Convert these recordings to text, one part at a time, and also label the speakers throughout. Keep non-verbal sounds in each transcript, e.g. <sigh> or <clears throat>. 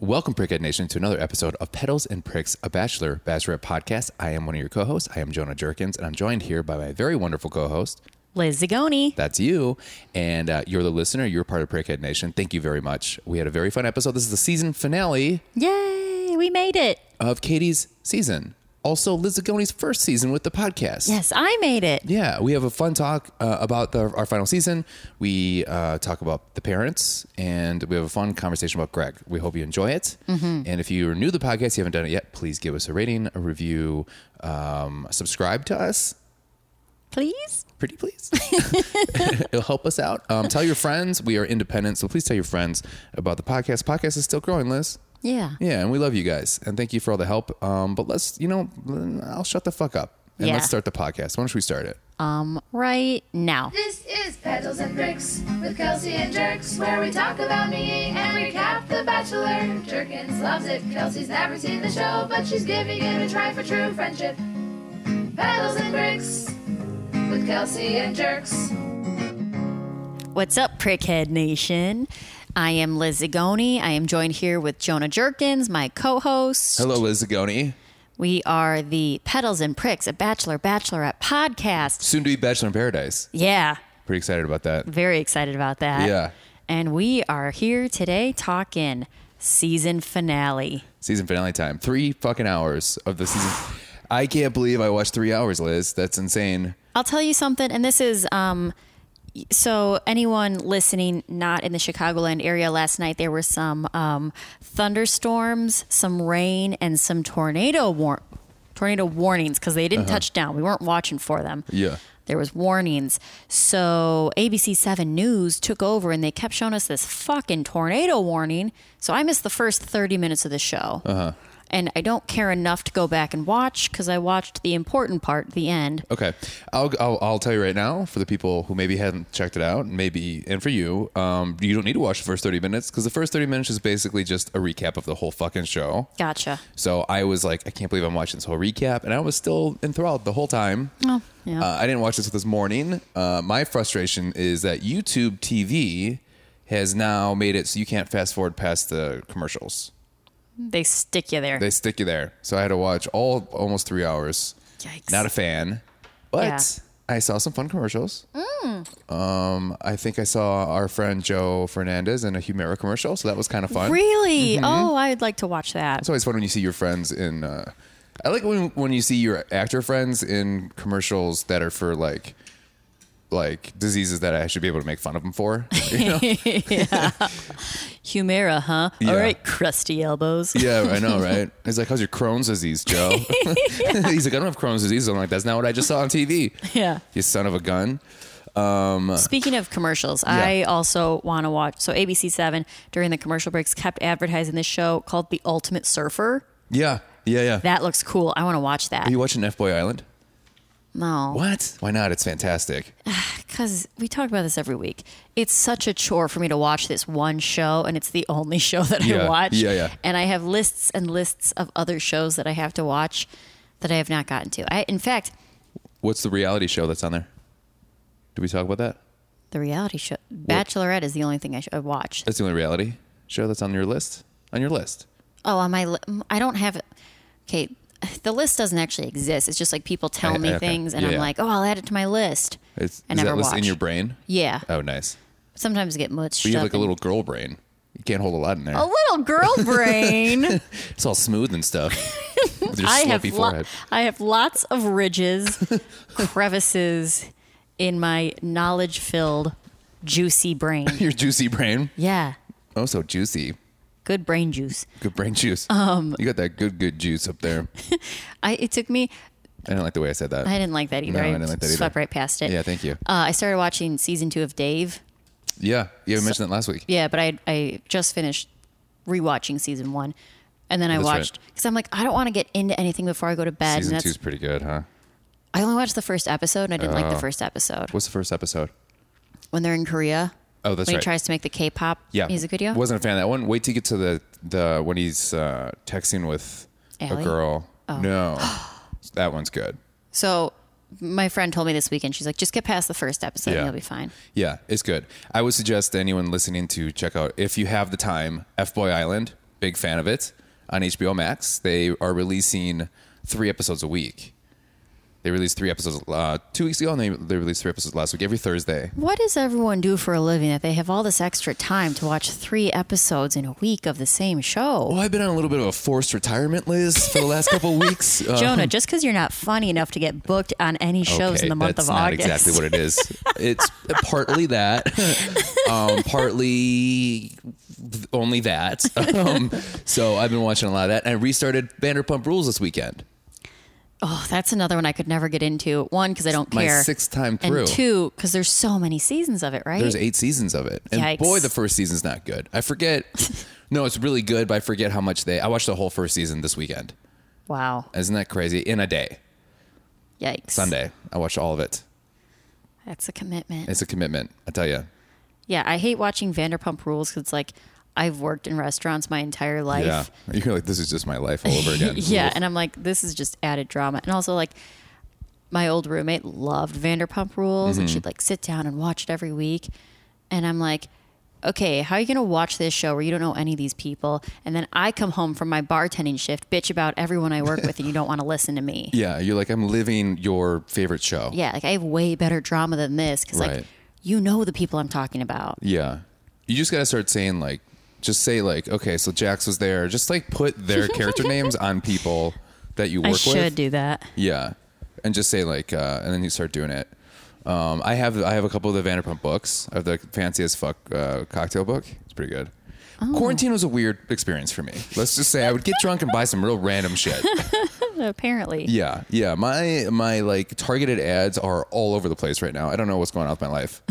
Speaker 1: Welcome, Prickhead Nation, to another episode of Petals and Pricks, a Bachelor Bachelorette podcast. I am one of your co hosts. I am Jonah Jerkins, and I'm joined here by my very wonderful co host.
Speaker 2: Liz Zagoni.
Speaker 1: That's you. And uh, you're the listener. You're part of Prickhead Nation. Thank you very much. We had a very fun episode. This is the season finale
Speaker 2: Yay, we made it.
Speaker 1: of Katie's season. Also, Liz Zagoni's first season with the podcast.
Speaker 2: Yes, I made it.
Speaker 1: Yeah, we have a fun talk uh, about the, our final season. We uh, talk about the parents, and we have a fun conversation about Greg. We hope you enjoy it. And if you're new to the podcast, you haven't done it yet, please give us a rating, a review, um, subscribe to us,
Speaker 2: Please?
Speaker 1: pretty please. <laughs> It'll help us out. Um, tell your friends. We are independent, so please tell your friends about the podcast. Podcast is still growing, Liz.
Speaker 2: Yeah.
Speaker 1: Yeah, and we love you guys, and thank you for all the help. Um, but let's, you know, I'll shut the fuck up and
Speaker 2: Yeah.
Speaker 1: let's start the podcast. Why don't we start it?
Speaker 2: Um, right now.
Speaker 3: This is Petals and Bricks with Kelsey and Jerks, where we talk about me and recap The Bachelor. Jerkins loves it. Kelsey's never seen the show, but she's giving it a try for true friendship. Petals and Bricks with Kelsey and Jerks.
Speaker 2: What's up, Prickhead Nation? I am Liz Zagoni. I am joined here with Jonah Jerkins, my co host.
Speaker 1: Hello, Liz Zagoni.
Speaker 2: We are the Petals and Pricks, a Bachelor Bachelorette podcast.
Speaker 1: soon to be Bachelor in Paradise.
Speaker 2: Yeah,
Speaker 1: Pretty excited about that.
Speaker 2: very excited about that.
Speaker 1: Yeah.
Speaker 2: And we are here today talking season finale.
Speaker 1: Season finale time. Three fucking hours of the season. I can't believe I watched three hours, Liz. That's insane.
Speaker 2: I'll tell you something, and this is um, y- so anyone listening not in the Chicagoland area last night, there were some um, thunderstorms, some rain, and some tornado war- tornado warnings because they didn't touch down. We weren't watching for them.
Speaker 1: Yeah.
Speaker 2: There was warnings. So ABC 7 News took over and they kept showing us this fucking tornado warning. So I missed the first 30 minutes of the show. And I don't care enough to go back and watch because I watched the important part, the end.
Speaker 1: Okay, I'll, I'll I'll tell you right now for the people who maybe haven't checked it out, maybe and for you, um, you don't need to watch the first thirty minutes because the first thirty minutes is basically just a recap of the whole fucking show.
Speaker 2: Gotcha.
Speaker 1: So I was like, I can't believe I'm watching this whole recap, and I was still enthralled the whole time.
Speaker 2: Oh, yeah.
Speaker 1: Uh, I didn't watch this this morning. Uh, my frustration is that YouTube TV has now made it so you can't fast forward past the commercials.
Speaker 2: They stick you there.
Speaker 1: They stick you there. So I had to watch all almost three hours.
Speaker 2: Yikes.
Speaker 1: Not a fan, but
Speaker 2: Yeah. Mm.
Speaker 1: I saw some fun commercials. Um, I think I saw our friend Joe Fernandez in a Humira commercial, so that was kind of fun.
Speaker 2: really? Oh, I'd like to watch that.
Speaker 1: It's always fun when you see your friends in. Uh, I like when when you see your actor friends in commercials that are for like, like diseases that I should be able to make fun of them for.
Speaker 2: <laughs>
Speaker 1: You know?
Speaker 2: Humira, huh?
Speaker 1: Yeah.
Speaker 2: All right, crusty elbows.
Speaker 1: yeah, I know, right? He's like, "How's your Crohn's disease, Joe?" <laughs> He's like, "I don't have Crohn's disease." I'm like, "That's not what I just saw on TV."
Speaker 2: <laughs> Yeah.
Speaker 1: You son of a gun. Uh.
Speaker 2: Speaking of commercials, I also want to watch. So ABC7 during the commercial breaks kept advertising this show called The Ultimate Surfer.
Speaker 1: Yeah, yeah, yeah.
Speaker 2: That looks cool. I want to watch that.
Speaker 1: Are you watching F Boy Island?
Speaker 2: no,
Speaker 1: What? Why not? It's fantastic.
Speaker 2: because we talk about this every week. It's such a chore for me to watch this one show, and it's the <laughs> only show that
Speaker 1: Yeah.
Speaker 2: I watch.
Speaker 1: Yeah, yeah.
Speaker 2: And I have lists and lists of other shows that I have to watch that I have not gotten to. I, in fact,
Speaker 1: What's the reality show that's on there? Did we talk about that?
Speaker 2: The reality show Bachelorette is the only thing I should watch.
Speaker 1: That's the only reality show that's on your list. On your list.
Speaker 2: Oh, on my li- mm, I don't have Okay, <sighs> the list doesn't actually exist. It's just like people tell
Speaker 1: I-
Speaker 2: me
Speaker 1: Eh, okay.
Speaker 2: things and
Speaker 1: Yeah, Eh.
Speaker 2: I'm
Speaker 1: yeah.
Speaker 2: like, "Oh, I'll add it to my list."
Speaker 1: It's,
Speaker 2: I
Speaker 1: is
Speaker 2: never
Speaker 1: that list in
Speaker 2: watch.
Speaker 1: your brain?
Speaker 2: Yeah.
Speaker 1: Oh, nice.
Speaker 2: Sometimes I get mushed
Speaker 1: But you have
Speaker 2: up
Speaker 1: like a
Speaker 2: and-
Speaker 1: little girl brain. You can't hold a lot in there.
Speaker 2: a little
Speaker 1: <laughs>
Speaker 2: girl brain.
Speaker 1: It's all smooth and
Speaker 2: <laughs>
Speaker 1: stuff. With your
Speaker 2: I
Speaker 1: slopey
Speaker 2: have lo-
Speaker 1: forehead.
Speaker 2: I have lots of ridges, <laughs> crevices in my knowledge-filled juicy brain.
Speaker 1: Your juicy brain.
Speaker 2: Yeah,
Speaker 1: Oh, so juicy.
Speaker 2: good brain juice.
Speaker 1: Good brain juice. Um, you got that good, good juice up there.
Speaker 2: I it took me
Speaker 1: I didn't like the way I said that.
Speaker 2: I didn't like that either.
Speaker 1: No, I didn't like that either.
Speaker 2: Swept right past it.
Speaker 1: Yeah, thank you.
Speaker 2: Uh, I started watching season two of Dave.
Speaker 1: Yeah, you mentioned that last week.
Speaker 2: Yeah, but I I just finished rewatching season one, and then I
Speaker 1: That's right.
Speaker 2: watched because I'm like I don't want to get into anything before I go to bed.
Speaker 1: Season
Speaker 2: and
Speaker 1: two's
Speaker 2: that's
Speaker 1: pretty good, huh?
Speaker 2: I only watched the first episode, and I didn't like
Speaker 1: Oh.
Speaker 2: the first episode
Speaker 1: What's the first episode?
Speaker 2: when they're in Korea.
Speaker 1: Oh, that's
Speaker 2: when
Speaker 1: right.
Speaker 2: he tries to make the K-pop
Speaker 1: yeah,
Speaker 2: music video.
Speaker 1: Wasn't a fan of that one. Wait to get to the the when he's uh, texting with a
Speaker 2: Allie? Oh.
Speaker 1: girl.
Speaker 2: <gasps>
Speaker 1: No, that one's good.
Speaker 2: so my friend told me this weekend she's like just get past the first episode
Speaker 1: Yeah.
Speaker 2: and you'll be fine.
Speaker 1: Yeah, it's good. I would suggest anyone listening to check out if you have the time, F Boy Island. big fan of it. On HBO Max, they are releasing three episodes a week. They released three episodes uh, two weeks ago, and they, they released three episodes last week, every Thursday.
Speaker 2: What does everyone do for a living that they have all this extra time to watch three episodes in a week of the same show?
Speaker 1: Well, I've been on a little bit of a forced retirement, Liz, for the last couple of weeks. <laughs> Uh,
Speaker 2: Jonah, just because you're not funny enough to get booked on any shows in the month
Speaker 1: that's
Speaker 2: of
Speaker 1: not
Speaker 2: August.
Speaker 1: exactly what it is.
Speaker 2: <laughs>
Speaker 1: It's partly that, um, partly th- only
Speaker 2: <laughs>
Speaker 1: that. Um, so I've been watching a lot of that. And I restarted Vanderpump Rules this weekend.
Speaker 2: oh, that's another one I could never get into. One, because I don't
Speaker 1: My
Speaker 2: care.
Speaker 1: sixth time
Speaker 2: and
Speaker 1: through.
Speaker 2: two, because there's so many seasons of it, right?
Speaker 1: There's eight seasons of it, and
Speaker 2: Yikes.
Speaker 1: boy, the first season's not good. I
Speaker 2: <laughs>
Speaker 1: forget. no, it's really good, but I forget how much they. I watched the whole first season this weekend.
Speaker 2: wow.
Speaker 1: Isn't that crazy? In a day,
Speaker 2: Yikes.
Speaker 1: Sunday, I watched all of it.
Speaker 2: That's a commitment.
Speaker 1: It's a commitment, I tell you.
Speaker 2: yeah, I hate watching Vanderpump Rules because it's like I've worked in restaurants my entire life.
Speaker 1: Yeah, you're like, this is just my life all over again.
Speaker 2: <laughs> Yeah, and I'm like, this is just added drama. And also, like, my old roommate loved Vanderpump Rules, and
Speaker 1: Mm-hmm.
Speaker 2: she'd like sit down and watch it every week. And I'm like, okay, how are you gonna watch this show where you don't know any of these people? And then I come home from my bartending shift, bitch about everyone I work with, and you don't want to listen to
Speaker 1: <laughs>
Speaker 2: me.
Speaker 1: Yeah, you're like, I'm living your favorite show.
Speaker 2: Yeah, like I have way better drama than this because
Speaker 1: Right.
Speaker 2: like you know the people I'm talking about.
Speaker 1: Yeah. You just got to start saying, like, just say, like, okay, so Jax was there. Just like put
Speaker 2: <laughs>
Speaker 1: their character names on people that you work
Speaker 2: I
Speaker 1: with.
Speaker 2: should do that.
Speaker 1: Yeah, and just say like, uh, and then you start doing it. Um, I have I have a couple of the Vanderpump books. I have the fancy as fuck uh, cocktail book. It's pretty good.
Speaker 2: Oh.
Speaker 1: Quarantine was a weird experience for me. Let's just say I would get drunk and buy some real random shit.
Speaker 2: <laughs> Apparently,
Speaker 1: Yeah, yeah. My my like targeted ads are all over the place right now. I don't know what's going on with my
Speaker 2: <laughs>
Speaker 1: life.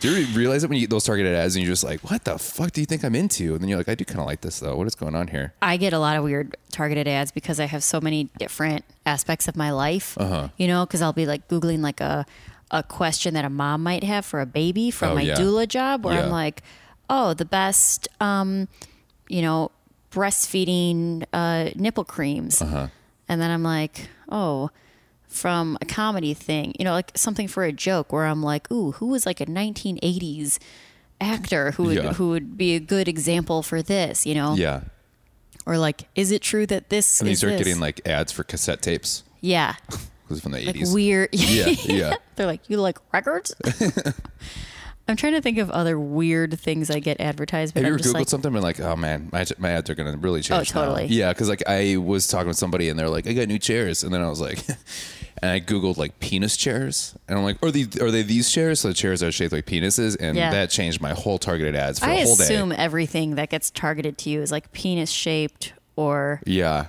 Speaker 1: do you realize that when you get those targeted ads and you're just like, what the fuck do you think I'm into? And then you're like, I do kind of like this though. What is going on here?
Speaker 2: I get a lot of weird targeted ads because I have so many different aspects of my life.
Speaker 1: Uh-huh.
Speaker 2: You know, because I'll be like googling like a a question that a mom might have for a baby from
Speaker 1: Oh,
Speaker 2: my
Speaker 1: yeah.
Speaker 2: doula job, where
Speaker 1: Yeah.
Speaker 2: I'm like, oh, the best, um, you know, breastfeeding uh, nipple creams,
Speaker 1: Uh-huh.
Speaker 2: and then I'm like, oh. From a comedy thing, you know, like something for a joke, where I'm like, "Ooh, who was like a 1980s actor who would
Speaker 1: Yeah.
Speaker 2: who would be a good example for this?" You know,
Speaker 1: Yeah,
Speaker 2: or like, is it true that this
Speaker 1: and you
Speaker 2: Oh, is
Speaker 1: start
Speaker 2: this?
Speaker 1: getting like ads for cassette tapes.
Speaker 2: yeah,
Speaker 1: This is from the
Speaker 2: like
Speaker 1: 80s.
Speaker 2: weird.
Speaker 1: <laughs> yeah, yeah.
Speaker 2: <laughs> They're like, you like
Speaker 1: <laughs>
Speaker 2: records? I'm trying to think of other weird things I get advertised, but
Speaker 1: Have you
Speaker 2: I'm
Speaker 1: ever
Speaker 2: just
Speaker 1: Googled
Speaker 2: like, Oh,
Speaker 1: something and been like, oh man, my, my ads are going to really change? now."
Speaker 2: totally.
Speaker 1: Yeah, because like I was talking with somebody and they're like, I got new chairs. And then I was like, <laughs> and I Googled like penis chairs. And I'm like, are, these, are they these chairs? So the chairs are shaped like penises. And
Speaker 2: Yeah.
Speaker 1: that changed my whole targeted ads for
Speaker 2: I
Speaker 1: a whole
Speaker 2: assume
Speaker 1: day.
Speaker 2: everything that gets targeted to you is like penis shaped
Speaker 1: <laughs>
Speaker 2: or
Speaker 1: Yeah.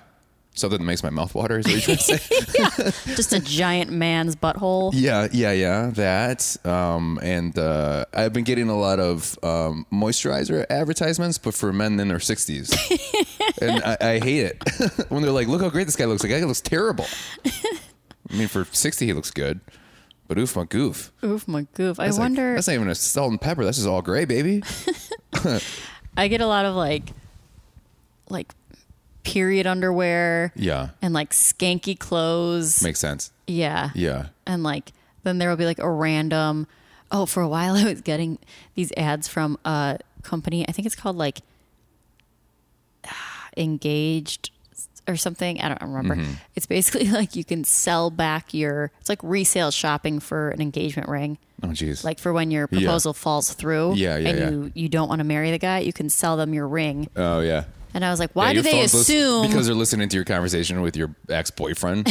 Speaker 1: Something that makes my mouth water is what you're trying to say.
Speaker 2: just a giant man's butthole.
Speaker 1: yeah, yeah, yeah. That. Um, and uh, I've been getting a lot of um, moisturizer advertisements, but for men in their
Speaker 2: <laughs>
Speaker 1: 60s. and I, I hate it <laughs> when they're like, "Look how great this guy looks! Like, that guy looks
Speaker 2: <laughs>
Speaker 1: terrible." I mean, for sixty, he looks good, but oof, my goof.
Speaker 2: Oof, my goof. I
Speaker 1: It's like,
Speaker 2: wonder.
Speaker 1: that's not even a salt and pepper. That's just all gray,
Speaker 2: <laughs>
Speaker 1: baby.
Speaker 2: I get a lot of like, like period underwear
Speaker 1: Yeah,
Speaker 2: and like skanky clothes.
Speaker 1: makes sense.
Speaker 2: yeah.
Speaker 1: Yeah,
Speaker 2: and like then there will be like a random oh for a while <laughs> i was getting these ads from a company i think it's called like <sighs> engaged or something i don't remember
Speaker 1: Mm-hmm.
Speaker 2: it's basically <laughs> like you can sell back your it's like resale shopping for an engagement ring
Speaker 1: oh jeez.
Speaker 2: like for when your proposal falls through
Speaker 1: Yeah, yeah,
Speaker 2: and
Speaker 1: yeah.
Speaker 2: you you don't want to marry the guy you can sell them your ring
Speaker 1: oh yeah.
Speaker 2: and i was like why
Speaker 1: Yeah,
Speaker 2: do
Speaker 1: your
Speaker 2: they
Speaker 1: phone's lis-
Speaker 2: assume
Speaker 1: because they're listening to your conversation with your ex
Speaker 2: <laughs>
Speaker 1: boyfriend.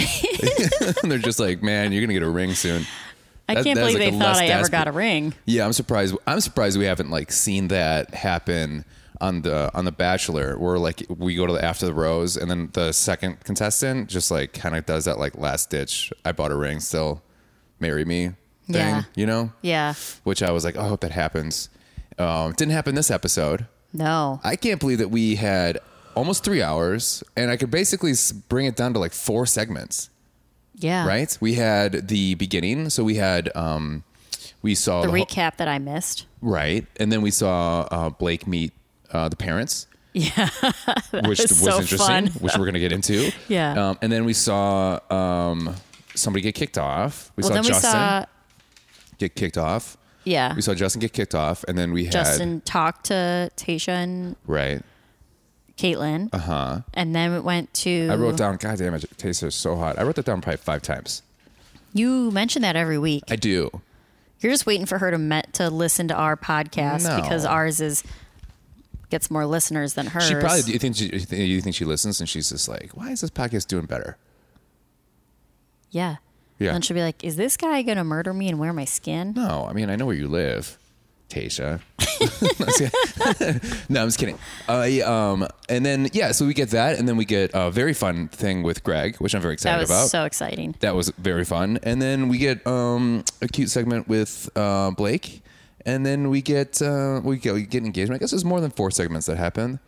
Speaker 1: and <laughs> they're just like, "Man, you're gonna get a ring soon."
Speaker 2: i
Speaker 1: that-
Speaker 2: can't
Speaker 1: that's
Speaker 2: believe
Speaker 1: like
Speaker 2: they
Speaker 1: a
Speaker 2: thought
Speaker 1: less
Speaker 2: i ever
Speaker 1: desperate-
Speaker 2: got a ring
Speaker 1: Yeah, I'm surprised. I'm surprised we haven't like seen that happen on the on the Bachelor, where like we go to the after the rose, and then the second contestant just like kind of does that like last ditch. I bought a ring, still marry me thing.
Speaker 2: Yeah.
Speaker 1: You know,
Speaker 2: yeah
Speaker 1: which I was like, oh, I hope that happens. Um, didn't happen this episode.
Speaker 2: no
Speaker 1: I can't believe that we had almost three hours, and I could basically s- bring it down to like four segments
Speaker 2: yeah
Speaker 1: right? We had the beginning, so we had um, we saw
Speaker 2: the
Speaker 1: whole-
Speaker 2: recap that i missed
Speaker 1: right, and then we saw uh, Blake meet uh, the parents.
Speaker 2: <laughs>
Speaker 1: Yeah, which
Speaker 2: was
Speaker 1: was
Speaker 2: so
Speaker 1: interesting,
Speaker 2: fun.
Speaker 1: which we're gonna get into.
Speaker 2: <laughs> Yeah.
Speaker 1: um, and then we saw um, somebody get kicked off. We
Speaker 2: Well,
Speaker 1: saw
Speaker 2: then we
Speaker 1: Justin
Speaker 2: saw
Speaker 1: get kicked off.
Speaker 2: yeah,
Speaker 1: We saw Justin get kicked off, and then we had
Speaker 2: Justin talk to Tasha and
Speaker 1: right.
Speaker 2: Caitlin. Uh huh. And then it went to.
Speaker 1: Uh-huh. I wrote down, God damn it, it tastes so hot. I wrote that down probably five times.
Speaker 2: You mention that every week.
Speaker 1: I do.
Speaker 2: You're just waiting for her to met, to listen to our podcast
Speaker 1: No.
Speaker 2: because ours is gets more listeners than hers.
Speaker 1: She probably do you think she, you think- you think she listens and she's just like, why is this podcast doing better?
Speaker 2: yeah.
Speaker 1: Yeah.
Speaker 2: And she'll be like, "Is this guy gonna murder me and wear my skin?"
Speaker 1: No, I mean I know where you live, Tasha. <laughs> No, I'm just kidding. no, I'm just kidding. I um and then yeah, so we get that, and then we get a very fun thing with Greg, which I'm very
Speaker 2: that
Speaker 1: excited
Speaker 2: was
Speaker 1: about.
Speaker 2: so exciting.
Speaker 1: that was very fun, and then we get um a cute segment with uh, Blake, and then we get uh, we get, we get engagement. I guess there's more than four segments that happened.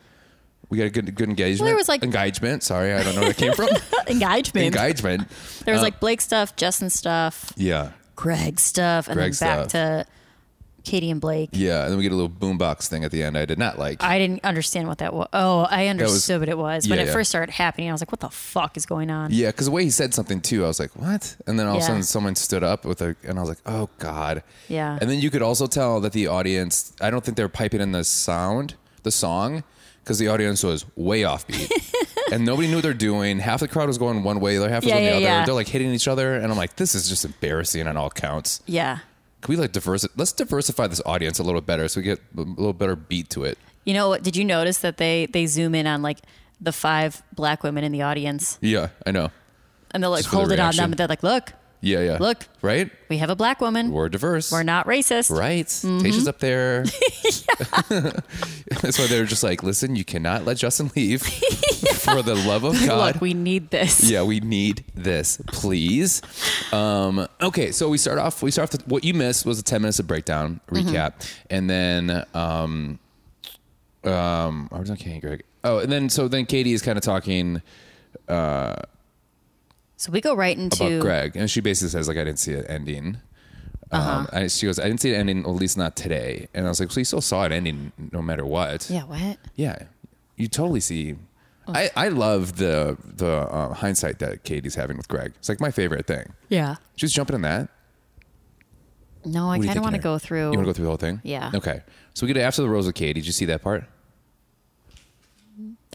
Speaker 1: We got a good good engagement.
Speaker 2: was, like-
Speaker 1: engagement. Sorry, I don't know where that came from.
Speaker 2: <laughs> Engagement.
Speaker 1: engagement.
Speaker 2: there was
Speaker 1: Uh,
Speaker 2: like Blake stuff, Justin stuff,
Speaker 1: yeah.
Speaker 2: Greg stuff, and
Speaker 1: Greg
Speaker 2: then
Speaker 1: stuff.
Speaker 2: back to Katie and Blake.
Speaker 1: Yeah, and then we get a little boombox thing at the end. I did not like.
Speaker 2: I didn't understand what that was. Oh, I understood what it was, but
Speaker 1: yeah,
Speaker 2: it
Speaker 1: yeah.
Speaker 2: first started happening. I was like, "What the fuck is going on?"
Speaker 1: Yeah, because the way he said something too, I was like, "What?" And then all of a
Speaker 2: Yeah.
Speaker 1: sudden, someone stood up with a, and I was like, "Oh God!"
Speaker 2: Yeah.
Speaker 1: And then you could also tell that the audience. I don't think they're piping in the sound, the song, because the audience was way
Speaker 2: <laughs>
Speaker 1: offbeat, and nobody knew what they're doing. Half the crowd was going one way, the other half was
Speaker 2: Yeah,
Speaker 1: going the
Speaker 2: yeah,
Speaker 1: other.
Speaker 2: yeah.
Speaker 1: They're like hitting each other, and I'm like, "This is just embarrassing on all counts."
Speaker 2: Yeah.
Speaker 1: Can we like diverse? Let's diversify this audience a little better, so we get a little better beat to it.
Speaker 2: You know what? Did you notice that they they zoom in on like the five black women in the audience
Speaker 1: Yeah, I know.
Speaker 2: and they'll like
Speaker 1: Just for the
Speaker 2: hold it on
Speaker 1: reaction.
Speaker 2: them and they're like, "Look,
Speaker 1: Yeah, yeah.
Speaker 2: Look.
Speaker 1: right?
Speaker 2: we have a black woman. We're,
Speaker 1: We're diverse.
Speaker 2: not racist."
Speaker 1: Right. Tasha's up there. <laughs> That's why they're just like, listen, you cannot let Justin leave. For the love of God.
Speaker 2: Look, we need this.
Speaker 1: yeah, we need this, please. Um, okay, so we start off. We start off. The, what you missed was the ten minutes of breakdown recap, and then um, um, I was on Katie and Greg. Oh, and then so then Katie is kind of talking
Speaker 2: So we go right
Speaker 1: about
Speaker 2: into
Speaker 1: Greg, and she basically says like, I didn't see it ending.
Speaker 2: Uh-huh.
Speaker 1: Um, I, she goes, I didn't see it ending, at least not today. And I was like, so you still saw it ending, no matter what.
Speaker 2: Yeah, what?
Speaker 1: Yeah, you totally see. I, I love the the uh, hindsight that Katie's having with Greg. It's like my favorite thing.
Speaker 2: Yeah.
Speaker 1: She's jumping in that.
Speaker 2: No, I
Speaker 1: What do you
Speaker 2: kind of
Speaker 1: think
Speaker 2: want to
Speaker 1: here?
Speaker 2: go through.
Speaker 1: You want to go through the whole thing?
Speaker 2: Yeah.
Speaker 1: Okay. So we get to after the rose with Katie. Did you see that part?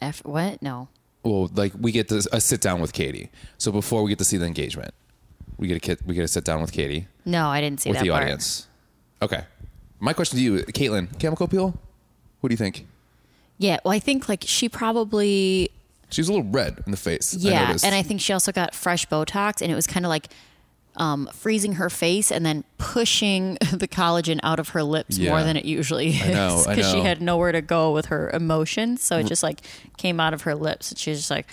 Speaker 2: F- what? No.
Speaker 1: Well, like we get to a sit down with Katie. So before we get to see the engagement, we get a kid, we get to sit down with Katie
Speaker 2: No, I didn't see
Speaker 1: with
Speaker 2: that
Speaker 1: the
Speaker 2: part.
Speaker 1: audience. Okay. My question to you, Caitlin, chemical peel. What do you think?
Speaker 2: Yeah. Well, I think like she probably
Speaker 1: She was a little red in the face. I
Speaker 2: Yeah,
Speaker 1: noticed.
Speaker 2: and I think she also got fresh Botox, and it was kind of like um, freezing her face and then pushing <laughs> the collagen out of her lips more
Speaker 1: Yeah.
Speaker 2: than it usually is
Speaker 1: know, I
Speaker 2: she
Speaker 1: know. Mm.
Speaker 2: had nowhere to go with her emotions, so it just like came out of her lips, and she was just like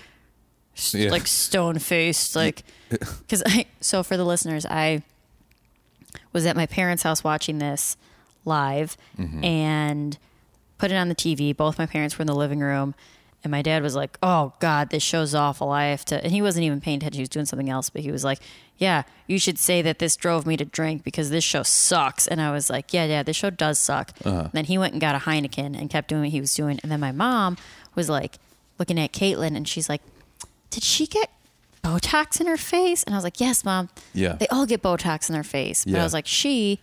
Speaker 1: Yeah.
Speaker 2: like stone faced,
Speaker 1: <laughs>
Speaker 2: like because I. So for the listeners, I was at my parents' house watching this live,
Speaker 1: Mm-hmm.
Speaker 2: and put it on the TV. Both my parents were in the living room, and my dad was like, "Oh God, this show's awful. I have to." And he wasn't even paying attention; he was doing something else. But he was like, "Yeah, you should say that this drove me to drink because this show sucks." And I was like, "Yeah, yeah, this show does suck."
Speaker 1: Uh-huh.
Speaker 2: And then he went and got a Heineken and kept doing what he was doing. And then my mom was like looking at Caitlin, and she's like, "Did she get?" Botox in her face, and I was like, "Yes, mom.
Speaker 1: Yeah.
Speaker 2: they all get Botox in their face." But
Speaker 1: Yeah.
Speaker 2: I was like, "She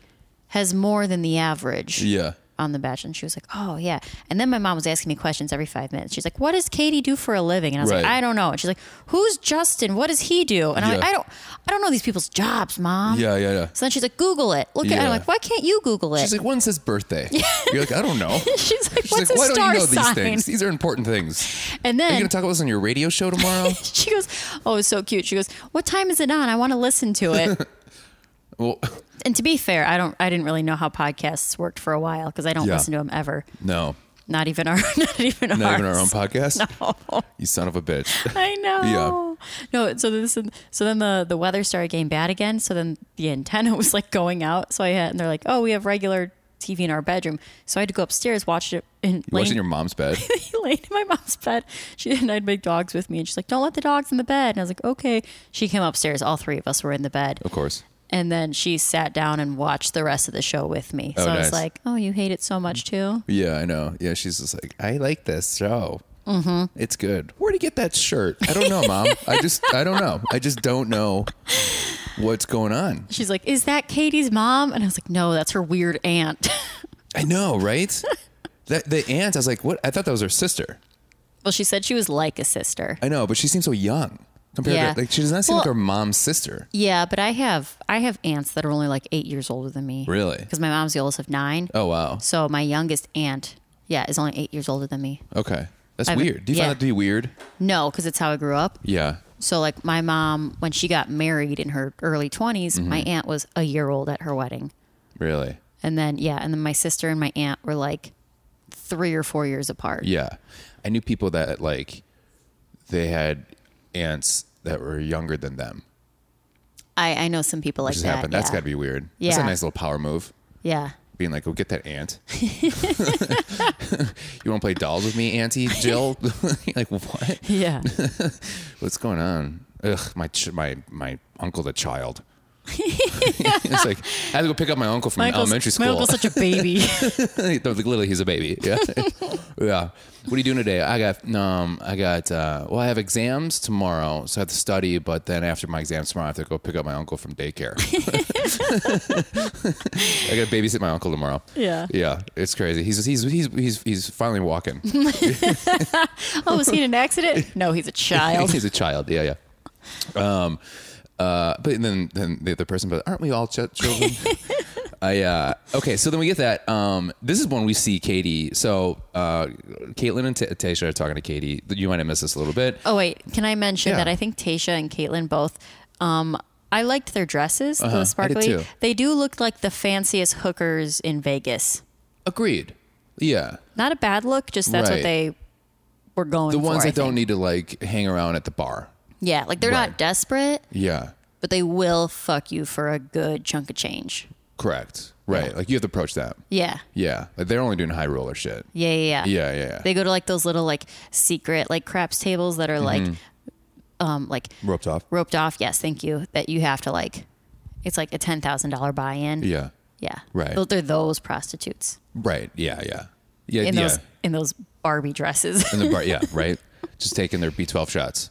Speaker 2: has more than the average."
Speaker 1: yeah.
Speaker 2: on the batch and she was like oh yeah and then my mom was asking me questions every five minutes she's like what does katie do for a living and i was like
Speaker 1: Right.
Speaker 2: i don't know and she's like who's justin what does he do and i'm like
Speaker 1: Yeah.
Speaker 2: i don't i don't know these people's jobs mom
Speaker 1: Yeah, yeah, yeah.
Speaker 2: so then she's like google it look at it. i'm
Speaker 1: Yeah.
Speaker 2: like why can't you google it
Speaker 1: She's like, when's his birthday? You're like, I don't know.
Speaker 2: <laughs> She's like,
Speaker 1: She's like,
Speaker 2: what's a
Speaker 1: why
Speaker 2: star
Speaker 1: don't you know
Speaker 2: sign?
Speaker 1: these things?
Speaker 2: <laughs>
Speaker 1: These are important things.
Speaker 2: And
Speaker 1: Are you
Speaker 2: then
Speaker 1: going to talk about this on your radio show
Speaker 2: <laughs>
Speaker 1: tomorrow?
Speaker 2: she goes, "Oh, it's so cute." She goes, "What time is it on? I want to listen to it."
Speaker 1: <laughs> well,
Speaker 2: and to be fair, I don't, I didn't really know how podcasts worked for a while because I don't
Speaker 1: Yeah.
Speaker 2: listen to them ever.
Speaker 1: no,
Speaker 2: Not even our, <laughs> not even
Speaker 1: not even our own
Speaker 2: ours.
Speaker 1: podcast.
Speaker 2: <laughs>
Speaker 1: You son of a bitch.
Speaker 2: I know. No, so this so then the the weather started getting bad again. So then the antenna <laughs> was like going out. So I had and they're like, oh, we have regular TV in our bedroom. So I had to go upstairs watch it in
Speaker 1: You watching
Speaker 2: laying,
Speaker 1: your mom's bed.
Speaker 2: <laughs> laying in my mom's bed. She and I had big dogs with me, and she's like, don't let the dogs in the bed. And I was like, okay. She came upstairs. All three of us were in the bed.
Speaker 1: Of course.
Speaker 2: And then she sat down and watched the rest of the show with me. So
Speaker 1: Oh,
Speaker 2: I
Speaker 1: nice.
Speaker 2: was
Speaker 1: Mm.
Speaker 2: like, "Oh, you hate it so much too."
Speaker 1: Yeah, I know. Yeah, she's just like, I like this show. Mm-hmm. It's good. Where'd you get that shirt? I don't know, mom. I just, I don't know. I just don't know what's going on.
Speaker 2: She's like, "Is that Katie's mom?" And I was like, "No, that's her weird aunt." <laughs>
Speaker 1: I know, right? that the aunt. I was like, what? I thought that was her sister.
Speaker 2: Well, she said she was like a sister.
Speaker 1: I know, but she seems so young compared
Speaker 2: Yeah.
Speaker 1: to like she does not seem
Speaker 2: Well-
Speaker 1: like her mom's sister.
Speaker 2: Yeah, but I have I have aunts that are only like eight years older than me.
Speaker 1: Really?
Speaker 2: Because my mom's the oldest of nine.
Speaker 1: Oh wow.
Speaker 2: So my youngest aunt, yeah, is only eight years older than me.
Speaker 1: Okay. That's
Speaker 2: I've-
Speaker 1: weird. Do you
Speaker 2: yeah.
Speaker 1: find that to be weird?
Speaker 2: No, because it's how I grew up.
Speaker 1: Yeah.
Speaker 2: So like my mom, when she got married in her early 20s
Speaker 1: Mm-hmm.
Speaker 2: my aunt was a year old at her wedding,
Speaker 1: Really.
Speaker 2: and then yeah, and then my sister and my aunt were like three or four years apart.
Speaker 1: Yeah. I knew people that like they had aunts that were younger than them.
Speaker 2: I, I know some people like
Speaker 1: Which has
Speaker 2: that.
Speaker 1: happened. That's
Speaker 2: yeah.
Speaker 1: gotta be weird. That's
Speaker 2: Yeah.
Speaker 1: a nice little power move.
Speaker 2: yeah.
Speaker 1: Being like, go get that
Speaker 2: <laughs>
Speaker 1: <laughs> aunt. you want to play dolls with me, Auntie Jill?
Speaker 2: <laughs>
Speaker 1: <laughs> like, what?
Speaker 2: Yeah.
Speaker 1: <laughs> What's going on? Ugh, my ch- my my uncle's a
Speaker 2: <laughs>
Speaker 1: child. <laughs> it's like I had to go pick up my uncle from elementary school.
Speaker 2: My uncle's such a baby.
Speaker 1: <laughs> like, literally, he's a baby. Yeah, <laughs> yeah. What are you doing today? I got um, I got uh, well, I have exams tomorrow, so I have to study. But then after my exams tomorrow, I have to go pick up my uncle from daycare. <laughs> I got to babysit my uncle tomorrow.
Speaker 2: Yeah.
Speaker 1: yeah. It's crazy. He's he's he's he's he's finally walking.
Speaker 2: <laughs> oh, was he in
Speaker 1: <laughs>
Speaker 2: an accident? No, he's a child.
Speaker 1: He's a child. Yeah, yeah. Um, uh, but then then the other person, but aren't we all ch-
Speaker 2: <laughs>
Speaker 1: children? I uh, okay. So then we get that. Um, this is when we see Katie. So uh, Caitlin and T- Tasha are talking to Katie. You might have missed this a little bit.
Speaker 2: Oh wait, can I mention
Speaker 1: Yeah.
Speaker 2: that I think Tasha and Caitlyn both. Um, I liked their dresses,
Speaker 1: Uh-huh, I
Speaker 2: the
Speaker 1: did
Speaker 2: sparkly.
Speaker 1: too.
Speaker 2: They do look like the fanciest hookers in Vegas.
Speaker 1: Agreed. Yeah,
Speaker 2: Not a bad look, just that's
Speaker 1: Right.
Speaker 2: what they were going
Speaker 1: the
Speaker 2: for.
Speaker 1: ones
Speaker 2: I
Speaker 1: that don't
Speaker 2: think.
Speaker 1: need to like hang around at the bar.
Speaker 2: Yeah, like they're
Speaker 1: Right.
Speaker 2: not desperate,
Speaker 1: Yeah,
Speaker 2: but they will fuck you for a good chunk of change.
Speaker 1: correct. Right. Like you have to approach that.
Speaker 2: Yeah.
Speaker 1: Yeah, like they're only doing high roller shit.
Speaker 2: Yeah, yeah, yeah.
Speaker 1: Yeah, yeah, yeah.
Speaker 2: They go to like those little like secret like craps tables that are like
Speaker 1: Mm-hmm.
Speaker 2: um like
Speaker 1: Roped off.
Speaker 2: roped off. Yes, thank you. That you have to like it's like a ten thousand dollar buy in.
Speaker 1: Yeah.
Speaker 2: Yeah.
Speaker 1: Right.
Speaker 2: Tho- They're those prostitutes
Speaker 1: Right. Yeah. Yeah. Yeah.
Speaker 2: in
Speaker 1: yeah.
Speaker 2: those in those
Speaker 1: <laughs>
Speaker 2: Barbie dresses. <laughs>
Speaker 1: in the bar. Yeah, right. Just taking their B12 shots,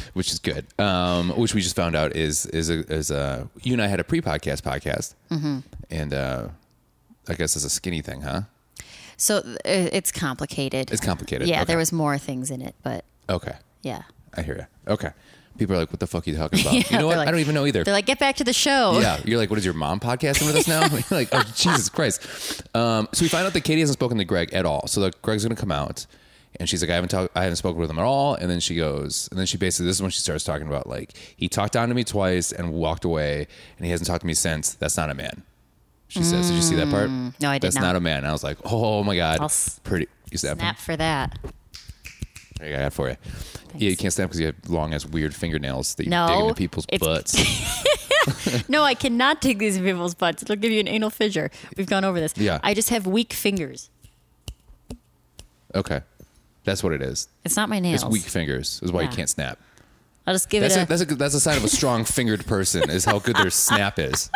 Speaker 1: <laughs> which is good. Um, which we just found out is is a, is a you and I had a pre-podcast podcast,
Speaker 2: Mm-hmm.
Speaker 1: and uh, I guess it's a skinny thing, huh?
Speaker 2: so uh, it's complicated.
Speaker 1: It's complicated.
Speaker 2: Yeah,
Speaker 1: Okay.
Speaker 2: there was more things in it, but
Speaker 1: Okay,
Speaker 2: yeah.
Speaker 1: I hear you. Okay, people are like, "What the fuck are you talking about?" you
Speaker 2: <laughs> Yeah,
Speaker 1: know what?
Speaker 2: they're like-
Speaker 1: I don't even know either.
Speaker 2: They're like, get back to the <laughs> show.
Speaker 1: Yeah, you're like, what is your mom podcasting with us now? <laughs> You're like,
Speaker 2: <laughs>
Speaker 1: oh Jesus Christ! Um, so we find out that Katie hasn't spoken to Greg at all. So like, Greg's gonna come out, and she's like, I haven't talked, I haven't spoken with him at all. And then she goes, and then she basically, this is when she starts talking about like he talked down to me twice and walked away, and he hasn't talked to me since. That's not a man. She says, Did you see that part?
Speaker 2: Mm, No, I did
Speaker 1: That's
Speaker 2: not.
Speaker 1: not. a man. And I was like, Oh my god,
Speaker 2: I'll s-
Speaker 1: pretty. You snap.
Speaker 2: Snap for that.
Speaker 1: There you go, I got it for you. Yeah, you can't snap because you have long ass weird fingernails that you dig
Speaker 2: No,
Speaker 1: into people's
Speaker 2: it's-
Speaker 1: butts.
Speaker 2: <laughs> No, I cannot take these in people's butts. It'll give you an anal fissure. We've gone over this.
Speaker 1: Yeah.
Speaker 2: I just have weak fingers.
Speaker 1: okay, that's what it is.
Speaker 2: It's not my nails.
Speaker 1: It's weak fingers. Is why
Speaker 2: Yeah. uh,
Speaker 1: you can't snap.
Speaker 2: I'll just give
Speaker 1: That's a,
Speaker 2: it a.
Speaker 1: that's a that's a sign of a strong fingered person is how
Speaker 2: <laughs>
Speaker 1: good their snap is.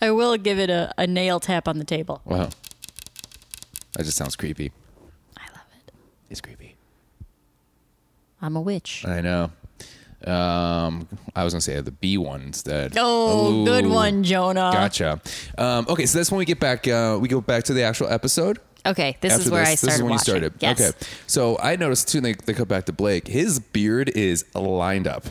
Speaker 2: I will give it a, a nail tap on the table.
Speaker 1: Wow, that just sounds creepy.
Speaker 2: I love it.
Speaker 1: It's creepy.
Speaker 2: I'm a witch.
Speaker 1: I know. Um, I was gonna say the B one instead.
Speaker 2: Oh,
Speaker 1: Ooh.
Speaker 2: good one, Jonah.
Speaker 1: Gotcha. Um, okay, so that's when we get back. Uh, we go back to the actual episode.
Speaker 2: Okay, this
Speaker 1: after
Speaker 2: is where
Speaker 1: this.
Speaker 2: I started
Speaker 1: This is when
Speaker 2: watching.
Speaker 1: you started.
Speaker 2: Yes.
Speaker 1: Okay. So I noticed too. They, they cut back to Blake. His beard is lined up.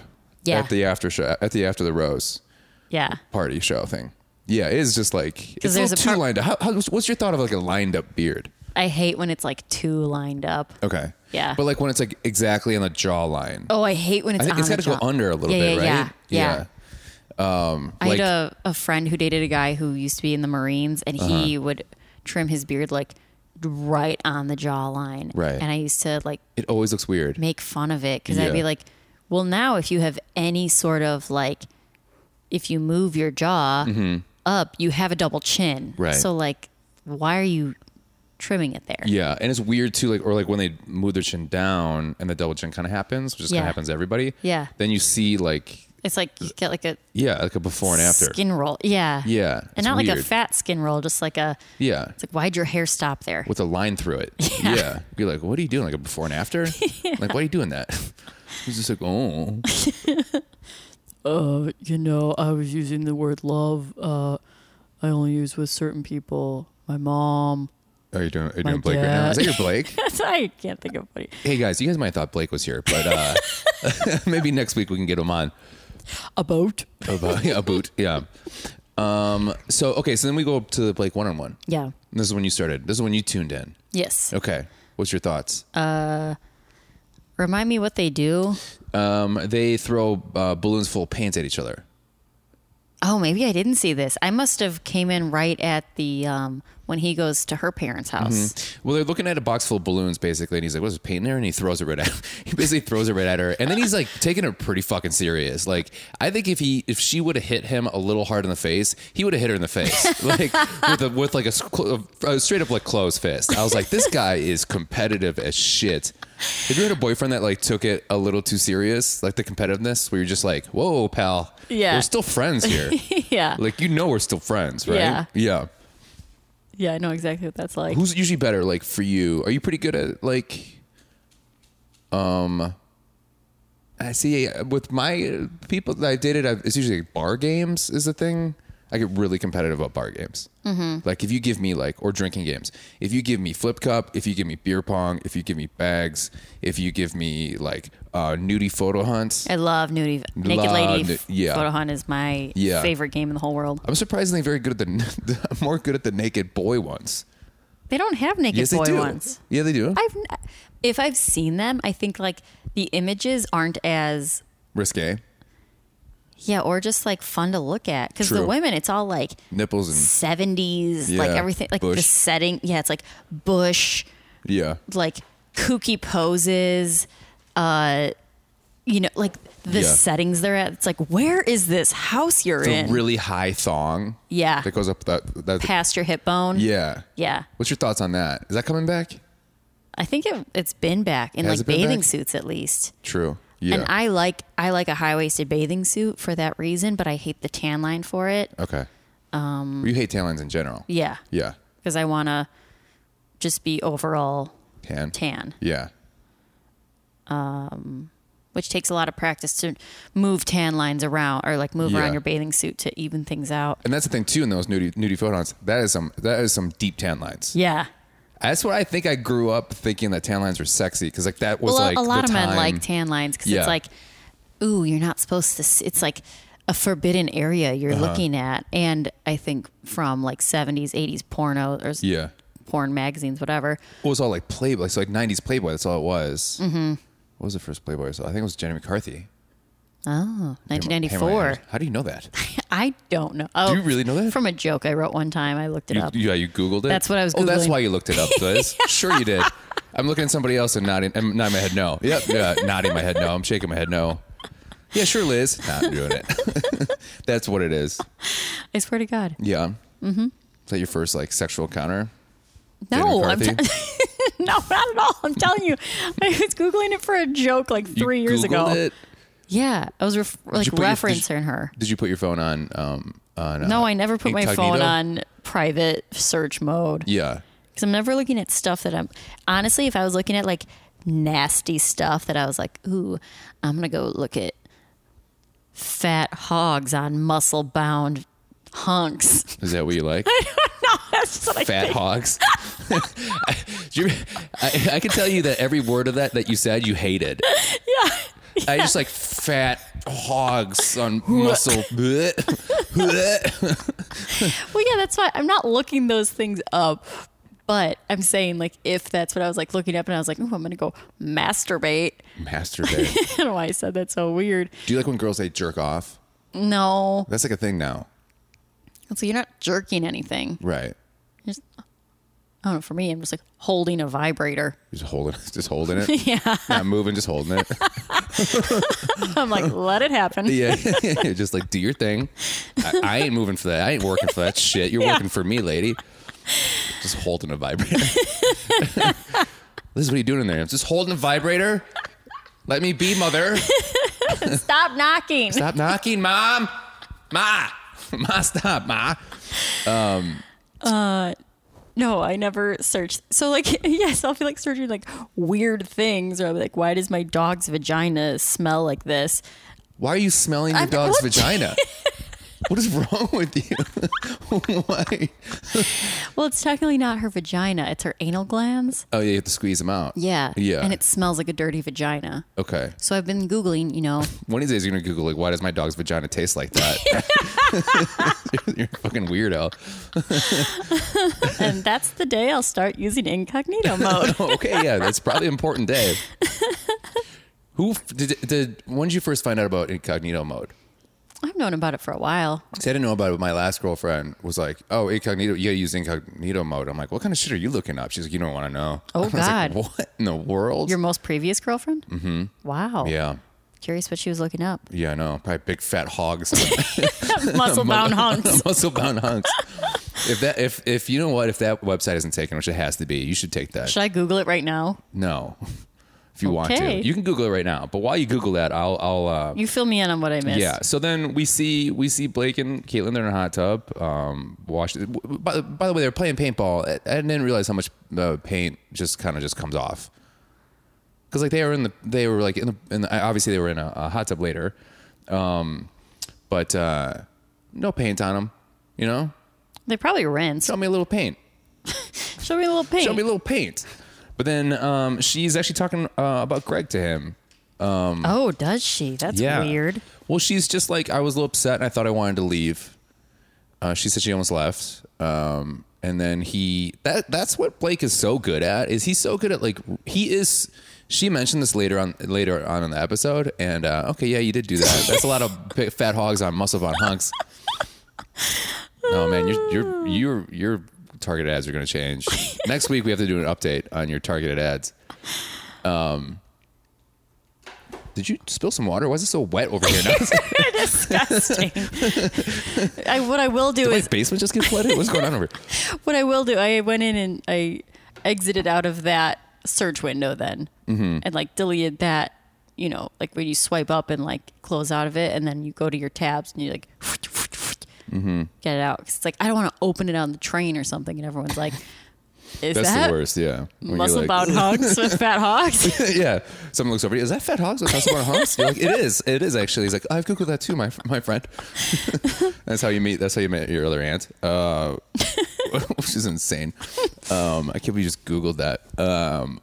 Speaker 2: Yeah.
Speaker 1: At the after show. At the after the rose.
Speaker 2: Yeah.
Speaker 1: party show thing. Yeah, it is just like it's
Speaker 2: there's
Speaker 1: there's a
Speaker 2: a
Speaker 1: too
Speaker 2: par-
Speaker 1: lined up. How, how, what's your thought of like a lined up beard?
Speaker 2: I hate when it's like too lined up.
Speaker 1: Okay.
Speaker 2: Yeah.
Speaker 1: But like when it's like exactly on the jawline.
Speaker 2: Oh, I hate when it's.
Speaker 1: I think
Speaker 2: on
Speaker 1: it's got
Speaker 2: the
Speaker 1: to go
Speaker 2: jaw.
Speaker 1: under a little
Speaker 2: yeah,
Speaker 1: bit,
Speaker 2: yeah,
Speaker 1: right?
Speaker 2: Yeah, yeah.
Speaker 1: Um,
Speaker 2: I
Speaker 1: like
Speaker 2: had a, a friend who dated a guy who used to be in the Marines, and he
Speaker 1: Uh-huh.
Speaker 2: would trim his beard like right on the jawline.
Speaker 1: Right.
Speaker 2: And I used to like
Speaker 1: it always looks weird.
Speaker 2: make fun of it because
Speaker 1: Yeah.
Speaker 2: I'd be like, "Well, now if you have any sort of like, if you move your jaw up, you have a double chin.
Speaker 1: Mm-hmm. Right.
Speaker 2: So like, why are you trimming it there?
Speaker 1: Yeah, and it's weird too, like or like when they move their chin down and the double chin kind of happens, which just kind
Speaker 2: Yeah.
Speaker 1: of happens to everybody.
Speaker 2: Yeah.
Speaker 1: Then you see like
Speaker 2: It's like you get like a
Speaker 1: yeah, like a before and after.
Speaker 2: skin roll. Yeah.
Speaker 1: Yeah,
Speaker 2: And
Speaker 1: it's
Speaker 2: not like a
Speaker 1: weird.
Speaker 2: fat skin roll, just like a.
Speaker 1: Yeah.
Speaker 2: It's like, why'd your hair stop <laughs> there?
Speaker 1: with a line through it. Yeah. Be like, what are you doing? Like a before and
Speaker 2: <laughs>
Speaker 1: after? Like, why are you doing that? <laughs> He's just like, oh.
Speaker 4: uh, you know, I was using the word love. Uh, I only use with certain people. My mom,
Speaker 1: Are you doing? Are you doing Blake right
Speaker 4: dad.
Speaker 1: now? Is that your Blake?
Speaker 4: <laughs>
Speaker 2: I can't think of what. He,
Speaker 1: hey guys, you guys might have thought Blake was here, but uh, <laughs> maybe next week we can get him on.
Speaker 4: A boat.
Speaker 1: About a boot, yeah. Um. So okay, so then we go up to the Blake one on one.
Speaker 2: yeah.
Speaker 1: This is when you started. This is when you tuned in.
Speaker 2: Yes.
Speaker 1: Okay. What's your thoughts?
Speaker 4: Uh,
Speaker 2: Remind me what they do.
Speaker 1: Um, they throw uh, balloons full of paint at each other.
Speaker 2: Oh, maybe I didn't see this. I must have came in right at the um, when he goes to her parents'
Speaker 1: Mm-hmm.
Speaker 2: house.
Speaker 1: Well, they're looking at a box full of balloons, basically, and he's like, "What's this paint in there?" And he throws it right at. <laughs> He basically throws it right at her, and then he's like taking it pretty fucking serious. Like, I think if he if she would have hit him a little hard in the face, he would have hit her in the
Speaker 2: <laughs>
Speaker 1: face, like with a, with like a, squ- a straight up like closed fist. I was like, this guy is competitive as shit. Have you had a boyfriend that like took it a little too serious, like the competitiveness, where you're just like, "Whoa, pal,
Speaker 2: Yeah.
Speaker 1: we're still friends
Speaker 2: <laughs>
Speaker 1: here."
Speaker 2: <laughs> yeah.
Speaker 1: like you know, we're still friends, right?
Speaker 2: Yeah.
Speaker 1: yeah.
Speaker 2: yeah, I know exactly what that's like.
Speaker 1: Who's usually better? Like for you, are you pretty good at like? Um, I see. uh, With my uh, people that I dated, I've, it's usually like bar games is the thing. I get really competitive about bar games. Mm-hmm. Like if you give me like or drinking games, if you give me flip cup, if you give me beer pong, if you give me bags, if you give me like uh, nudie photo hunts.
Speaker 2: I love nudie, naked
Speaker 1: Love
Speaker 2: lady.
Speaker 1: nu-
Speaker 2: f-
Speaker 1: yeah.
Speaker 2: Photo hunt is my
Speaker 1: Yeah.
Speaker 2: favorite game in the whole world.
Speaker 1: I'm surprisingly very good at the <laughs> I'm more good at the naked boy ones.
Speaker 2: They don't have naked
Speaker 1: Yes,
Speaker 2: boy
Speaker 1: they do.
Speaker 2: ones.
Speaker 1: Yeah, they do.
Speaker 2: I've n- if I've seen them, I think like the images aren't as
Speaker 1: Risque
Speaker 2: yeah, or just like fun to look at because the
Speaker 1: True.
Speaker 2: women, it's all like
Speaker 1: nipples and
Speaker 2: seventies, like
Speaker 1: Yeah,
Speaker 2: everything, like the
Speaker 1: bush.
Speaker 2: setting. Yeah, it's like bush,
Speaker 1: yeah.
Speaker 2: like kooky poses. Uh, you know, like the
Speaker 1: Yeah.
Speaker 2: settings they're at. It's like, where is this house you're
Speaker 1: It's
Speaker 2: in?
Speaker 1: a really high thong.
Speaker 2: Yeah.
Speaker 1: That goes up that that
Speaker 2: Past your hip bone.
Speaker 1: Yeah.
Speaker 2: Yeah.
Speaker 1: What's your thoughts on that? Is that coming back?
Speaker 2: I think it, it's been back in
Speaker 1: Has
Speaker 2: like
Speaker 1: it been
Speaker 2: bathing
Speaker 1: back?
Speaker 2: suits at least.
Speaker 1: True. Yeah.
Speaker 2: And I like I like a high waisted bathing suit for that reason, but I hate the tan line for it.
Speaker 1: okay. Um you hate tan lines in general.
Speaker 2: Yeah.
Speaker 1: Yeah.
Speaker 2: Because I want to just be overall
Speaker 1: Tan.
Speaker 2: tan,
Speaker 1: Yeah.
Speaker 2: which takes a lot of practice to move tan lines around or like move
Speaker 1: Yeah.
Speaker 2: around your bathing suit to even things out.
Speaker 1: And that's the thing too in those nudie nudie photons. That is some that is some deep tan lines.
Speaker 2: Yeah.
Speaker 1: That's what I think I grew up thinking that tan lines were sexy because like that was
Speaker 2: Well,
Speaker 1: like
Speaker 2: a lot
Speaker 1: the
Speaker 2: of men
Speaker 1: time-
Speaker 2: like tan lines because
Speaker 1: Yeah.
Speaker 2: it's like, ooh, you're not supposed to. s- It's like a forbidden area you're
Speaker 1: Uh-huh.
Speaker 2: looking at, and I think from like 70s, 80s porno or s-
Speaker 1: Yeah.
Speaker 2: porn magazines, whatever.
Speaker 1: It was all like Playboy. So like nineties Playboy, that's all it was. Mm-hmm. What was the first Playboy I saw? I think it was Jenny McCarthy.
Speaker 2: Oh,
Speaker 1: Pam Ryan.
Speaker 2: 1994.
Speaker 1: How do you know that?
Speaker 2: I don't know. Oh,
Speaker 1: you really know that?
Speaker 2: From a joke I wrote one time, I looked it
Speaker 1: You,
Speaker 2: up.
Speaker 1: yeah, you Googled it.
Speaker 2: That's what I was
Speaker 1: Oh, that's
Speaker 2: Googling.
Speaker 1: why you looked it
Speaker 2: <laughs>
Speaker 1: up, Liz. Sure, you did. I'm looking at somebody else and nodding, I'm nodding my head no. Yep, yeah, nodding my head no. I'm shaking my head no. Yeah, sure, Liz. Not doing it. <laughs> that's what it is.
Speaker 2: I swear to God.
Speaker 1: Yeah. Mm-hmm. Is that your first like sexual encounter?
Speaker 2: No, I'm
Speaker 1: Jenny
Speaker 2: t-
Speaker 1: McCarthy?
Speaker 2: <laughs> no, not at all. I'm telling you, <laughs> I was googling it for a joke like
Speaker 1: You
Speaker 2: three years
Speaker 1: Googled
Speaker 2: ago.
Speaker 1: It?
Speaker 2: Yeah, I was ref- like
Speaker 1: you put your- did you-
Speaker 2: referencing her.
Speaker 1: Did you put your phone on? Um, on
Speaker 2: No,
Speaker 1: uh,
Speaker 2: I never put my
Speaker 1: incognito?
Speaker 2: phone on private search mode because
Speaker 1: Yeah.
Speaker 2: I'm never looking at stuff that I'm. Honestly, if I was looking at like nasty stuff that I was like, ooh, I'm gonna go look at fat hogs on muscle bound hunks. <laughs>
Speaker 1: Is that what you like?
Speaker 2: That's what I
Speaker 1: fat
Speaker 2: think.
Speaker 1: hogs. <laughs> Do you- I, I can tell you that every word of that that you said, you hated. Yeah. I just like fat hogs <laughs> on muscle.
Speaker 2: Well, yeah, that's why I'm not looking those things up. But I'm saying, like, if that's what I was like looking up, and I was like, "Ooh, I'm gonna go masturbate." <laughs> I
Speaker 1: Masturbate.
Speaker 2: don't know why I said that so weird.
Speaker 1: Do you like when girls say jerk off?
Speaker 2: No,
Speaker 1: That's like a thing now.
Speaker 2: so you're not jerking anything.
Speaker 1: Right.
Speaker 2: You're just, I don't know. For me, I'm just like holding a <laughs> vibrator.
Speaker 1: Just holding, just holding it. <laughs> Yeah. Not moving, just holding it.
Speaker 2: I'm like, let it happen.
Speaker 1: Yeah. <laughs> just like do your thing. I, I ain't moving for that. I ain't working for that shit. You're working for me, lady. Just holding a vibrator. <laughs> this is what you doing in there. Just holding a vibrator. Let me be, mother.
Speaker 2: <laughs> Stop knocking.
Speaker 1: Stop knocking, mom. Ma. Ma, stop, ma.
Speaker 2: No, I never search. So like, <laughs> yes, I'll be like searching like weird things, or I'll be like, why does my dog's vagina smell like this?
Speaker 1: Why are you smelling your
Speaker 2: I'm-
Speaker 1: dog's
Speaker 2: <laughs> what?
Speaker 1: vagina? What is wrong with you? <laughs> Why?
Speaker 2: Well, it's technically not her vagina; it's her anal glands.
Speaker 1: Oh, yeah, you have to squeeze them out.
Speaker 2: Yeah.
Speaker 1: Yeah.
Speaker 2: And it smells like a dirty vagina.
Speaker 1: Okay.
Speaker 2: So I've been googling, you know,
Speaker 1: One of these days you're gonna Google like, why does my dog's vagina taste like
Speaker 2: <laughs>
Speaker 1: that? <laughs> you're a fucking weirdo.
Speaker 2: <laughs> and that's the day I'll start using <laughs> incognito mode.
Speaker 1: Oh, okay, yeah, that's probably an important
Speaker 2: <laughs>
Speaker 1: day. Who f- did, did when did you first find out about incognito mode?
Speaker 2: I've known about it for a while.
Speaker 1: See, I didn't know about it, but my last girlfriend was like, "Oh, incognito, you gotta use incognito mode." I'm like, "What kind of shit are you looking up?" She's like, "You don't want to know."
Speaker 2: Oh,
Speaker 1: <laughs> I was like,
Speaker 2: God.
Speaker 1: what in the world?
Speaker 2: Your most previous girlfriend? Mm-hmm. Wow.
Speaker 1: yeah,
Speaker 2: Curious what she was looking up.
Speaker 1: yeah, I know. Probably big fat hogs, <laughs>
Speaker 2: <laughs> Muscle bound hunks.
Speaker 1: muscle bound hunks. If that, if if you know what, if that website isn't taken, which it has to be, you should take that.
Speaker 2: Should I Google it right now?
Speaker 1: No, <laughs> if you want
Speaker 2: Okay.
Speaker 1: to, you can Google it right now. But while you Google that, I'll, I'll, uh,
Speaker 2: You fill me in on what I missed.
Speaker 1: yeah. So then we see we see Blake and Caitlin. They're in a hot tub. Um, wash. By, by the way, they're playing paintball. I, I didn't realize how much uh, paint just kind of just comes off. Because like they were in the they were like in the, in the obviously they were in a, a hot tub later, um, but uh, no paint on them. You know,
Speaker 2: They probably rinsed.
Speaker 1: show me a little paint.
Speaker 2: Show me a little paint.
Speaker 1: Show me a little paint. But then um, she's actually talking uh, about Greg to him.
Speaker 2: oh, does she? That's weird.
Speaker 1: Well, she's just like I was a little upset, and I thought I wanted to leave. Uh, she said she almost left, um, and then he that that's what Blake is so good at is he's so good at like he is. She mentioned this later on later on in the episode, and uh, okay, yeah, you did do that. That's a lot of <laughs> big fat hogs on muscle on hunks. Oh man, your your your your targeted ads are going to
Speaker 2: <laughs>
Speaker 1: change. Next week we have to do an update on your targeted ads. Um, did you spill some water? Why is it so wet over here? Now it's
Speaker 2: Disgusting. I, what I will do
Speaker 1: My
Speaker 2: is
Speaker 1: basement just get flooded. What's going on over
Speaker 2: <laughs>
Speaker 1: here?
Speaker 2: what I will do. I went in and I exited out of that search window then,
Speaker 1: Mm-hmm.
Speaker 2: and like deleted that. You know, like when you swipe up and like close out of it, and then you go to your tabs and you like
Speaker 1: Mm-hmm.
Speaker 2: get it out. 'Cause it's like I don't want to open it on the train or something, and everyone's like, <laughs> "Is
Speaker 1: That's
Speaker 2: that
Speaker 1: the worst. Yeah. When you're
Speaker 2: muscle
Speaker 1: like-
Speaker 2: bound hogs with fat hogs?"
Speaker 1: <laughs> yeah. Someone looks over. Is that fat hogs with muscle bound hogs? You're like, it is. It is actually. He's like, I've googled that too, my my friend. <laughs> that's how you meet. That's how you met your other aunt. Uh, <laughs> which is insane. Um, I can't believe you just googled that. Um,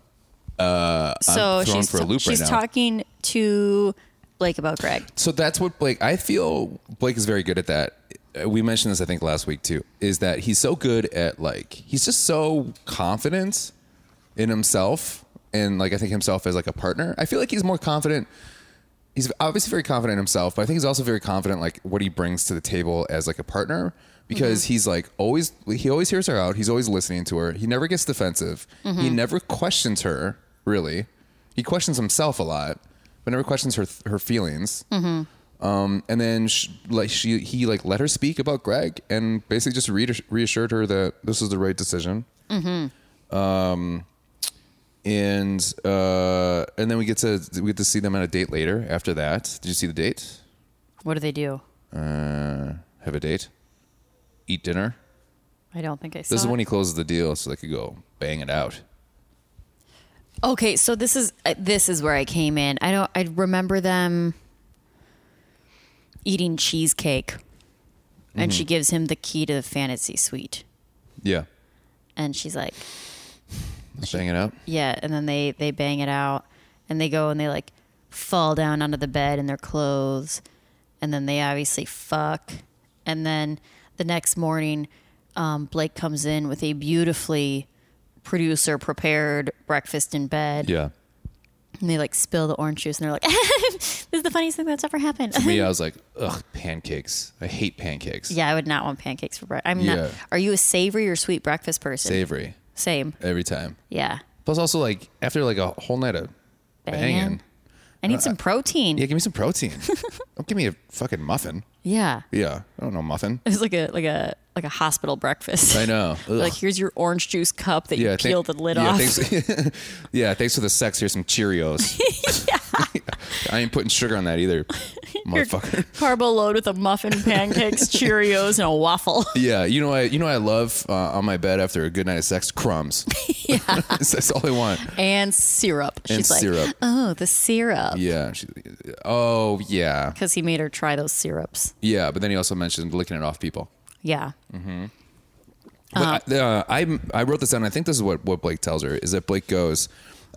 Speaker 1: uh,
Speaker 2: so
Speaker 1: I'm thrown
Speaker 2: she's
Speaker 1: for a loop
Speaker 2: she's
Speaker 1: right now.
Speaker 2: talking to Blake about Greg.
Speaker 1: So that's what Blake. I feel Blake is very good at that. Uh, We mentioned this, I think, last week too. Is that he's so good at like he's just so confident in himself and like I think himself as like a partner. I feel like he's more confident. He's obviously very confident in himself, but I think he's also very confident like what he brings to the table as like a partner because he's like always he always hears her out. He's always listening to her. He never gets defensive. He never questions her really. He questions himself a lot, but never questions her her feelings and then sh like she he like let her speak about Greg and basically just reassur- reassured her that this was the right decision. Mm-hmm. Um, and uh, and then we get to we get to see them on a date later. After that, did you see the date?
Speaker 2: What do they do?
Speaker 1: Uh, have a date, eat dinner.
Speaker 2: I don't think I saw.
Speaker 1: This is
Speaker 2: it.
Speaker 1: when he closes the deal, so they could go bang it out.
Speaker 2: Okay, so this is uh, this is where I came in. I don't. I remember them eating cheesecake, and
Speaker 1: Mm-hmm.
Speaker 2: she gives him the key to the fantasy suite,
Speaker 1: Yeah,
Speaker 2: and she's like,
Speaker 1: bang it out.
Speaker 2: "Yeah." And then they they bang it out, and they go and they like fall down onto the bed in their clothes, and then they obviously fuck, and then the next morning, um, Blake comes in with a beautifully producer prepared breakfast in bed.
Speaker 1: Yeah.
Speaker 2: And they like spill the orange juice and they're like, <laughs> this is the funniest thing that's ever happened. <laughs>
Speaker 1: Me, I was like, ugh, pancakes. I hate pancakes.
Speaker 2: yeah, I would not want pancakes for breakfast. I'm
Speaker 1: Yeah.
Speaker 2: not. Are you a savory or sweet breakfast person?
Speaker 1: Savory
Speaker 2: Same.
Speaker 1: every time.
Speaker 2: Yeah.
Speaker 1: Plus, also like after like a whole night of
Speaker 2: Banging.
Speaker 1: banging,
Speaker 2: I need some protein.
Speaker 1: Uh, yeah,
Speaker 2: Yeah.
Speaker 1: give me some
Speaker 2: <laughs>
Speaker 1: protein. Don't give me a fucking muffin. Yeah, I don't know
Speaker 2: <laughs>
Speaker 1: muffin.
Speaker 2: It was like a like a like a hospital breakfast. <laughs>
Speaker 1: I know. Ugh.
Speaker 2: like here's your orange juice cup that you
Speaker 1: yeah,
Speaker 2: peeled
Speaker 1: thank-
Speaker 2: the lid
Speaker 1: yeah,
Speaker 2: off. <laughs>
Speaker 1: Thanks, <laughs> <laughs>
Speaker 2: <laughs>
Speaker 1: yeah, thanks for the sex. Here's some Cheerios. I ain't putting sugar on that either. motherfucker.
Speaker 2: Carbo load with a
Speaker 1: <laughs>
Speaker 2: muffin, pancakes, Cheerios, and a waffle.
Speaker 1: Yeah, you know I you know I love uh, on my bed after a good night of sex
Speaker 2: <laughs>
Speaker 1: crumbs. yeah, <laughs> that's all I want.
Speaker 2: And syrup.
Speaker 1: And
Speaker 2: She's
Speaker 1: syrup.
Speaker 2: like, oh, the syrup.
Speaker 1: Yeah. She, oh yeah,
Speaker 2: Because he made her try those syrups.
Speaker 1: yeah. But then he also mentioned licking it off people.
Speaker 2: Yeah.
Speaker 1: But I, uh, I I wrote this down. I think this is what what Blake tells her is that Blake goes,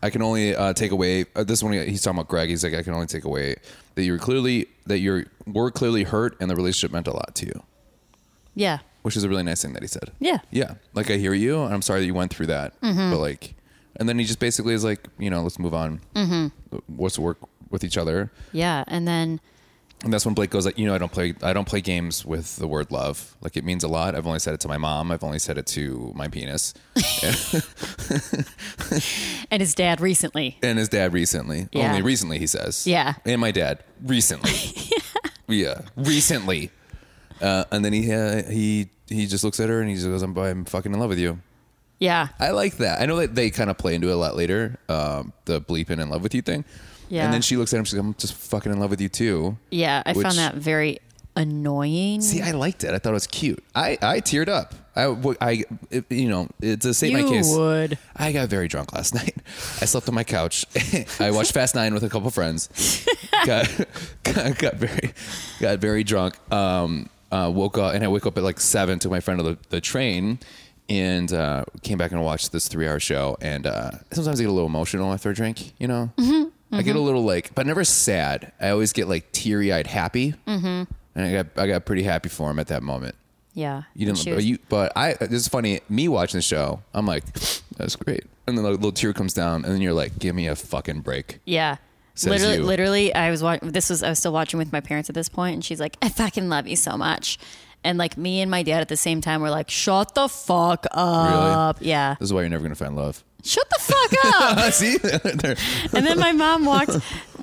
Speaker 1: I can only uh, take away uh, this one. He's talking about Greg. He's like, I can only take away that you're clearly that you're were clearly hurt, and the relationship meant a lot to you,
Speaker 2: Yeah.
Speaker 1: which is a really nice thing that he said.
Speaker 2: Yeah.
Speaker 1: yeah. Like I hear you, and I'm sorry that you went through that. But like, and then he just basically is like, you know, let's move on. Mm-hmm. Let's work with each other.
Speaker 2: Yeah. And then,
Speaker 1: And that's when Blake goes like, you know, I don't play, I don't play games with the word love. Like it means a lot. I've only said it to my mom. I've only said it to my penis
Speaker 2: and his dad recently.
Speaker 1: and his dad recently.
Speaker 2: Yeah.
Speaker 1: Only recently, he says.
Speaker 2: Yeah.
Speaker 1: And my dad
Speaker 2: <laughs>
Speaker 1: recently. yeah. Recently. Uh, and then he uh, he he just looks at her and he just goes, "I'm, I'm fucking in love with you."
Speaker 2: Yeah.
Speaker 1: I like that. I know that they kind of play into it a lot later, um, the bleeping in love with you thing.
Speaker 2: Yeah.
Speaker 1: And then she looks at him. She's like, "I'm just fucking in love with you too."
Speaker 2: Yeah. I
Speaker 1: Which-
Speaker 2: found that very annoying.
Speaker 1: See, I liked it. I thought it was cute. I, I teared up. I, w- I- it- you know, it's a state my
Speaker 2: You
Speaker 1: case.
Speaker 2: would.
Speaker 1: I got very drunk last <laughs> night. I slept on my couch. <laughs> I watched Fast Nine with a couple friends. got, got, got very, got very drunk. Um, uh, woke up and I woke up at like seven. Took my friend to the, the train and uh, came back and watched this three hour show. And uh, sometimes I get a little emotional after a drink. You know, I get a little like, but never sad. I always get like teary eyed happy. Mm-hmm. And I got I got pretty happy for him at that moment.
Speaker 2: yeah.
Speaker 1: You
Speaker 2: And
Speaker 1: didn't,
Speaker 2: she
Speaker 1: but
Speaker 2: was-
Speaker 1: you, but I. This is funny. Me watching the show, I'm like, <sighs> that's great. And then a little tear comes down, and then you're like, give me a fucking break.
Speaker 2: Yeah.
Speaker 1: Says
Speaker 2: Literally,
Speaker 1: you.
Speaker 2: literally, I was watching. This was I was still watching with my parents at this point, and she's like, "I fucking love you so much," and like me and my dad at the same time were like, "Shut the fuck up!" Yeah,
Speaker 1: This is why you're never gonna find love. <laughs> Uh,
Speaker 2: shut the fuck up.
Speaker 1: See, <laughs> They're-
Speaker 2: and then my mom walked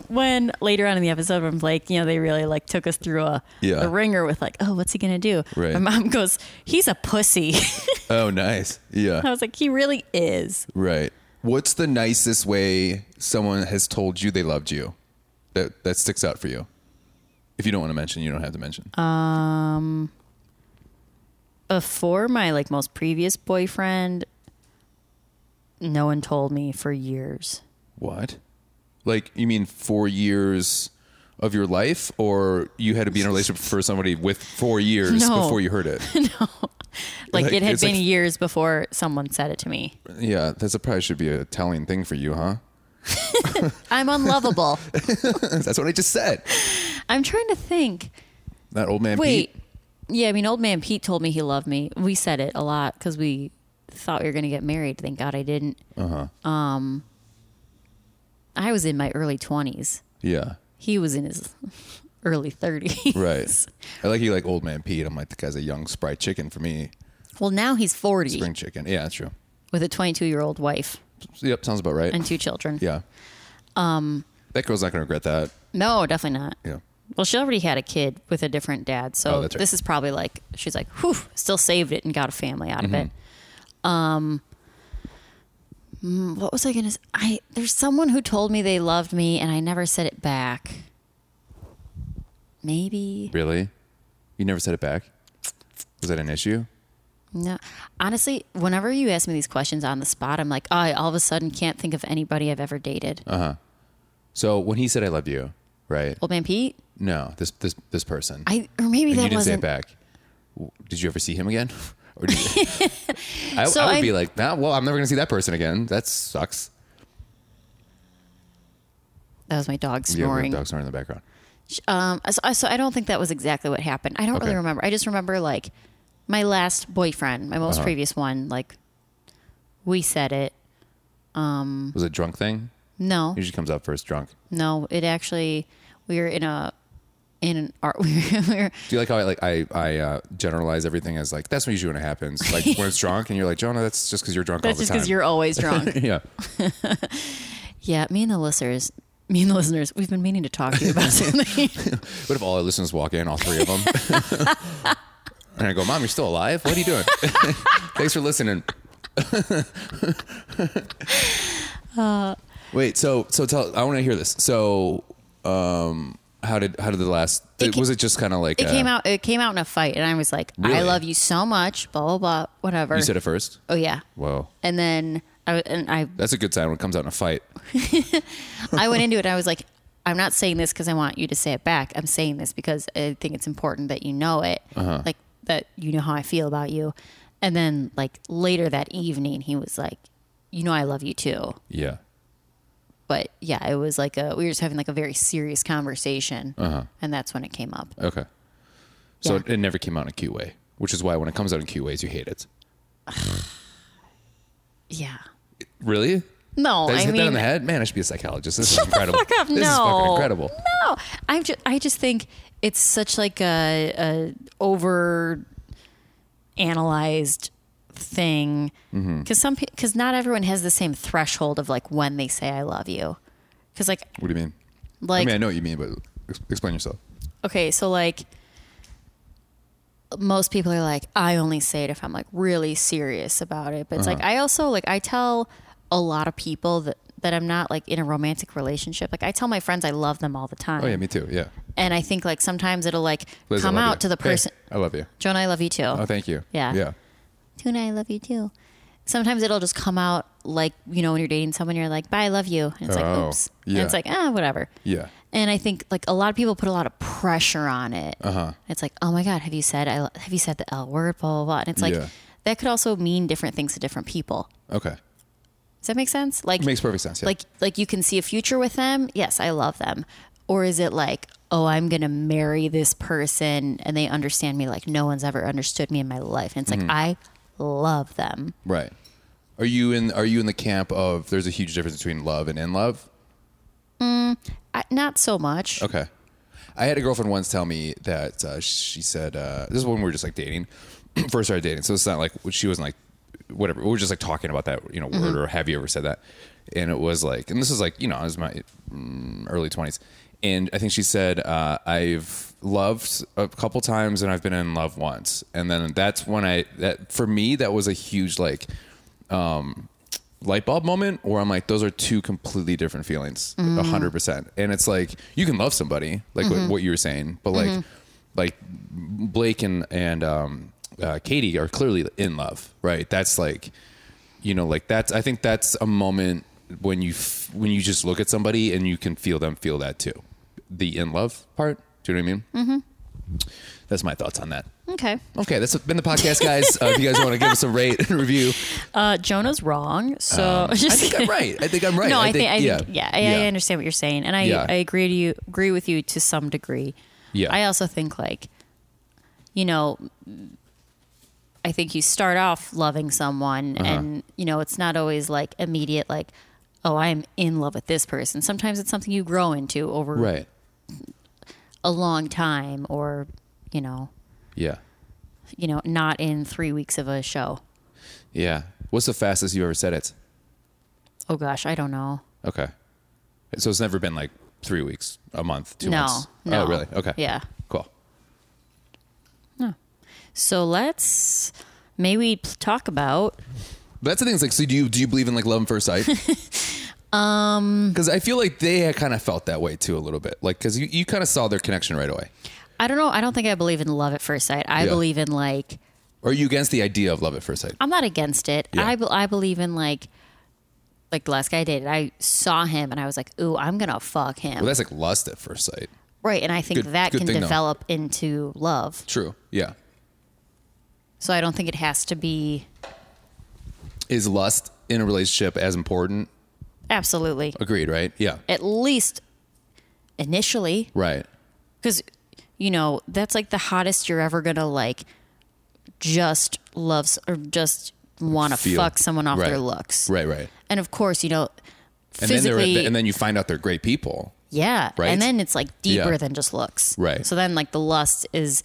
Speaker 2: when later on in the episode when Blake, you know, they really like took us through a
Speaker 1: Yeah.
Speaker 2: a ringer with like, "Oh, what's he gonna do?"
Speaker 1: Right.
Speaker 2: My mom goes, "He's a pussy." <laughs>
Speaker 1: oh, nice.
Speaker 2: I <laughs>
Speaker 1: Yeah,
Speaker 2: was like, "He really is."
Speaker 1: right. What's the nicest way someone has told you they loved you? That that sticks out for you. If you don't want to mention, you don't have to mention.
Speaker 2: Uh, Before my like most previous boyfriend, no one told me for years.
Speaker 1: what? Like you mean four years of your life, or you had to
Speaker 2: <laughs>
Speaker 1: be in a relationship for somebody with four years
Speaker 2: No.
Speaker 1: before you heard it?
Speaker 2: like,
Speaker 1: Like,
Speaker 2: it had
Speaker 1: it's
Speaker 2: been
Speaker 1: like-
Speaker 2: years before someone said it to me.
Speaker 1: Yeah, that's probably should be a telling thing for you, huh? <laughs>
Speaker 2: I'm unlovable.
Speaker 1: That's what I just said.
Speaker 2: <laughs> I'm trying to think.
Speaker 1: That old man.
Speaker 2: Wait.
Speaker 1: Pete.
Speaker 2: Yeah, I mean, old man Pete told me he loved me. We said it a lot because we thought we were going to get married. Thank God I didn't. Uh huh. Um,
Speaker 1: Uh-huh.
Speaker 2: I was in my early 20s.
Speaker 1: Yeah.
Speaker 2: He was in his <laughs> early 30s.
Speaker 1: Right. I like you like old man Pete. I'm like the guy's a young spry chicken for me.
Speaker 2: Well, now he's 40
Speaker 1: Spring chicken. Yeah, that's true.
Speaker 2: with a 22 year old wife
Speaker 1: Yep, sounds about right.
Speaker 2: and um, two children.
Speaker 1: yeah. Um, that girl's not gonna regret that.
Speaker 2: No, definitely not.
Speaker 1: Yeah.
Speaker 2: Well, she already had a kid with a different dad, so
Speaker 1: Oh, that's right.
Speaker 2: this is probably like she's like, whew, still saved it and got a family out of it.
Speaker 1: Mm-hmm.
Speaker 2: Um, mm, what was I gonna? s- I there's someone who told me they loved me, and I never said it back. Maybe
Speaker 1: Really? You never said it back. Was that an issue?
Speaker 2: no. Honestly, whenever you ask me these questions on the spot, I'm like, I all of a sudden can't think of anybody I've ever dated.
Speaker 1: Ah. So when he said I love you, right?
Speaker 2: Old man Pete,
Speaker 1: No, this this this person.
Speaker 2: I or maybe
Speaker 1: and
Speaker 2: that
Speaker 1: you didn't say it
Speaker 2: wasn't.
Speaker 1: back. W- Did you ever see him again? <laughs> Or did you,
Speaker 2: <laughs>
Speaker 1: I,
Speaker 2: So
Speaker 1: I would
Speaker 2: I-
Speaker 1: be like, nah, well, I'm never gonna see that person again. That sucks.
Speaker 2: That was my dog
Speaker 1: Yeah, we have
Speaker 2: snoring.
Speaker 1: dogs snoring in the background.
Speaker 2: Um, so, so I don't think that was exactly what happened. I don't
Speaker 1: Okay.
Speaker 2: really remember. I just remember like my last boyfriend, my most
Speaker 1: Uh-huh.
Speaker 2: previous one. Like we said it. Mm-hmm.
Speaker 1: Was it a drunk thing?
Speaker 2: No,
Speaker 1: Usually comes out first drunk.
Speaker 2: no. It actually we were in a in an art. <laughs> We were
Speaker 1: Do you like how I like I I uh, generalize everything as like that's usually when it happens.
Speaker 2: <laughs>
Speaker 1: Like when it's drunk and you're like, Jonah, that's just because you're drunk
Speaker 2: that's
Speaker 1: all the
Speaker 2: just
Speaker 1: time.
Speaker 2: because you're
Speaker 1: <laughs>
Speaker 2: always drunk.
Speaker 1: yeah,
Speaker 2: yeah, me and the listeners. Me and the listeners, we've been meaning to talk to you
Speaker 1: <laughs>
Speaker 2: about something. <laughs>
Speaker 1: what if all our listeners walk in, all three of them, <laughs> and I go, "Mom, you're still alive? What are you doing? <laughs> Thanks for
Speaker 2: <laughs>
Speaker 1: listening."
Speaker 2: Uh,
Speaker 1: Wait, so so tell I want to hear this. So um, How did how did the last?
Speaker 2: It ca-
Speaker 1: was it just kind of like
Speaker 2: It
Speaker 1: uh,
Speaker 2: came out. It came out in a fight, and I was like,
Speaker 1: Really?
Speaker 2: "I love you so much." Blah blah blah. Whatever.
Speaker 1: You said it first.
Speaker 2: oh yeah.
Speaker 1: Whoa,
Speaker 2: And then I and I
Speaker 1: that's a good sign when it comes out in a fight.
Speaker 2: I went into it. and I was like, I'm not saying this because I want you to say it back. I'm saying this because I think it's important that you know it, like that you know how I feel about you. And then like later that evening, he was like, you know, I love you too.
Speaker 1: Yeah.
Speaker 2: But yeah, it was like a we were just having like a very serious conversation, and that's when it came up.
Speaker 1: Okay. So
Speaker 2: Yeah.
Speaker 1: it, it never came out in Q way, which is why when it comes out in Q ways, you hate it.
Speaker 2: Yeah.
Speaker 1: Really?
Speaker 2: No,
Speaker 1: Did I just
Speaker 2: I
Speaker 1: hit
Speaker 2: mean,
Speaker 1: that on the head? Man, I should be a psychologist. This is incredible.
Speaker 2: fuck up.
Speaker 1: This is fucking
Speaker 2: No.
Speaker 1: incredible.
Speaker 2: No, I just I just think it's such like a, a over analyzed thing because
Speaker 1: Mm-hmm.
Speaker 2: some because not everyone has the same threshold of like when they say I love you because like
Speaker 1: What do you mean?
Speaker 2: like
Speaker 1: I mean, I know what you mean, but ex- explain yourself.
Speaker 2: okay so like most people are like i only say it if i'm like really serious about it but it's
Speaker 1: Uh-huh.
Speaker 2: like i also like i tell a lot of people that that i'm not like in a romantic relationship like i tell my friends i love them all the time
Speaker 1: Oh yeah, me too. Yeah.
Speaker 2: and i think like sometimes it'll like
Speaker 1: Liz, I
Speaker 2: come
Speaker 1: love
Speaker 2: out
Speaker 1: you.
Speaker 2: to the
Speaker 1: Hey,
Speaker 2: person
Speaker 1: I love you.
Speaker 2: joan i love you too
Speaker 1: Oh, thank you.
Speaker 2: Yeah.
Speaker 1: Yeah.
Speaker 2: tuna i love you too sometimes it'll just come out like you know when you're dating someone you're like bye i love you and it's like
Speaker 1: Oh,
Speaker 2: oops
Speaker 1: yeah.
Speaker 2: and it's like ah whatever
Speaker 1: Yeah.
Speaker 2: and I think like a lot of people put a lot of pressure on it.
Speaker 1: Uh-huh.
Speaker 2: It's like, oh my god, have you said I have you said the L word? Blah blah blah. And it's like
Speaker 1: Yeah.
Speaker 2: that could also mean different things to different people.
Speaker 1: Okay.
Speaker 2: Does that make sense? Like
Speaker 1: Makes perfect sense. Yeah.
Speaker 2: like like you can see a future with them. Yes, I love them. Or is it like, oh, I'm gonna marry this person and they understand me like no one's ever understood me in my life. And it's like I love them.
Speaker 1: right. Are you in? Are you in the camp of? There's a huge difference between love and in love.
Speaker 2: I, not so much.
Speaker 1: Okay. I had a girlfriend once tell me that uh, she said, uh, this is when we were just like dating, <clears throat> first started dating. So it's not like she wasn't like, whatever. We were just like talking about that, you know, word or have you ever said that? And it was like, and this is like, you know, I was in my mm, early 20s. And I think she said, uh, I've loved a couple times and I've been in love once. And then that's when I, that for me, that was a huge like, light bulb moment where I'm like, those are two completely different feelings, a hundred percent. And it's like you can love somebody, like what, what you were saying, but like, like Blake and and um, uh, Katie are clearly in love, right? That's like, you know, like that's. I think that's a moment when you f- when you just look at somebody and you can feel them feel that too, the in love part. Do you know what I mean? Mm-hmm. That's my thoughts on that.
Speaker 2: Okay.
Speaker 1: Okay, that's been the podcast, guys. uh, if you guys want to give us a rate and review,
Speaker 2: Uh, Jonah's wrong. So <laughs> just
Speaker 1: I think I'm right. I think I'm right.
Speaker 2: <laughs> No, I, think, I
Speaker 1: yeah,
Speaker 2: think yeah, I, I understand what you're saying, and I,
Speaker 1: Yeah.
Speaker 2: I agree to you agree with you to some degree.
Speaker 1: Yeah.
Speaker 2: I also think like, you know, I think you start off loving someone,
Speaker 1: Uh-huh.
Speaker 2: and you know, it's not always like immediate like, oh, I'm in love with this person. Sometimes it's something you grow into over
Speaker 1: Right.
Speaker 2: a long time, or you know,
Speaker 1: Yeah.
Speaker 2: you know, not in three weeks of a show.
Speaker 1: Yeah. What's the fastest you ever said it?
Speaker 2: Oh gosh, I don't know.
Speaker 1: Okay. So it's never been like three weeks, a month, two
Speaker 2: no,
Speaker 1: months.
Speaker 2: no.
Speaker 1: Oh, really? Okay.
Speaker 2: Yeah.
Speaker 1: Cool.
Speaker 2: So let's maybe p- talk about
Speaker 1: But that's the thing. It's like, so do you do you believe in like love at first
Speaker 2: <laughs>
Speaker 1: sight? um, because I feel like they kind of felt that way too a little bit. Like, because you, you kind of saw their connection right away.
Speaker 2: I don't know. I don't think I believe in love at first sight. I
Speaker 1: Yeah.
Speaker 2: believe in like
Speaker 1: Or are you against the idea of love at first sight?
Speaker 2: I'm not against it.
Speaker 1: Yeah.
Speaker 2: I be- I believe in like like the last guy I dated. I saw him and I was like, "Ooh, I'm gonna fuck him,"
Speaker 1: Well, that's like lust at first sight.
Speaker 2: right? And I think
Speaker 1: Good-
Speaker 2: that
Speaker 1: good
Speaker 2: can
Speaker 1: thing, though.
Speaker 2: develop into love.
Speaker 1: True. Yeah.
Speaker 2: So I don't think it has to be
Speaker 1: Is lust in a relationship as important?
Speaker 2: absolutely
Speaker 1: Agreed. Right. Yeah.
Speaker 2: at least initially
Speaker 1: Right.
Speaker 2: because you know that's like the hottest you're ever gonna like just love s- or just want to
Speaker 1: Feel.
Speaker 2: fuck someone off their
Speaker 1: Right.
Speaker 2: looks,
Speaker 1: Right. Right.
Speaker 2: and of course you know.
Speaker 1: and then
Speaker 2: Physically,
Speaker 1: they're, and then you find out they're great people.
Speaker 2: Yeah.
Speaker 1: Right?
Speaker 2: And then it's like deeper
Speaker 1: Yeah.
Speaker 2: than just looks.
Speaker 1: Right.
Speaker 2: So then like the lust is,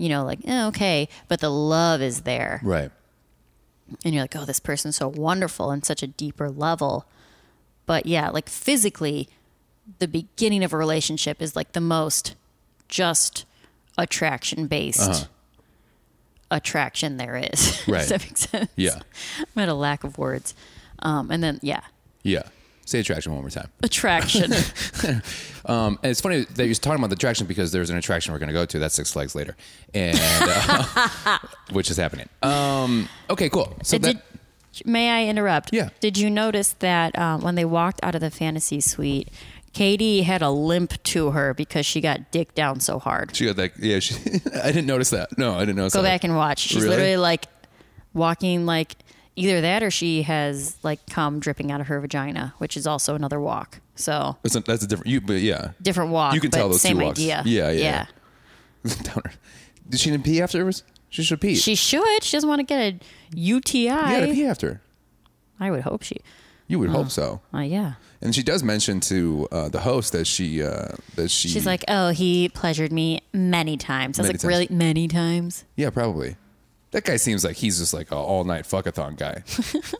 Speaker 2: you know, like, eh, okay, but the love is there.
Speaker 1: Right.
Speaker 2: And you're like, oh, this person's so wonderful and such a deeper level. But yeah, like physically, the beginning of a relationship is like the most just attraction based attraction there is.
Speaker 1: Uh-huh.
Speaker 2: <laughs>
Speaker 1: Right.
Speaker 2: Does that make sense?
Speaker 1: Yeah.
Speaker 2: I'm at a lack of words. Um, and then, yeah.
Speaker 1: Yeah. Say attraction one more time. <laughs>
Speaker 2: Attraction.
Speaker 1: Um, and it's funny that you're talking about the attraction because there's an attraction we're going to go to. That's Six Flags later, and uh,
Speaker 2: <laughs>
Speaker 1: which is happening. Um, okay, cool. So that,
Speaker 2: Did, may I interrupt?
Speaker 1: Yeah.
Speaker 2: Did you notice that um, when they walked out of the fantasy suite, Katie had a limp to her because she got dicked down so hard.
Speaker 1: she got that. Yeah, she, <laughs> I didn't notice that. No, I didn't notice.
Speaker 2: Go
Speaker 1: that.
Speaker 2: back and watch. She's
Speaker 1: Really?
Speaker 2: literally like walking like either that or she has like cum dripping out of her vagina, which is also another walk. So
Speaker 1: That's a, that's a different. You, but yeah,
Speaker 2: different walk.
Speaker 1: You can
Speaker 2: but
Speaker 1: tell those
Speaker 2: same
Speaker 1: two walks.
Speaker 2: idea.
Speaker 1: Yeah, yeah. <laughs> Downer. Did she didn't pee afterwards? She should pee.
Speaker 2: She should. She doesn't want to get a UTI.
Speaker 1: you gotta pee after.
Speaker 2: I would hope she.
Speaker 1: You would hope so.
Speaker 2: Uh, yeah.
Speaker 1: And she does mention to uh, the host that she uh, that she
Speaker 2: She's like, oh, he pleasured me many times. I was
Speaker 1: Many
Speaker 2: like,
Speaker 1: times.
Speaker 2: really? Many times?
Speaker 1: yeah probably. That guy seems like he's just like a all night fuckathon
Speaker 2: <laughs>
Speaker 1: guy,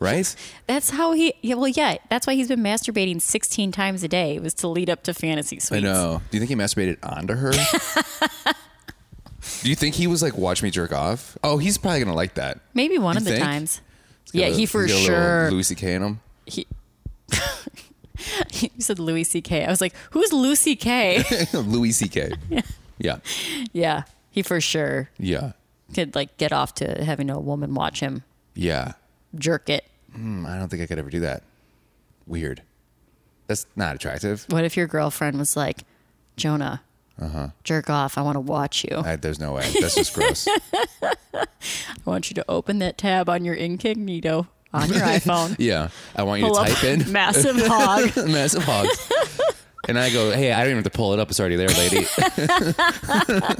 Speaker 1: right?
Speaker 2: That's how he. Yeah, well, yeah. That's why he's been masturbating 16 times a day. was to lead up to fantasy
Speaker 1: I
Speaker 2: suites.
Speaker 1: know. Do you think he masturbated onto
Speaker 2: <laughs>
Speaker 1: her? Do you think he was like, watch me jerk off? Oh, he's probably gonna like that.
Speaker 2: Maybe one
Speaker 1: You
Speaker 2: of the
Speaker 1: think?
Speaker 2: times. <laughs>
Speaker 1: He's got
Speaker 2: yeah,
Speaker 1: a-
Speaker 2: he for
Speaker 1: he's got a little
Speaker 2: sure.
Speaker 1: Lucy K in him. <laughs>
Speaker 2: He, you said Louis C.K. I was like, who's
Speaker 1: <laughs>
Speaker 2: Lucy K?
Speaker 1: Louis
Speaker 2: <laughs>
Speaker 1: C.K. yeah,
Speaker 2: yeah, he for sure
Speaker 1: yeah,
Speaker 2: could like get off to having a woman watch him
Speaker 1: yeah.
Speaker 2: jerk it.
Speaker 1: Mm, I don't think I could ever do that. Weird. That's not attractive.
Speaker 2: What if your girlfriend was like, Jonah,
Speaker 1: Uh-huh.
Speaker 2: jerk off. I want to watch
Speaker 1: <laughs>
Speaker 2: you.
Speaker 1: I, there's no way. That's just
Speaker 2: <laughs>
Speaker 1: gross.
Speaker 2: I want you to open that tab on your incognito on your iPhone.
Speaker 1: Yeah, I want <laughs> you
Speaker 2: Pull
Speaker 1: to
Speaker 2: up
Speaker 1: type
Speaker 2: <laughs>
Speaker 1: in <laughs>
Speaker 2: massive hog.
Speaker 1: massive hogs. And I go, hey, I don't even have to pull it up. It's already there, lady.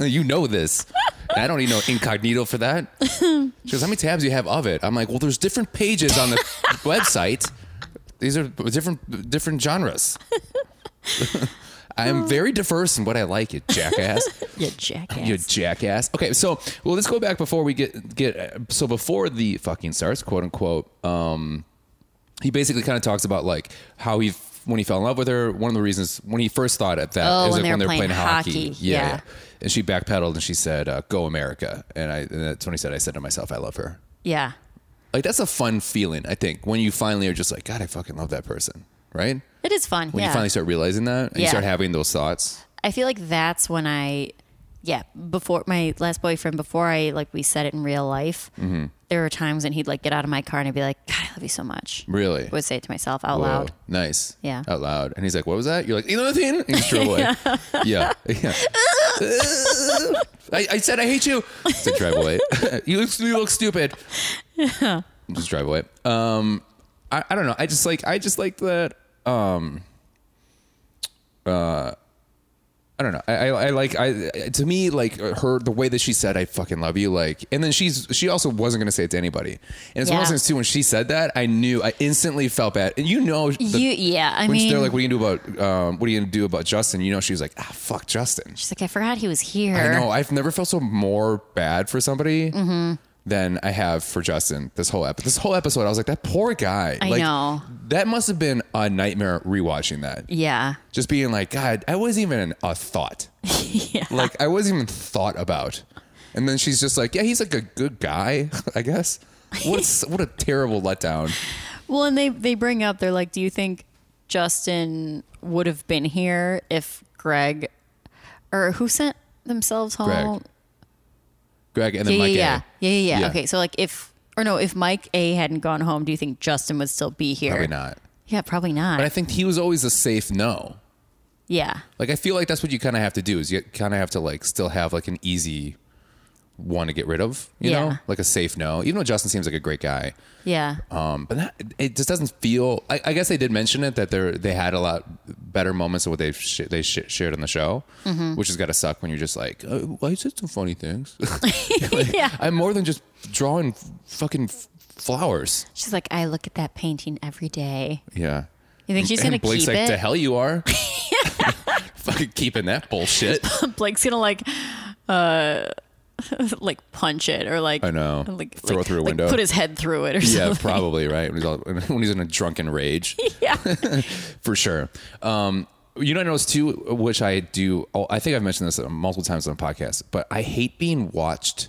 Speaker 1: <laughs> you know this. And I don't need no incognito for that. She goes, how many tabs do you have of it? I'm like, well, there's different pages on the <laughs> website. These are different different genres. <laughs> I'm very diverse in what I like, you jackass.
Speaker 2: You jackass.
Speaker 1: You jackass. Okay, so well, let's go back before we get get. So before the fucking starts, quote unquote, um, he basically kind of talks about like how he when he fell in love with her. One of the reasons when he first thought at that
Speaker 2: Oh,
Speaker 1: it was like
Speaker 2: when they
Speaker 1: when
Speaker 2: were
Speaker 1: they were playing,
Speaker 2: playing
Speaker 1: hockey.
Speaker 2: hockey.
Speaker 1: Yeah,
Speaker 2: Yeah.
Speaker 1: yeah. And she backpedaled and she said, uh, "Go America." And I and that's when he said, "I said to myself, I love her."
Speaker 2: yeah.
Speaker 1: Like that's a fun feeling. I think when you finally are just like, God, I fucking love that person. Right
Speaker 2: It is fun.
Speaker 1: when
Speaker 2: yeah.
Speaker 1: you finally start realizing that and you
Speaker 2: Yeah.
Speaker 1: start having those thoughts.
Speaker 2: I feel like that's when I, yeah, before my last boyfriend, before I, like, we said it in real life,
Speaker 1: Mm-hmm.
Speaker 2: there were times when he'd, like, get out of my car and I'd be like, God, I love you so much.
Speaker 1: Really,
Speaker 2: I would say it to myself out
Speaker 1: Whoa,
Speaker 2: loud.
Speaker 1: Nice.
Speaker 2: Yeah.
Speaker 1: Out loud. And he's like, what was that? You're like, you know nothing? And you just drove
Speaker 2: <laughs>
Speaker 1: away. yeah. <laughs> Yeah. I, I said, I hate you. I said, drive away. <laughs> you, look, you look stupid. Just drive away. Um, I, I don't know. I just like, I just like that. Um, uh, I don't know. I, I, I like I to me like her the way that she said I fucking love you like and then she's she also wasn't gonna say it to anybody and it's one of
Speaker 2: Yeah.
Speaker 1: those things too when she said that I knew I instantly felt bad and you know the-
Speaker 2: you, yeah, I
Speaker 1: when
Speaker 2: mean,
Speaker 1: they're like, "What are you gonna do about um, what are you gonna do about Justin?" You know, she was like, "Ah, fuck Justin."
Speaker 2: she's like, I forgot he was here.
Speaker 1: I know. I've never felt so more bad for somebody
Speaker 2: Mm-hmm.
Speaker 1: than I have for Justin. This whole episode, this whole episode, I was like, "That poor guy."
Speaker 2: I
Speaker 1: like,
Speaker 2: know.
Speaker 1: That must have been a nightmare rewatching that.
Speaker 2: Yeah.
Speaker 1: Just being like, "God, I wasn't even a
Speaker 2: <laughs>
Speaker 1: thought. Like, I wasn't even thought about." And then she's just like, "Yeah, he's like a good guy, <laughs> I
Speaker 2: <laughs>
Speaker 1: guess." What's what a terrible letdown.
Speaker 2: Well, and they they bring up they're like, do you think Justin would have been here if Greg or who sent themselves
Speaker 1: Greg.
Speaker 2: home?
Speaker 1: Greg and then
Speaker 2: Yeah, yeah,
Speaker 1: Mike. A.
Speaker 2: yeah. yeah, yeah,
Speaker 1: Yeah.
Speaker 2: yeah. Okay, so like if or no, if Mike A hadn't gone home, do you think Justin would still be here?
Speaker 1: Probably not.
Speaker 2: Yeah, probably not.
Speaker 1: But I think he was always a safe no.
Speaker 2: yeah,
Speaker 1: Like I feel like that's what you kind of have to do is you kind of have to like still have like an easy one to get rid of, you
Speaker 2: Yeah.
Speaker 1: know, like a safe no. Even though Justin seems like a great guy,
Speaker 2: yeah,
Speaker 1: um, but that, it just doesn't feel. I, I guess they did mention it that they are they had a lot better moments than what they sh- they sh- shared on the show,
Speaker 2: Mm-hmm.
Speaker 1: which has got to suck when you're just like, oh, I said some funny
Speaker 2: <laughs>
Speaker 1: things. <laughs> Like,
Speaker 2: yeah.
Speaker 1: I'm more than just drawing fucking f- flowers.
Speaker 2: She's like, I look at that painting every day. <laughs>
Speaker 1: Yeah.
Speaker 2: You think she's
Speaker 1: and
Speaker 2: gonna
Speaker 1: Blake's
Speaker 2: keep
Speaker 1: like,
Speaker 2: it?
Speaker 1: to hell you
Speaker 2: <laughs>
Speaker 1: are. Fucking keeping that bullshit.
Speaker 2: Blake's gonna like, uh, <laughs> like punch it or like
Speaker 1: I know.
Speaker 2: like
Speaker 1: Throw
Speaker 2: like-
Speaker 1: it through a
Speaker 2: like
Speaker 1: window.
Speaker 2: put his head through it or
Speaker 1: Yeah,
Speaker 2: something.
Speaker 1: probably right when he's all, <laughs> when he's in a drunken rage
Speaker 2: <laughs> yeah.
Speaker 1: <laughs> for sure. Um, you know, I noticed too, which I do. oh, I think I've mentioned this multiple times on the podcast, but I hate being watched.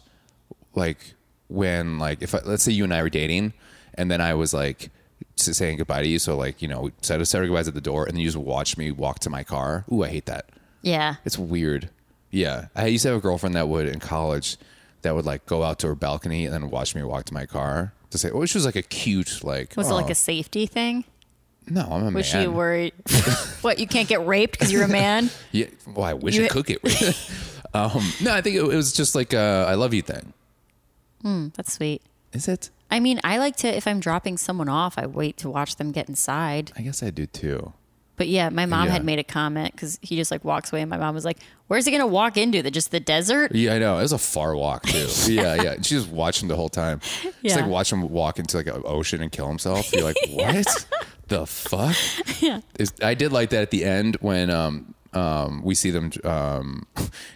Speaker 1: Like when, like if I, let's say you and I were dating, and then I was like, s- saying goodbye to you. So like you know, we said said our goodbyes at the door, and then you just watched me walk to my car. Ooh, I hate that.
Speaker 2: <laughs> Yeah.
Speaker 1: It's weird. Yeah, I used to have a girlfriend that would in college that would like go out to her balcony and then watch me walk to my car to say. Oh, she was like a cute like.
Speaker 2: Was it like
Speaker 1: oh.
Speaker 2: a safety thing?
Speaker 1: No, I'm a man.
Speaker 2: Was she worried? <laughs> what you can't get raped because you're
Speaker 1: <laughs>
Speaker 2: a man?
Speaker 1: Yeah. Well, I wish
Speaker 2: You-
Speaker 1: I could get rid of
Speaker 2: <laughs>
Speaker 1: it. um, no, I think it, it was just like a I love you thing.
Speaker 2: That's sweet.
Speaker 1: Is it?
Speaker 2: I mean, I like to if I'm dropping someone off, I wait to watch them get inside.
Speaker 1: I guess I do too.
Speaker 2: But yeah, my mom
Speaker 1: Yeah.
Speaker 2: had made a comment because he just like walks away, and my mom was like, "Where's he gonna walk into? The just the desert?"
Speaker 1: Yeah, I know. It was a far walk
Speaker 2: <laughs>
Speaker 1: too. yeah, yeah. And she just watched him the whole time. Just
Speaker 2: Yeah.
Speaker 1: like watch him walk into like an ocean and kill himself.
Speaker 2: <laughs>
Speaker 1: You're like, what the fuck? Yeah. I did like that at the end when um um we see them um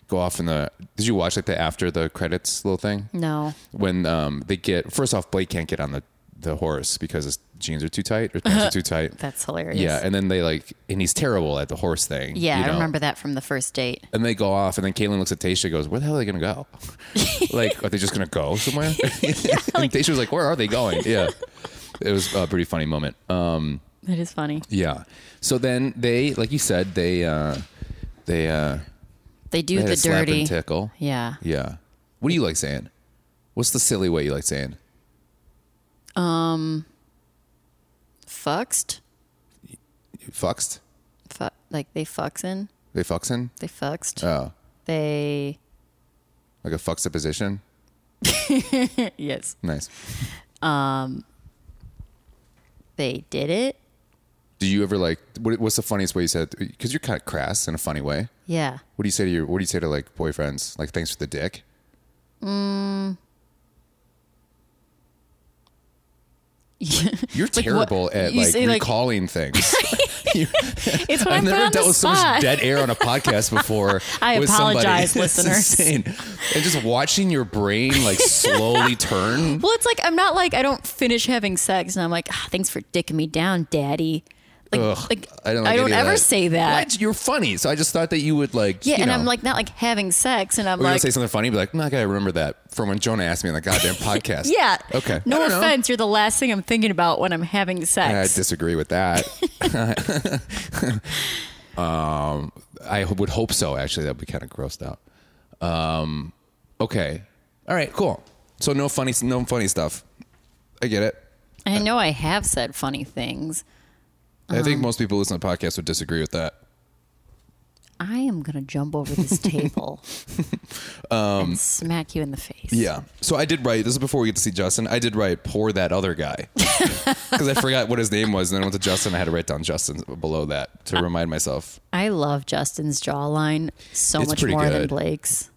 Speaker 1: go off in the. Did you watch like the after the credits little thing?
Speaker 2: No,
Speaker 1: when um, they get first off, Blake can't get on the the horse because his jeans are too tight or his
Speaker 2: Uh-huh.
Speaker 1: pants are too tight.
Speaker 2: that's hilarious.
Speaker 1: yeah, and then they like, and he's terrible at the horse thing.
Speaker 2: Yeah,
Speaker 1: you
Speaker 2: I
Speaker 1: know?
Speaker 2: remember that from the first date.
Speaker 1: And they go off, and then Caitlin looks at Tasha, and goes, "Where the hell are they gonna
Speaker 2: <laughs>
Speaker 1: go? like, are they just gonna go somewhere?" <laughs> and Tasha was like, "Where are they going?" Yeah, it was a pretty funny moment. Um,
Speaker 2: That is funny.
Speaker 1: yeah. So then they, like you said, they uh, they uh,
Speaker 2: They do
Speaker 1: they had
Speaker 2: the
Speaker 1: a slap
Speaker 2: dirty.
Speaker 1: and tickle.
Speaker 2: Yeah.
Speaker 1: Yeah. What do you like saying? What's the silly way you like saying?
Speaker 2: Fucked.
Speaker 1: Fucked.
Speaker 2: Fu- like they fucksin.
Speaker 1: They fucksin?
Speaker 2: They fucked.
Speaker 1: Oh,
Speaker 2: they
Speaker 1: like a fucks position.
Speaker 2: <laughs> yes.
Speaker 1: Nice.
Speaker 2: They did it.
Speaker 1: Do you ever like? What, what's the funniest way you said? Because you're kind of crass in a funny way.
Speaker 2: Yeah.
Speaker 1: What do you say to your? What do you say to like boyfriends? Like thanks for the dick.
Speaker 2: Mm. <laughs>
Speaker 1: You're terrible at
Speaker 2: you
Speaker 1: like
Speaker 2: say, like-
Speaker 1: recalling
Speaker 2: <laughs>
Speaker 1: things. You-
Speaker 2: <laughs> It's when
Speaker 1: I've
Speaker 2: I'm put
Speaker 1: never
Speaker 2: on
Speaker 1: dealt
Speaker 2: the
Speaker 1: with so much
Speaker 2: spot.
Speaker 1: dead air on a podcast before.
Speaker 2: <laughs> I
Speaker 1: with somebody. <laughs>
Speaker 2: apologize,
Speaker 1: It's
Speaker 2: listeners.
Speaker 1: insane. And just watching your brain like
Speaker 2: <laughs>
Speaker 1: slowly turn.
Speaker 2: Well, it's like I'm not like I don't finish having sex, and I'm like, ah, thanks for dicking me down, daddy. Like,
Speaker 1: Ugh,
Speaker 2: like
Speaker 1: I don't, like any of
Speaker 2: ever
Speaker 1: that.
Speaker 2: say that.
Speaker 1: What? You're funny, so I just thought that you would like.
Speaker 2: Yeah,
Speaker 1: you
Speaker 2: and
Speaker 1: know.
Speaker 2: I'm like not like having sex, and I'm
Speaker 1: We're
Speaker 2: like,
Speaker 1: gonna say something funny, be like, I'm not gonna remember that from when Jonah asked me on the
Speaker 2: <laughs>
Speaker 1: goddamn podcast.
Speaker 2: yeah,
Speaker 1: Okay. I
Speaker 2: No
Speaker 1: don't know.
Speaker 2: offense, you're the last thing I'm thinking about when I'm having
Speaker 1: I
Speaker 2: sex.
Speaker 1: disagree with
Speaker 2: <laughs>
Speaker 1: that. <laughs> um, I would hope so. Actually, that'd be kind of grossed out. Um, okay. All right. Cool. So no funny, no funny stuff. I get it.
Speaker 2: I know I have said funny things.
Speaker 1: I
Speaker 2: Uh-huh.
Speaker 1: think most people listening to podcasts would disagree with that.
Speaker 2: I am gonna jump over
Speaker 1: <laughs>
Speaker 2: this table and smack you in the face.
Speaker 1: Um, Yeah. So I did write. This is before we get to see Justin. I did write "poor that other
Speaker 2: <laughs>
Speaker 1: guy" because I forgot what his name was, and then I went to Justin. I had to write down Justin below that
Speaker 2: Uh,
Speaker 1: to remind myself.
Speaker 2: I love Justin's jawline so
Speaker 1: It's
Speaker 2: much
Speaker 1: pretty
Speaker 2: more than
Speaker 1: good.
Speaker 2: Blake's.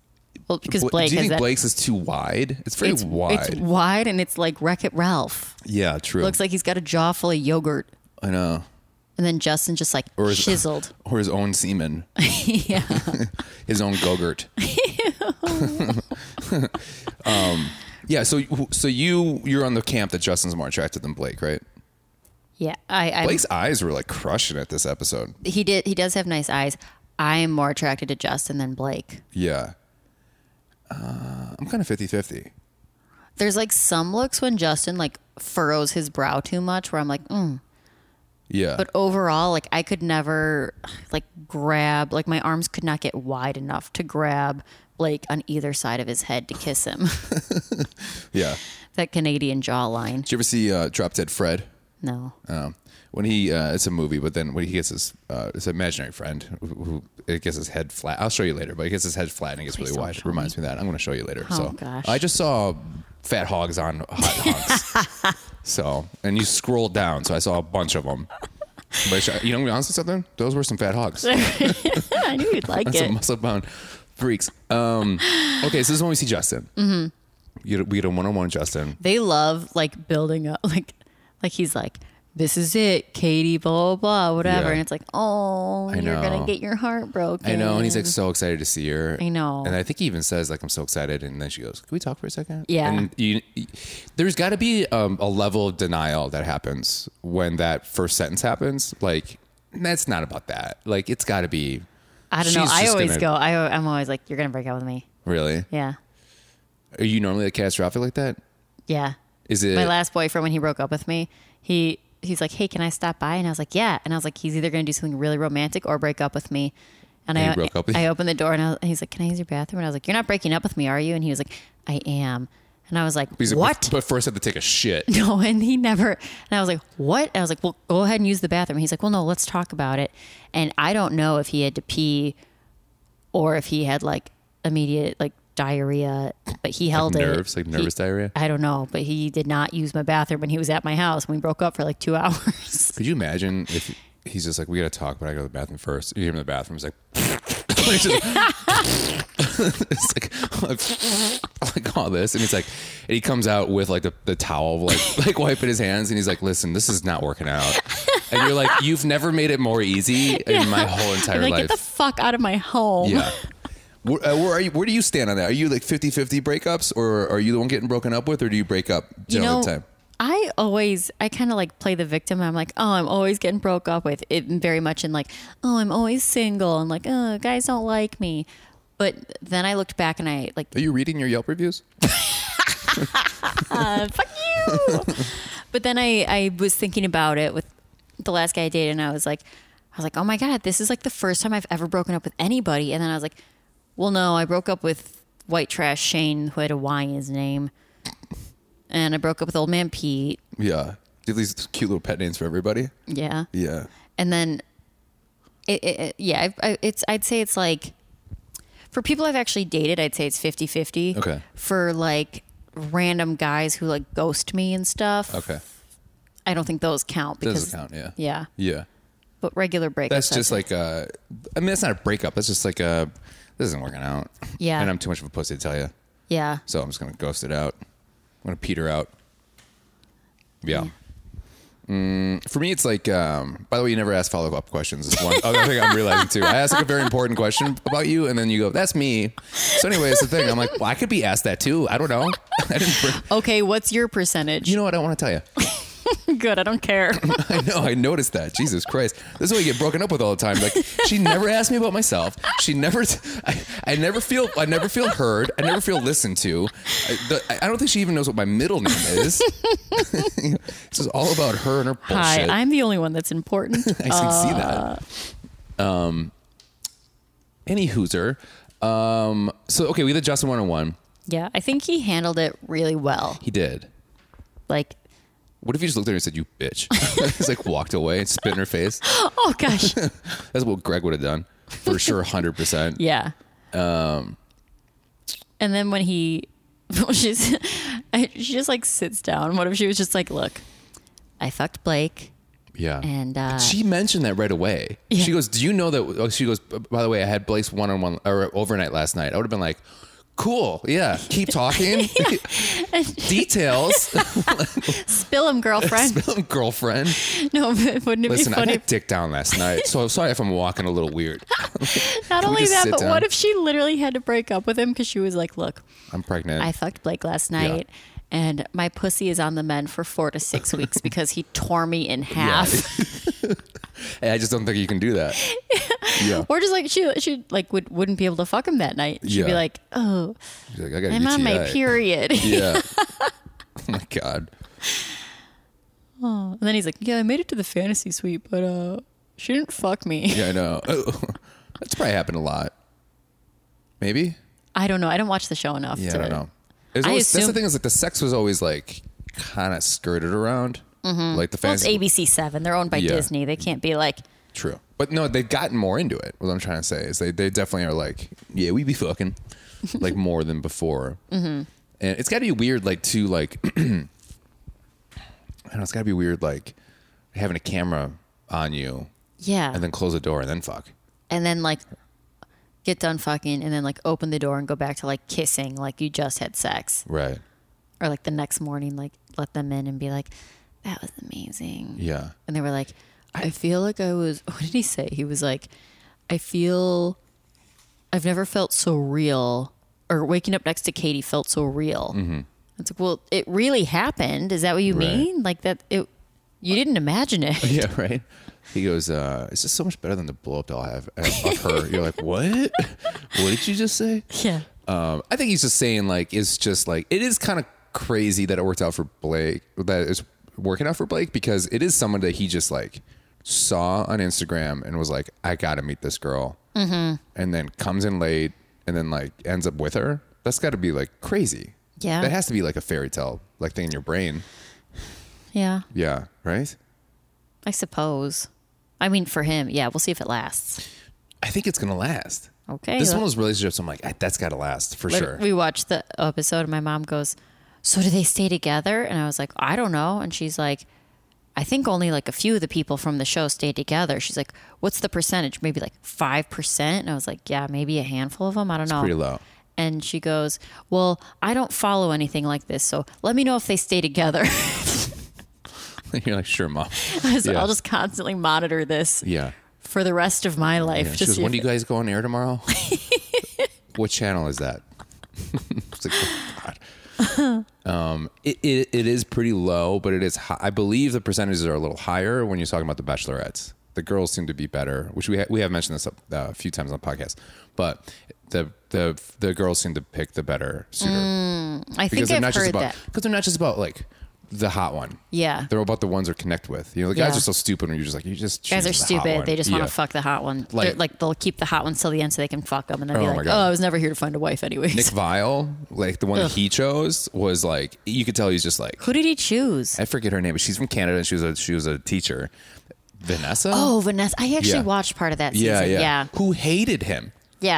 Speaker 2: Well, because
Speaker 1: What-
Speaker 2: Blake
Speaker 1: do you
Speaker 2: has
Speaker 1: think
Speaker 2: that.
Speaker 1: Blake's is too wide? It's very
Speaker 2: it's,
Speaker 1: wide.
Speaker 2: it's wide and it's like Wreck It Ralph.
Speaker 1: yeah, true.
Speaker 2: Looks like he's got a jaw full of yogurt.
Speaker 1: I know.
Speaker 2: And then Justin just like
Speaker 1: Or is-
Speaker 2: chiseled.
Speaker 1: Or his own semen,
Speaker 2: <laughs> yeah.
Speaker 1: <laughs> his own
Speaker 2: <laughs>
Speaker 1: gogurt. <laughs> um, yeah. So so you you're on the camp that Justin's more attractive than Blake, right?
Speaker 2: Yeah. I, I
Speaker 1: Blake's eyes were like crushing it this episode.
Speaker 2: he did he does have nice eyes. I am more attracted to Justin than Blake.
Speaker 1: Yeah. Uh, I'm kind of 50-50.
Speaker 2: There's like some looks when Justin like furrows his brow too much where I'm like, mm.
Speaker 1: Yeah.
Speaker 2: but overall, like I could never like grab like my arms could not get wide enough to grab Blake on either side of his head to kiss him. <laughs>
Speaker 1: yeah.
Speaker 2: that Canadian jawline.
Speaker 1: Did you ever see uh, Drop Dead Fred?
Speaker 2: No.
Speaker 1: Um, when he, uh, it's a movie, but then when he gets his, uh, his imaginary friend who, who it gets his head flat. I'll show you later, but he gets his head flat and it gets really
Speaker 2: don't
Speaker 1: wide.
Speaker 2: show
Speaker 1: Reminds me of that. I'm going to show you later.
Speaker 2: Oh,
Speaker 1: so
Speaker 2: gosh.
Speaker 1: I just saw fat hogs on hot hogs.
Speaker 2: <laughs>
Speaker 1: so, and you scroll down. So I saw a bunch of them. But sh- you know, to be honest with something, those were some fat hogs.
Speaker 2: I knew you'd like
Speaker 1: some
Speaker 2: it.
Speaker 1: muscle bound freaks. Um, okay. So this is when we see Justin. Mm-hmm. You, we get a one-on-one Justin.
Speaker 2: They love like building up <laughs> like like he's like, This is it, Katie, blah blah blah, whatever.
Speaker 1: Yeah.
Speaker 2: And it's like, Oh, you're
Speaker 1: know.
Speaker 2: gonna get your heart broken.
Speaker 1: I know, and he's like so excited to see her.
Speaker 2: I know.
Speaker 1: and I think he even says like, "I'm so excited," and then she goes, "Can we talk for a second?
Speaker 2: Yeah.
Speaker 1: And you, there's got to be um, a level of denial that happens when that first sentence happens. Like, that's not about that. Like, it's got to be.
Speaker 2: I don't know.
Speaker 1: she's
Speaker 2: I
Speaker 1: just
Speaker 2: always
Speaker 1: gonna-
Speaker 2: go, I I'm always like, You're gonna break up with me.
Speaker 1: Really?
Speaker 2: Yeah.
Speaker 1: Are you normally like catastrophic like that?
Speaker 2: Yeah.
Speaker 1: Is it?
Speaker 2: My last boyfriend when he broke up with me, he he's like, hey, can I stop by? And I was like, yeah. And I was like, he's either going to do something really romantic or break up with me. And,
Speaker 1: And
Speaker 2: I
Speaker 1: he broke up with
Speaker 2: I
Speaker 1: you?
Speaker 2: opened the door and, I, and he's like, can I use your bathroom? And I was like, you're not breaking up with me, are you? And he was like, I am. And I was like,
Speaker 1: He's like,
Speaker 2: what?
Speaker 1: But first, I have to take a shit.
Speaker 2: <laughs> no and he never and i was like what i was like well go ahead and use the bathroom he's like well no let's talk about it and i don't know if he had to pee or if he had like immediate like diarrhea but he held it
Speaker 1: nerves, like nervous
Speaker 2: He-
Speaker 1: diarrhea?
Speaker 2: i don't know but he did not use my bathroom and he was at my house and we broke up for like two <laughs> hours
Speaker 1: Could you imagine if he's just like, we got to talk, but I gotta go to the bathroom first. You hear him in the bathroom. He's like, <laughs> He's just- it's like, like, <laughs> all this. And he's like, and he comes out with like the, the towel, like, <laughs> like wiping his hands. And he's like, listen, this is not working out. And you're like, you've never made it more easy in my whole entire
Speaker 2: I'm like
Speaker 1: life.
Speaker 2: get the fuck out of my home
Speaker 1: yeah. Where, uh, where are you? Where do you stand on that? Are you like 50 50 breakups or are you the one getting broken up with or do you break up
Speaker 2: you
Speaker 1: generally
Speaker 2: know
Speaker 1: the time?
Speaker 2: I always, I kind of like play the victim. I'm like, oh, I'm always getting broke up with. It very much in like, oh, I'm always single, and like, oh, guys don't like me. But then I looked back and I like,
Speaker 1: Are you reading your Yelp reviews?
Speaker 2: uh, fuck you. <laughs> but then I, I was thinking about it with the last guy I dated, and I was like, I was like, oh my god, this is like the first time I've ever broken up with anybody. And then I was like, well, no, I broke up with white trash Shane, who had a Y in his name, and I broke up with old man Pete.
Speaker 1: Yeah. Do these cute little pet names for everybody?
Speaker 2: Yeah.
Speaker 1: Yeah.
Speaker 2: and then it, it, it- yeah I, I, it's i'd say it's like for people i've actually dated i'd say it's 50-50
Speaker 1: Okay.
Speaker 2: for like random guys who like ghost me and stuff
Speaker 1: Okay.
Speaker 2: i don't think those count because
Speaker 1: Doesn't count. Yeah.
Speaker 2: yeah
Speaker 1: Yeah.
Speaker 2: but regular breakups
Speaker 1: That's just
Speaker 2: I'd-
Speaker 1: like uh I mean that's not a breakup. That's just like a this isn't working out.
Speaker 2: Yeah.
Speaker 1: And I'm too much of a pussy to tell you.
Speaker 2: yeah
Speaker 1: So I'm just gonna ghost it out. I'm gonna peter out. Yeah. Mm, for me, it's like. Um, by the way, you never ask follow up questions. Is one other thing I'm realizing too. I ask like a very important question about you, and then you go, "That's me." So anyway, it's the thing. I'm like, well, I could be asked that too. I don't know. <laughs> I didn't. Bring,
Speaker 2: okay what's your percentage
Speaker 1: you
Speaker 2: <laughs>
Speaker 1: Oh, know what? I don't want to tell you.
Speaker 2: good i don't
Speaker 1: <laughs>
Speaker 2: care
Speaker 1: I know. I noticed that. Jesus Christ. This is why you get broken up with all the time. Like she never asked me about myself. She never. I, I never feel. I never feel heard. I never feel listened to. I, the, I don't think she even knows what my middle name is. <laughs> this is all about her and her bullshit.
Speaker 2: hi i'm uh, the only one that's
Speaker 1: <laughs>
Speaker 2: important
Speaker 1: I can see that. Um, any hooser. Um, so okay, we did Justin one on one.
Speaker 2: yeah i think he handled it really well
Speaker 1: He did. <laughs>
Speaker 2: like
Speaker 1: What if you just looked at her and said, "You bitch"? <laughs> He's like walked away and spit in her face.
Speaker 2: oh gosh
Speaker 1: That's what Greg would have done for sure, hundred percent.
Speaker 2: Yeah. Um. And then when he, <laughs> she's, <laughs> I- she just like sits down. What if she was just like, look, I fucked Blake,
Speaker 1: Yeah.
Speaker 2: and uh,
Speaker 1: she mentioned that right away.
Speaker 2: Yeah.
Speaker 1: She goes, "Do you know that?" oh, She goes, "By the way, I had Blake's one-on-one or overnight last night." I would have been like, "Cool, yeah, keep
Speaker 2: <laughs>
Speaker 1: talking." <laughs> Details, <laughs>
Speaker 2: spill him, girlfriend. <laughs>
Speaker 1: girlfriend.
Speaker 2: no, but wouldn't it
Speaker 1: Listen,
Speaker 2: be
Speaker 1: I
Speaker 2: funny?
Speaker 1: had dick down last night, so I'm sorry if I'm walking a little weird.
Speaker 2: <laughs> Not only
Speaker 1: just
Speaker 2: that,
Speaker 1: sit
Speaker 2: but
Speaker 1: down?
Speaker 2: what if she literally had to break up with him because she was like, look,
Speaker 1: I'm pregnant.
Speaker 2: I fucked Blake last night. And my pussy is on the mend for four
Speaker 1: <laughs>
Speaker 2: to six weeks because he tore me in half.
Speaker 1: I just don't think you can do
Speaker 2: <laughs>
Speaker 1: that. yeah,
Speaker 2: Or just like she, she like would wouldn't be able to fuck him that night. She'd be
Speaker 1: Yeah.
Speaker 2: like, "Oh,
Speaker 1: She's like, I got
Speaker 2: I'm on my
Speaker 1: UTI. <laughs>
Speaker 2: period." <laughs>
Speaker 1: Yeah. oh my god.
Speaker 2: And then he's like, "Yeah, I made it to the fantasy suite, but uh, she didn't fuck me." <laughs>
Speaker 1: Yeah, I know. Oh, <laughs> That's probably happened a lot. Maybe.
Speaker 2: I don't know. I don't watch the show enough.
Speaker 1: Yeah,
Speaker 2: to,
Speaker 1: I don't know. It was
Speaker 2: I
Speaker 1: always, that's the
Speaker 2: assume-
Speaker 1: thing is like the sex was always like kind of skirted around, like the
Speaker 2: Mm-hmm. Well, it's
Speaker 1: fantasy.
Speaker 2: ABC Seven. They're owned by
Speaker 1: Yeah.
Speaker 2: Disney. They can't be like,
Speaker 1: True, but no, they've gotten more into it. What I'm trying to say is they they definitely are like, yeah, we be
Speaker 2: <laughs>
Speaker 1: fucking, like more than before. Mm-hmm. And it's got to be weird, like to like, <clears throat> I don't know, it's got to be weird, like having a camera on you
Speaker 2: yeah,
Speaker 1: and then close the door and then fuck.
Speaker 2: like get done fucking, and then like open the door and go back to like kissing, like you just had sex,
Speaker 1: Right.
Speaker 2: or like the next morning, like let them in and be like, "That was amazing."
Speaker 1: Yeah.
Speaker 2: And they were like, I feel like I was, <laughs> what did he say? He was like, I feel, I've never felt so real, or waking up next to Katie felt so real. It's like, well, it really happened. Is that what you
Speaker 1: Right.
Speaker 2: mean? Like that, it, you didn't imagine it.
Speaker 1: <laughs> Yeah, right. He goes, uh, "It's just so much better than the blow up doll I have of her." You're like, "What? what did you just say?"
Speaker 2: Yeah.
Speaker 1: Um, I think he's just saying like it's just like it is kind of crazy that it worked out for Blake. That it's working out for Blake because it is someone that he just like saw on Instagram and was like, I gotta meet this girl, mm-hmm. and then comes in late and then like ends up with her. That's got to be like crazy.
Speaker 2: Yeah.
Speaker 1: that has to be like a fairy tale like thing in your brain.
Speaker 2: Yeah,
Speaker 1: Yeah, right.
Speaker 2: I suppose. I mean, for him, yeah, we'll see if it lasts.
Speaker 1: I think it's gonna last.
Speaker 2: Okay,
Speaker 1: This is
Speaker 2: let-
Speaker 1: one of those relationships. I'm like, "Ah, that's gotta last for
Speaker 2: Lit-
Speaker 1: sure.
Speaker 2: We watched the episode, and my mom goes, "So do they stay together?" And I was like, "I don't know." And she's like, "I think only like a few of the people from the show stay together." She's like, "What's the percentage? Maybe like five percent?" And I was like, "Yeah, maybe a handful of them. I don't know."
Speaker 1: Pretty low. <laughs>
Speaker 2: And she goes, "Well, I don't follow anything like this, so let me know if they stay together. <laughs>
Speaker 1: You're like, sure, mom.
Speaker 2: So
Speaker 1: Yeah.
Speaker 2: I'll just constantly monitor this
Speaker 1: Yeah.
Speaker 2: for the rest of my life."
Speaker 1: Yeah,
Speaker 2: to
Speaker 1: she goes,
Speaker 2: see
Speaker 1: when
Speaker 2: if
Speaker 1: do you
Speaker 2: it-"
Speaker 1: guys go on air
Speaker 2: <laughs>
Speaker 1: tomorrow? what channel is that? <laughs> It's like, oh, God. <laughs> Um, it, it, it is pretty low, but it is high. I believe the percentages are a little higher when you're talking about the bachelorettes. The girls seem to be better, which we ha- we have mentioned this a uh, a few times on the podcast, but the the the girls seem to pick the better suitor
Speaker 2: I think
Speaker 1: because they're
Speaker 2: I've
Speaker 1: not just
Speaker 2: heard
Speaker 1: about
Speaker 2: that.
Speaker 1: because they're not just about like the hot one.
Speaker 2: Yeah.
Speaker 1: they're about the ones they connect with. You know, the guys
Speaker 2: Yeah.
Speaker 1: are so stupid when you're just like you just
Speaker 2: Guys are
Speaker 1: choose the hot
Speaker 2: stupid.
Speaker 1: one.
Speaker 2: They just want
Speaker 1: Yeah.
Speaker 2: to fuck the hot one.
Speaker 1: Like-
Speaker 2: Like, like they'll keep the hot ones till the end so they can fuck them and then
Speaker 1: Oh
Speaker 2: be
Speaker 1: my
Speaker 2: like,
Speaker 1: God.
Speaker 2: "Oh, I was never here to find a wife, anyways."
Speaker 1: Nick Vile, like the one that he chose, was like you could tell he's just like
Speaker 2: <laughs> Who did he choose?
Speaker 1: I forget her name, but she's from Canada and she was a she was a teacher, Vanessa.
Speaker 2: Oh, Vanessa. I actually
Speaker 1: Yeah.
Speaker 2: watched part of that season.
Speaker 1: yeah,
Speaker 2: Yeah,
Speaker 1: yeah,
Speaker 2: yeah,
Speaker 1: Who hated him?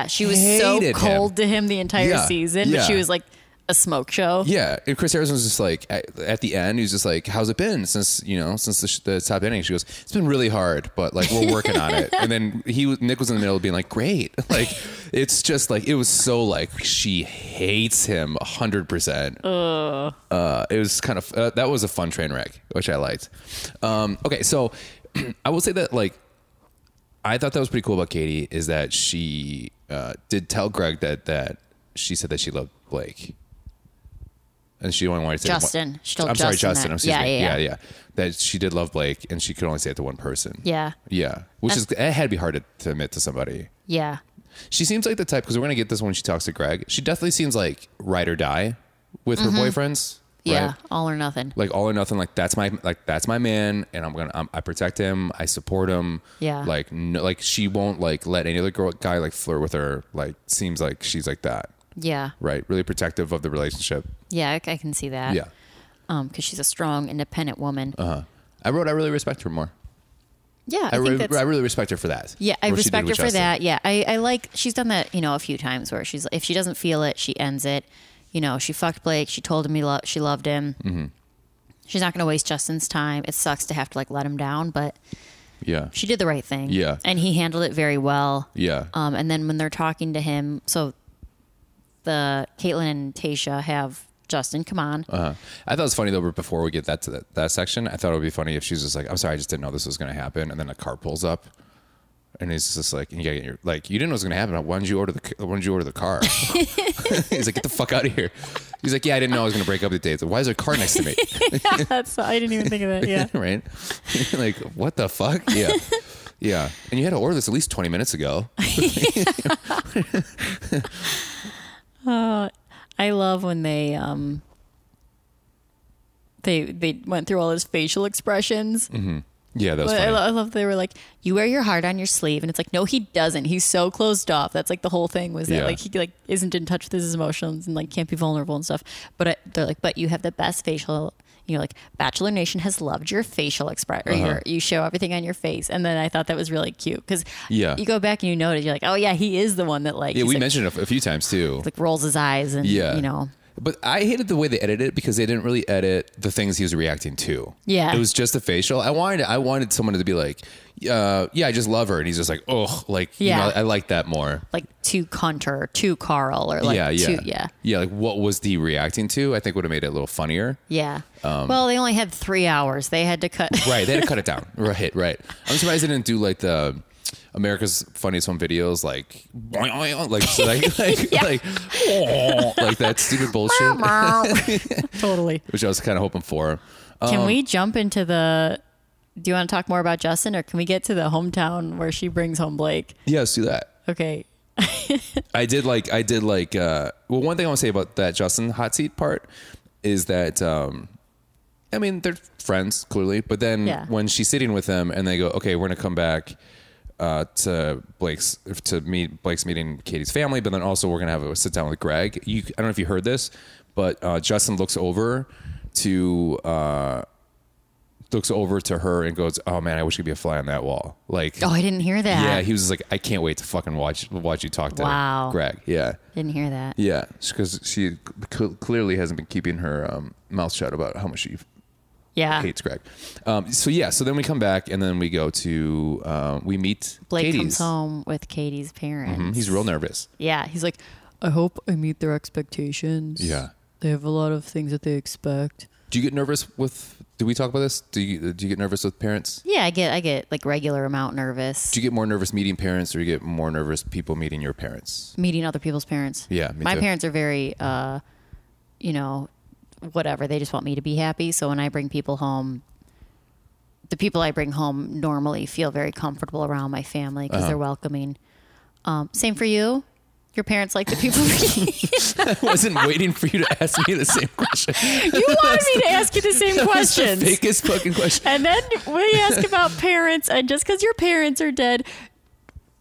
Speaker 2: She was so
Speaker 1: Hated him.
Speaker 2: cold to him the entire
Speaker 1: Yeah,
Speaker 2: season,
Speaker 1: yeah.
Speaker 2: but she was like a smoke show.
Speaker 1: Yeah, and Chris Harrison was just like at, at the end, he was just like, "How's it been since you know since the, sh- the top ending?" She goes, "It's been really hard, but like we're working on it." And then he was Nick was in the middle of being like, "Great!" <laughs> Like it's just like it was so like she hates him hundred percent. Uh, it was kind of uh, that was a fun train wreck, which I liked. Um, okay, so <clears throat> I will say that like I thought that was pretty cool about Katie is that she uh, did tell Greg that that she said that she loved Blake, and she only wanted to say
Speaker 2: Justin. She told
Speaker 1: I'm sorry, Justin.
Speaker 2: Justin that.
Speaker 1: I'm excuse
Speaker 2: Yeah,
Speaker 1: me.
Speaker 2: yeah, yeah.
Speaker 1: yeah, That she did love Blake, and she could only say it to one person.
Speaker 2: Yeah.
Speaker 1: yeah. Which is it had to be hard to, to admit to somebody.
Speaker 2: Yeah.
Speaker 1: She seems like the type because we're gonna get this when she talks to Greg. She definitely seems like ride or die with her boyfriends.
Speaker 2: Mm-hmm. Yeah.
Speaker 1: right?
Speaker 2: All or nothing.
Speaker 1: like all or nothing like that's my like that's my man and i'm gonna I'm, i protect him i support him
Speaker 2: Yeah.
Speaker 1: like no, like she won't like let any other girl guy like flirt with her like seems like she's like that
Speaker 2: Yeah.
Speaker 1: right really protective of the relationship
Speaker 2: Yeah. I, I can see that.
Speaker 1: yeah
Speaker 2: Um, because she's a strong, independent woman.
Speaker 1: i wrote i really respect her more
Speaker 2: yeah. I,
Speaker 1: i,
Speaker 2: think
Speaker 1: re-
Speaker 2: that's,
Speaker 1: I really respect her for that
Speaker 2: Yeah, I
Speaker 1: What she did
Speaker 2: respect her
Speaker 1: with
Speaker 2: for
Speaker 1: Justin.
Speaker 2: that. Yeah, I, I like she's done that you know a few times where she's if she doesn't feel it, she ends it. You know, she fucked Blake. She told him he lo- she loved him.
Speaker 1: Mm-hmm.
Speaker 2: She's not going to waste Justin's time. It sucks to have to like let him down, but
Speaker 1: yeah
Speaker 2: she did the right thing.
Speaker 1: Yeah.
Speaker 2: and he handled it very well.
Speaker 1: yeah
Speaker 2: Um, and then when they're talking to him, so the Caitlin and Tasha have Justin come on.
Speaker 1: Uh, I thought it was funny though. but Before we get that to that, that section, I thought it would be funny if she's just like, "I'm sorry, I just didn't know this was going to happen," and then a car pulls up, and he's just like, "You gotta get your like, you didn't know it was going to happen. Why didn't you order the c- Why didn't you order the
Speaker 2: <laughs>
Speaker 1: car?" he's like, "Get the fuck out of here." He's like, "Yeah, I didn't know I was going to break up the date. Why is there a car next to me?"
Speaker 2: That's I didn't even think of that. <laughs> Yeah,
Speaker 1: <laughs> right? like, what the fuck? Yeah. Yeah. And you had to order this at least 20 minutes ago.
Speaker 2: <laughs> I love when they um they they went through all his facial expressions.
Speaker 1: Yeah, that was
Speaker 2: But I,
Speaker 1: funny.
Speaker 2: lo- I love they were like, "You wear your heart on your sleeve," and it's like, "No, he doesn't. He's so closed off." That's like the whole thing was that
Speaker 1: Yeah.
Speaker 2: like he like isn't in touch with his emotions and like can't be vulnerable and stuff. But I, they're like, "But you have the best facial." You know, like Bachelor Nation has loved your facial expression.
Speaker 1: Uh-huh.
Speaker 2: Your You show everything on your face, and then I thought that was really cute because
Speaker 1: Yeah.
Speaker 2: you go back and you notice you're like, "Oh yeah, he is the one that like
Speaker 1: yeah,
Speaker 2: he's,
Speaker 1: we
Speaker 2: like,
Speaker 1: mentioned it a few times too.
Speaker 2: like rolls his eyes and
Speaker 1: Yeah.
Speaker 2: you know."
Speaker 1: But I hated the way they edited it because they didn't really edit the things he was reacting to.
Speaker 2: Yeah.
Speaker 1: It was just the facial. I wanted I wanted someone to be like, uh, yeah, I just love her. And he's just like, oh, like,
Speaker 2: Yeah.
Speaker 1: you know, I like that more.
Speaker 2: like to Hunter, to Carl, or like
Speaker 1: yeah, yeah.
Speaker 2: to yeah,
Speaker 1: Yeah, like what was he reacting to? I think would have made it a little funnier.
Speaker 2: yeah.
Speaker 1: Um,
Speaker 2: well, they only had three hours. They had
Speaker 1: <laughs>
Speaker 2: to cut.
Speaker 1: Right. They had to cut it down. Right, right. I'm surprised they didn't do like the America's Funniest Home Videos, like, like, so
Speaker 2: <laughs>
Speaker 1: like, like, like, <laughs> like that stupid bullshit, <laughs>
Speaker 2: totally.
Speaker 1: which I was kind of hoping for.
Speaker 2: Can
Speaker 1: Um,
Speaker 2: we jump into the? Do you want to talk more about Justin, or can we get to the hometown where she brings home Blake?
Speaker 1: Yeah, let's do that.
Speaker 2: Okay.
Speaker 1: I did like I did like uh well one thing I want to say about that Justin hot seat part is that um I mean, they're friends clearly, but then
Speaker 2: Yeah.
Speaker 1: when she's sitting with them and they go, okay, we're gonna come back uh, to Blake's to meet Blake's meeting Katie's family, but then also we're gonna have a sit down with Greg. You, I don't know if you heard this, but uh, Justin looks over to uh, looks over to her and goes, oh man, I wish I could be a fly on that wall. Like,
Speaker 2: Oh, I didn't hear that.
Speaker 1: yeah, he was just like, I can't wait to fucking watch watch you talk to
Speaker 2: Wow.
Speaker 1: Greg. Yeah.
Speaker 2: didn't hear that.
Speaker 1: Yeah, because she cl- clearly hasn't been keeping her um, mouth shut about how much she
Speaker 2: Yeah.
Speaker 1: hates Greg. Um, so yeah, so then we come back and then we go to uh, we meet
Speaker 2: Blake
Speaker 1: Katie's.
Speaker 2: comes home with Katie's parents.
Speaker 1: Mhm, He's real nervous.
Speaker 2: Yeah, he's like,
Speaker 4: I hope I meet their expectations.
Speaker 1: Yeah.
Speaker 4: They have a lot of things that they expect.
Speaker 1: Do you get nervous with? Do we talk about this? Do you do you get nervous with parents?
Speaker 2: yeah, I get, I get like regular amount nervous
Speaker 1: Do you get more nervous meeting parents, or you get more nervous people meeting your parents? <laughs>
Speaker 2: meeting other people's parents.
Speaker 1: Yeah, me
Speaker 2: my
Speaker 1: too.
Speaker 2: parents are very, uh, you know, whatever. They just want me to be happy. So when I bring people home, the people I bring home normally feel very comfortable around my family
Speaker 1: Uh-huh.
Speaker 2: because they're welcoming. Um, same for you. Your parents like the
Speaker 1: <laughs>
Speaker 2: people. <laughs>
Speaker 1: I wasn't waiting for you to ask me the same question. <laughs>
Speaker 2: you wanted me to ask you the same
Speaker 1: That's the
Speaker 2: questions.
Speaker 1: fakest fucking question.
Speaker 2: And then we ask about parents, and just because your parents are dead,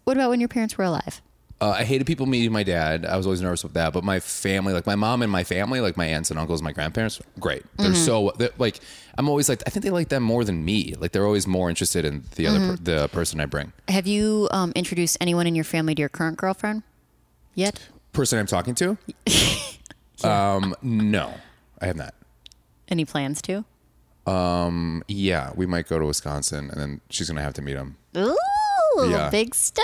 Speaker 2: what about when your parents were alive?
Speaker 1: Uh, I hated people meeting my dad. I was always nervous with that. But my family, like my mom and my family, like my aunts and uncles, my grandparents, great.
Speaker 2: Mm-hmm.
Speaker 1: They're so they're, like I'm always like I think they like them more than me. Like they're always more interested in the other
Speaker 2: Mm-hmm.
Speaker 1: per- the person I bring,
Speaker 2: Have you um, introduced anyone in your family to your current girlfriend yet?
Speaker 1: person I'm talking
Speaker 2: <laughs>
Speaker 1: to. Um, no, I have not.
Speaker 2: Any plans to?
Speaker 1: Yeah, we might go to Wisconsin, and then she's gonna have to meet him.
Speaker 2: Ooh,
Speaker 1: Yeah.
Speaker 2: big step.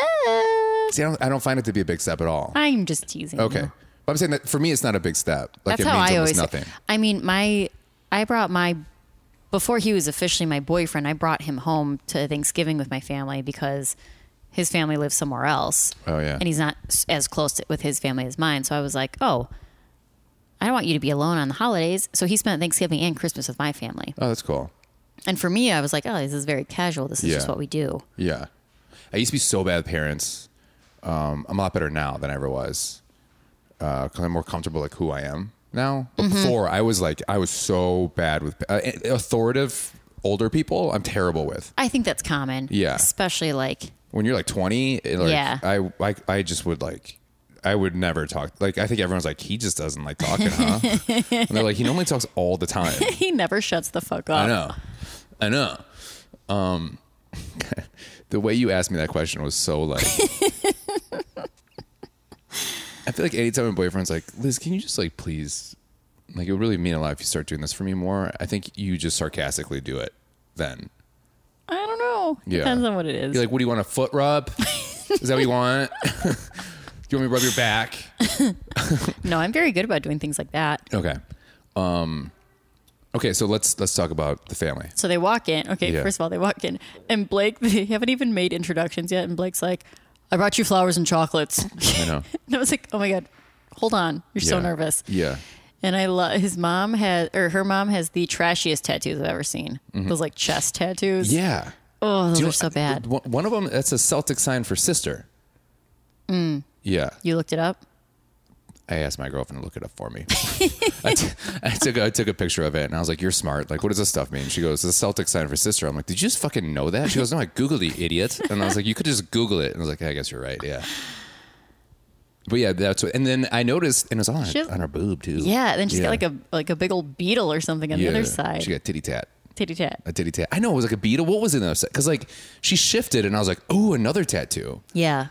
Speaker 1: See, I don't, I don't find it to be a big step at all.
Speaker 2: I'm just teasing.
Speaker 1: Okay,
Speaker 2: you.
Speaker 1: but I'm saying that for me, it's not a big step. Like
Speaker 2: That's
Speaker 1: it
Speaker 2: how
Speaker 1: means
Speaker 2: I
Speaker 1: almost
Speaker 2: always.
Speaker 1: nothing.
Speaker 2: I mean, my I brought my before he was officially my boyfriend. I brought him home to Thanksgiving with my family because his family lives somewhere else.
Speaker 1: Oh, yeah.
Speaker 2: and he's not s- as close to, with his family as mine. So I was like, oh, I don't want you to be alone on the holidays. So he spent Thanksgiving and Christmas with my family.
Speaker 1: Oh, that's cool.
Speaker 2: And for me, I was like, oh, this is very casual. This is
Speaker 1: Yeah.
Speaker 2: just what we do.
Speaker 1: Yeah. I used to be so bad with parents. Um, I'm a lot better now than I ever was. Because I'm more comfortable like who I am now. But before, I was like, I was so bad with uh, authoritative older people. I'm terrible with.
Speaker 2: I think that's common.
Speaker 1: Yeah.
Speaker 2: especially like
Speaker 1: When you're like 20, it, like,
Speaker 2: Yeah.
Speaker 1: I, I, I just would like, I would never talk. Like, I think everyone's like, he just doesn't like talking, huh? and they're like, he normally talks all the time.
Speaker 2: he never shuts the fuck up.
Speaker 1: I know. I know. Um, <laughs> the way you asked me that question was so like.
Speaker 2: <laughs>
Speaker 1: I feel like anytime my boyfriend's like, Liz, can you just like please, like it would really mean a lot if you start doing this for me more. I think you just sarcastically do it then.
Speaker 2: I don't know.
Speaker 1: Yeah.
Speaker 2: Depends on what it is.
Speaker 1: You're like, what do you want? A foot rub? Is that what you want? <laughs> do you want me to rub your back?
Speaker 2: no, I'm very good about doing things like that.
Speaker 1: Okay. Um, okay. So let's let's talk about the family.
Speaker 2: So they walk in. Okay,
Speaker 1: Yeah.
Speaker 2: first of all, they walk in, and Blake, <laughs> they haven't even made introductions yet. And Blake's like, I brought you flowers and chocolates. <laughs> and
Speaker 1: I know.
Speaker 2: I was like, oh my God, hold on. You're so
Speaker 1: Yeah.
Speaker 2: nervous.
Speaker 1: Yeah.
Speaker 2: And I love his mom has, or her mom has the trashiest tattoos I've ever seen. Those like chest tattoos.
Speaker 1: Mm-hmm. Yeah.
Speaker 2: Oh, those
Speaker 1: Do you
Speaker 2: are so
Speaker 1: know-
Speaker 2: bad.
Speaker 1: One one of them, that's a Celtic sign for sister.
Speaker 2: Mm.
Speaker 1: Yeah.
Speaker 2: You looked it up?
Speaker 1: I asked my girlfriend to look it up for
Speaker 2: <laughs>
Speaker 1: me. I, t- I took a, I took a picture of it and I was like, "You're smart. Like, what does this stuff mean?" She goes, "It's a Celtic sign for sister." I'm like, "Did you just fucking know that?" She goes, "No, I googled it, idiot." And I was like, "You could just Google it." And I was like, "I guess you're right. Yeah." But yeah, that's what. And then I noticed, and it's on
Speaker 2: She-
Speaker 1: her, on her boob too.
Speaker 2: Yeah. Then she's got like a like a big old beetle or something on
Speaker 1: Yeah.
Speaker 2: the other side.
Speaker 1: She got titty tat.
Speaker 2: Titty tat.
Speaker 1: A titty tat. I know it was like a beetle. What was in the other side? Because like she shifted, and I was like, "Ooh, another tattoo."
Speaker 2: Yeah.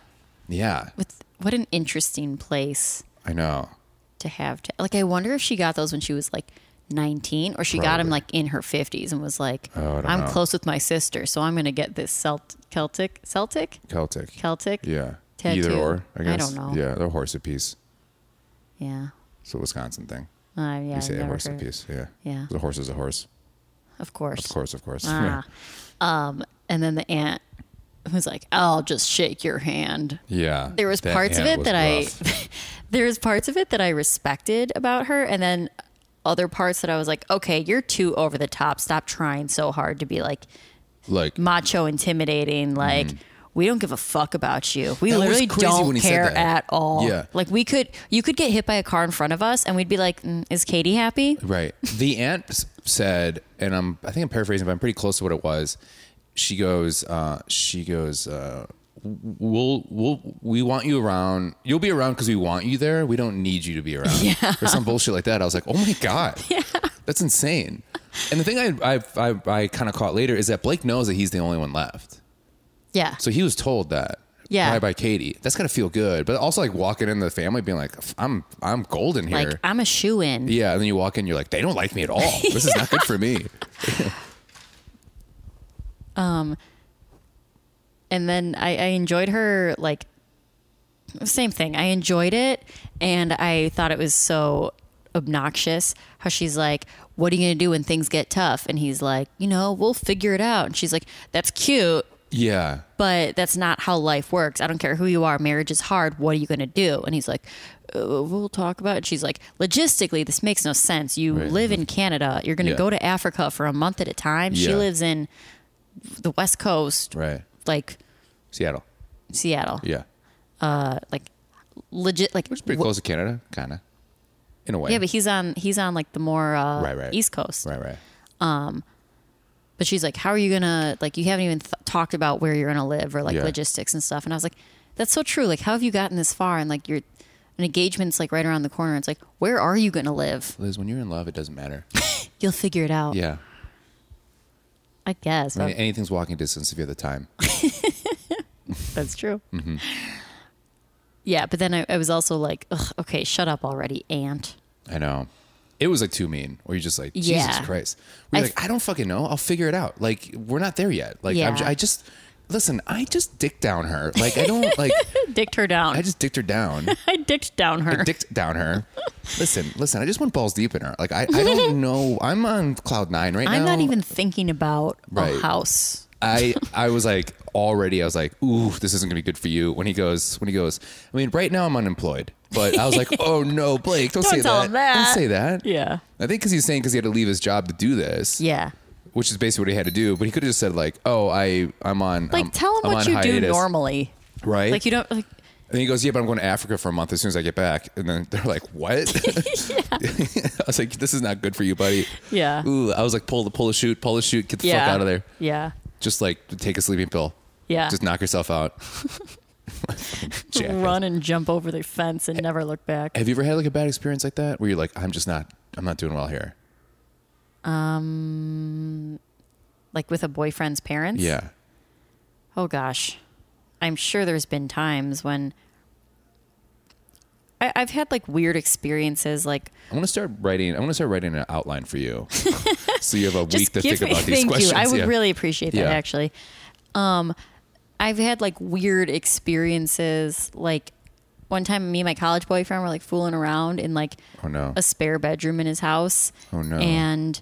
Speaker 1: Yeah,
Speaker 2: With what an interesting place.
Speaker 1: I know.
Speaker 2: to have ta- like i wonder if she got those when she was like 19 or she got
Speaker 1: Probably.
Speaker 2: them
Speaker 1: Oh,
Speaker 2: like in her 50s and was like
Speaker 1: I don't
Speaker 2: i'm
Speaker 1: know.
Speaker 2: close with my sister so i'm going to get this Celt- celtic celtic
Speaker 1: Celtic.
Speaker 2: celtic
Speaker 1: Yeah.
Speaker 2: Tattoo.
Speaker 1: Either or, I
Speaker 2: I
Speaker 1: guess.
Speaker 2: don't know.
Speaker 1: Yeah, they're horse apiece.
Speaker 2: yeah
Speaker 1: It's a Wisconsin thing.
Speaker 2: uh, yeah,
Speaker 1: You say
Speaker 2: I've
Speaker 1: a
Speaker 2: never
Speaker 1: horse
Speaker 2: heard-
Speaker 1: apiece. Yeah.
Speaker 2: Yeah.
Speaker 1: The horse is a horse.
Speaker 2: of course,
Speaker 1: Of course, of course.
Speaker 2: Ah. um, and then the aunt was like i'll just shake your hand
Speaker 1: <laughs> yeah.
Speaker 2: there was parts of
Speaker 1: hand
Speaker 2: it
Speaker 1: was
Speaker 2: that
Speaker 1: rough.
Speaker 2: I <laughs> there was parts of it that I respected about her and then other parts that I was like, okay, you're too over the top. Stop trying so hard to be like
Speaker 1: like
Speaker 2: macho, intimidating, like we don't give a fuck about you. We
Speaker 1: Mm. That was
Speaker 2: literally
Speaker 1: crazy when
Speaker 2: don't
Speaker 1: he said
Speaker 2: care
Speaker 1: that.
Speaker 2: at all.
Speaker 1: Yeah.
Speaker 2: Like we could, you could get hit by a car in front of us, and we'd be like, mm, "Is Katie happy?"
Speaker 1: right. The aunt said, and I'm I think I'm paraphrasing, but I'm pretty close to what it was. She goes, uh, she goes, uh, we'll we'll we want you around. You'll be around because we want you there. We don't need you to be around. Yeah. Or some bullshit like that. I was like, oh my god, yeah. that's insane. And the thing I I I, I kind of caught later is that Blake knows that he's the only one left.
Speaker 2: Yeah.
Speaker 1: So he was told that.
Speaker 2: Yeah.
Speaker 1: Probably by Katie. That's gotta feel good. But also like walking into the family being like, I'm I'm golden here.
Speaker 2: like I'm a shoe in.
Speaker 1: yeah. And then you walk in, you're like, they don't like me at all. This is not good for me.
Speaker 2: and then I, I enjoyed her like same thing. I enjoyed it, and I thought it was so obnoxious how she's like, "What are you gonna do when things get tough?" And he's like, "You know, we'll figure it out." And she's like, "That's cute."
Speaker 1: <laughs> Yeah.
Speaker 2: But that's not how life works. I don't care who you are. Marriage is hard. What are you going to do? And he's like, uh, we'll talk about it. And she's like, logistically, this makes no sense. You
Speaker 1: Right.
Speaker 2: live in Canada. You're going to
Speaker 1: Yeah.
Speaker 2: go to Africa for a month at a time. She
Speaker 1: Yeah.
Speaker 2: lives in the West Coast,
Speaker 1: Right.
Speaker 2: like
Speaker 1: Seattle.
Speaker 2: Seattle.
Speaker 1: Yeah.
Speaker 2: like legit like
Speaker 1: Which is pretty close to Canada, kinda. In a way.
Speaker 2: yeah but he's on he's on like the more uh
Speaker 1: Right, right.
Speaker 2: east coast
Speaker 1: Right, right.
Speaker 2: but she's like how are you gonna like you haven't even th- talked about where you're gonna live or like
Speaker 1: Yeah.
Speaker 2: logistics and stuff and i was like that's so true like how have you gotten this far and like your an engagement's like right around the corner it's like where are you gonna live
Speaker 1: Liz, when you're in love, it doesn't matter.
Speaker 2: you'll figure it
Speaker 1: <laughs>
Speaker 2: out
Speaker 1: Yeah.
Speaker 2: i guess
Speaker 1: I mean, anything's walking distance if you have the time. <laughs>
Speaker 2: that's true
Speaker 1: Mm-hmm.
Speaker 2: <sighs> yeah but then I, I was also like Ugh, okay shut up already aunt
Speaker 1: I know. It was like too mean, or you're just like, Jesus
Speaker 2: Yeah.
Speaker 1: Christ. We're
Speaker 2: I
Speaker 1: like, I don't fucking know. I'll figure it out. Like, we're not there yet. Like, I'm,
Speaker 2: Yeah.
Speaker 1: j- I just, listen, I just dick down her. Like, I don't, like,
Speaker 2: dicked her down
Speaker 1: I
Speaker 2: i,
Speaker 1: just dicked her down.
Speaker 2: dicked down her
Speaker 1: I dicked down her. Listen, listen, I just went balls deep in her. Like, I, I
Speaker 2: <laughs>
Speaker 1: don't know. I'm on cloud nine right
Speaker 2: <laughs> i'm
Speaker 1: now.
Speaker 2: not even thinking about
Speaker 1: Right.
Speaker 2: a house
Speaker 1: I I was like already I was like ooh this isn't gonna be good for you when he goes when he goes I mean right now I'm unemployed but I was
Speaker 2: <laughs>
Speaker 1: like oh no Blake don't,
Speaker 2: Don't
Speaker 1: say
Speaker 2: tell
Speaker 1: that.
Speaker 2: him that.
Speaker 1: don't say that
Speaker 2: yeah
Speaker 1: I think because he's saying because he had to leave his job to do this
Speaker 2: yeah
Speaker 1: which is basically what he had to do but he could have just said like oh I I'm on
Speaker 2: Like,
Speaker 1: I'm-
Speaker 2: tell him
Speaker 1: Um, I'm
Speaker 2: what
Speaker 1: on
Speaker 2: you do
Speaker 1: hiatus.
Speaker 2: normally.
Speaker 1: right
Speaker 2: Like, you don't. Like,
Speaker 1: and he goes yeah but I'm going to Africa for a month as soon as I get back and then they're like
Speaker 2: <laughs>
Speaker 1: what <laughs> I was like this is not good for you buddy
Speaker 2: Yeah.
Speaker 1: ooh I was like pull the pull the shoot pull the shoot get the
Speaker 2: yeah.
Speaker 1: fuck out of there
Speaker 2: Yeah.
Speaker 1: just like take a sleeping pill.
Speaker 2: Yeah.
Speaker 1: Just knock yourself
Speaker 2: <laughs>
Speaker 1: out. Jackass.
Speaker 2: Run and jump over the fence and never look back.
Speaker 1: Have you ever had like a bad experience like that where you're like, I'm just not, I'm not doing well here.
Speaker 2: Like with a boyfriend's parents.
Speaker 1: Yeah.
Speaker 2: Oh gosh, I'm sure there's been times when I, I've had like weird experiences. Like
Speaker 1: I want to start writing. I want to start writing an outline for
Speaker 2: <laughs>
Speaker 1: you, so you have a week
Speaker 2: just
Speaker 1: to
Speaker 2: give
Speaker 1: think
Speaker 2: me. <laughs>
Speaker 1: about these
Speaker 2: Thank
Speaker 1: questions.
Speaker 2: you. I would
Speaker 1: Yeah.
Speaker 2: really appreciate that
Speaker 1: Yeah.
Speaker 2: actually. Um, I've had like weird experiences. Like one time, me and my college boyfriend were like fooling around and like
Speaker 1: Oh no.
Speaker 2: a spare bedroom in his house.
Speaker 1: Oh, no.
Speaker 2: And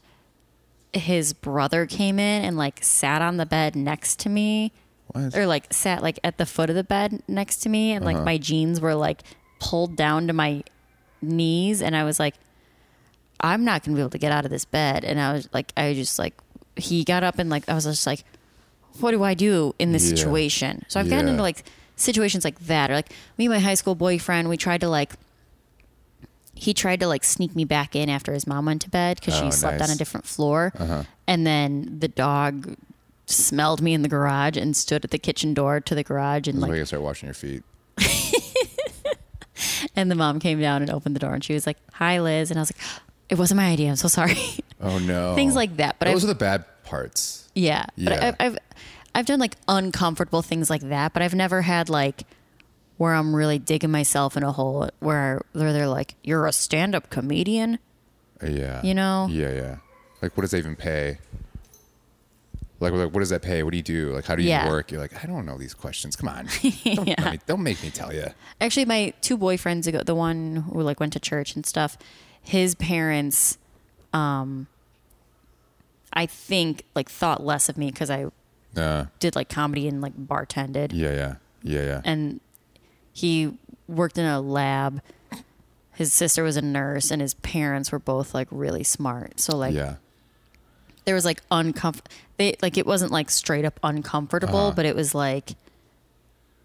Speaker 2: his brother came in and like sat on the bed next to me,
Speaker 1: What?
Speaker 2: or like sat like at the foot of the bed next to me, and
Speaker 1: Uh-huh.
Speaker 2: like my jeans were like pulled down to my knees, and I was like, I'm not gonna be able to get out of this bed, and I was like, I just like he got up and like I was just like, what do I do in this
Speaker 1: Yeah.
Speaker 2: situation? So I've gotten
Speaker 1: Yeah.
Speaker 2: into like situations like that, or like me and my high school boyfriend, we tried to like he tried to like sneak me back in after his mom went to bed because
Speaker 1: Oh,
Speaker 2: she slept
Speaker 1: nice. Uh-huh.
Speaker 2: on a different floor. And then the dog smelled me in the garage and stood at the kitchen door to the garage and
Speaker 1: That's why
Speaker 2: like
Speaker 1: you start washing your feet.
Speaker 2: and the mom came down and opened the door and she was like, "Hi, Liz," and I was like, "It wasn't my idea. I'm so sorry." <laughs>
Speaker 1: Oh no.
Speaker 2: Things like that. But
Speaker 1: those
Speaker 2: I've,
Speaker 1: are the bad parts.
Speaker 2: yeah, but
Speaker 1: Yeah.
Speaker 2: I, I've I've done like uncomfortable things like that, but I've never had like where I'm really digging myself in a hole where where they're like, "You're a stand-up comedian."
Speaker 1: Yeah.
Speaker 2: You know?
Speaker 1: Yeah, yeah. Like, what does that even pay? Like, like, what does that pay? What do you do? Like, how do you
Speaker 2: Yeah.
Speaker 1: work? You're like, I don't know these questions. Come
Speaker 2: <laughs>
Speaker 1: on. Don't, let me- don't make me tell you.
Speaker 2: actually my two boyfriends ago the one who like went to church and stuff his parents um i think like thought less of me because i
Speaker 1: Uh,
Speaker 2: did like comedy and like bartended
Speaker 1: yeah, yeah, yeah, yeah.
Speaker 2: and he worked in a lab his sister was a nurse and his parents were both like really smart so like
Speaker 1: yeah.
Speaker 2: there was like uncomfort they like it wasn't like straight up uncomfortable
Speaker 1: Uh-huh.
Speaker 2: but it was like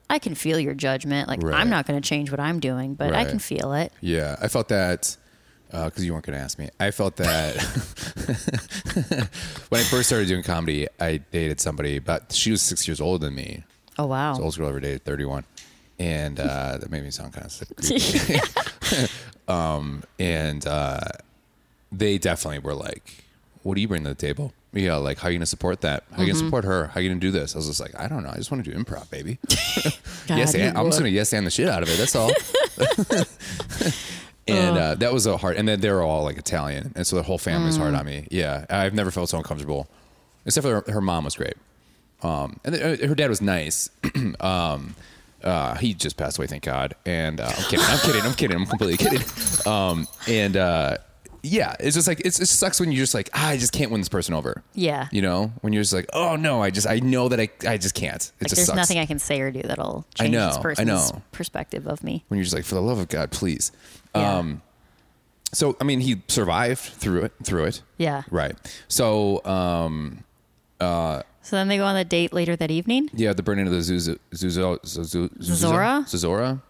Speaker 2: i can feel your judgment like
Speaker 1: Right.
Speaker 2: i'm not going to change what i'm doing but i
Speaker 1: Right.
Speaker 2: can feel it
Speaker 1: Yeah, I felt that because you weren't going to ask me. I felt that <laughs> when I first started doing comedy, I dated somebody, but she was six years older than me.
Speaker 2: Oh
Speaker 1: So
Speaker 2: wow.
Speaker 1: oldest girl I ever dated, 31. And uh, <laughs> that made me sound kind of creepy.
Speaker 2: <laughs>
Speaker 1: <laughs> um, and uh, they definitely were like, what do you bring to the table? Yeah, like, how are you going to support that? How are you going to
Speaker 2: Mm-hmm.
Speaker 1: support her? How are you going to do this? I was just like, I don't know. I just want to do improv,
Speaker 2: <laughs>
Speaker 1: baby. <laughs>
Speaker 2: God,
Speaker 1: yes,
Speaker 2: you
Speaker 1: and, I'm just
Speaker 2: would.
Speaker 1: going to yes and the shit out of it. That's
Speaker 2: <laughs>
Speaker 1: all. <laughs> and uh, that was a hard, and then they were all like Italian. And so the whole family was hard
Speaker 2: Mm.
Speaker 1: on me. Yeah, I've never felt so uncomfortable. Except for her, her mom was great. Um, and then, uh, her dad was nice. <clears throat> um, uh, he just passed away, thank God. And uh, I'm kidding. I'm kidding. I'm kidding. I'm completely kidding. Um, and uh, yeah, it's just like it's, it sucks when you're just like ah, I just can't win this person over.
Speaker 2: Yeah.
Speaker 1: You know, when you're just like, oh no, I just I know that I I just can't. It
Speaker 2: Like
Speaker 1: just
Speaker 2: there's
Speaker 1: sucks.
Speaker 2: nothing I can say or do that'll
Speaker 1: I
Speaker 2: change
Speaker 1: know,
Speaker 2: this
Speaker 1: I
Speaker 2: person's
Speaker 1: know.
Speaker 2: perspective of me.
Speaker 1: when you're just like, for the love of God, please.
Speaker 2: Yeah.
Speaker 1: Um, so I mean, he survived through it. Through it.
Speaker 2: Yeah.
Speaker 1: Right. So um,
Speaker 2: So then they go on the date later that evening.
Speaker 1: yeah, the burning of the Zuzo, Zuzo, Zuzo,
Speaker 2: Zora?
Speaker 1: Zora.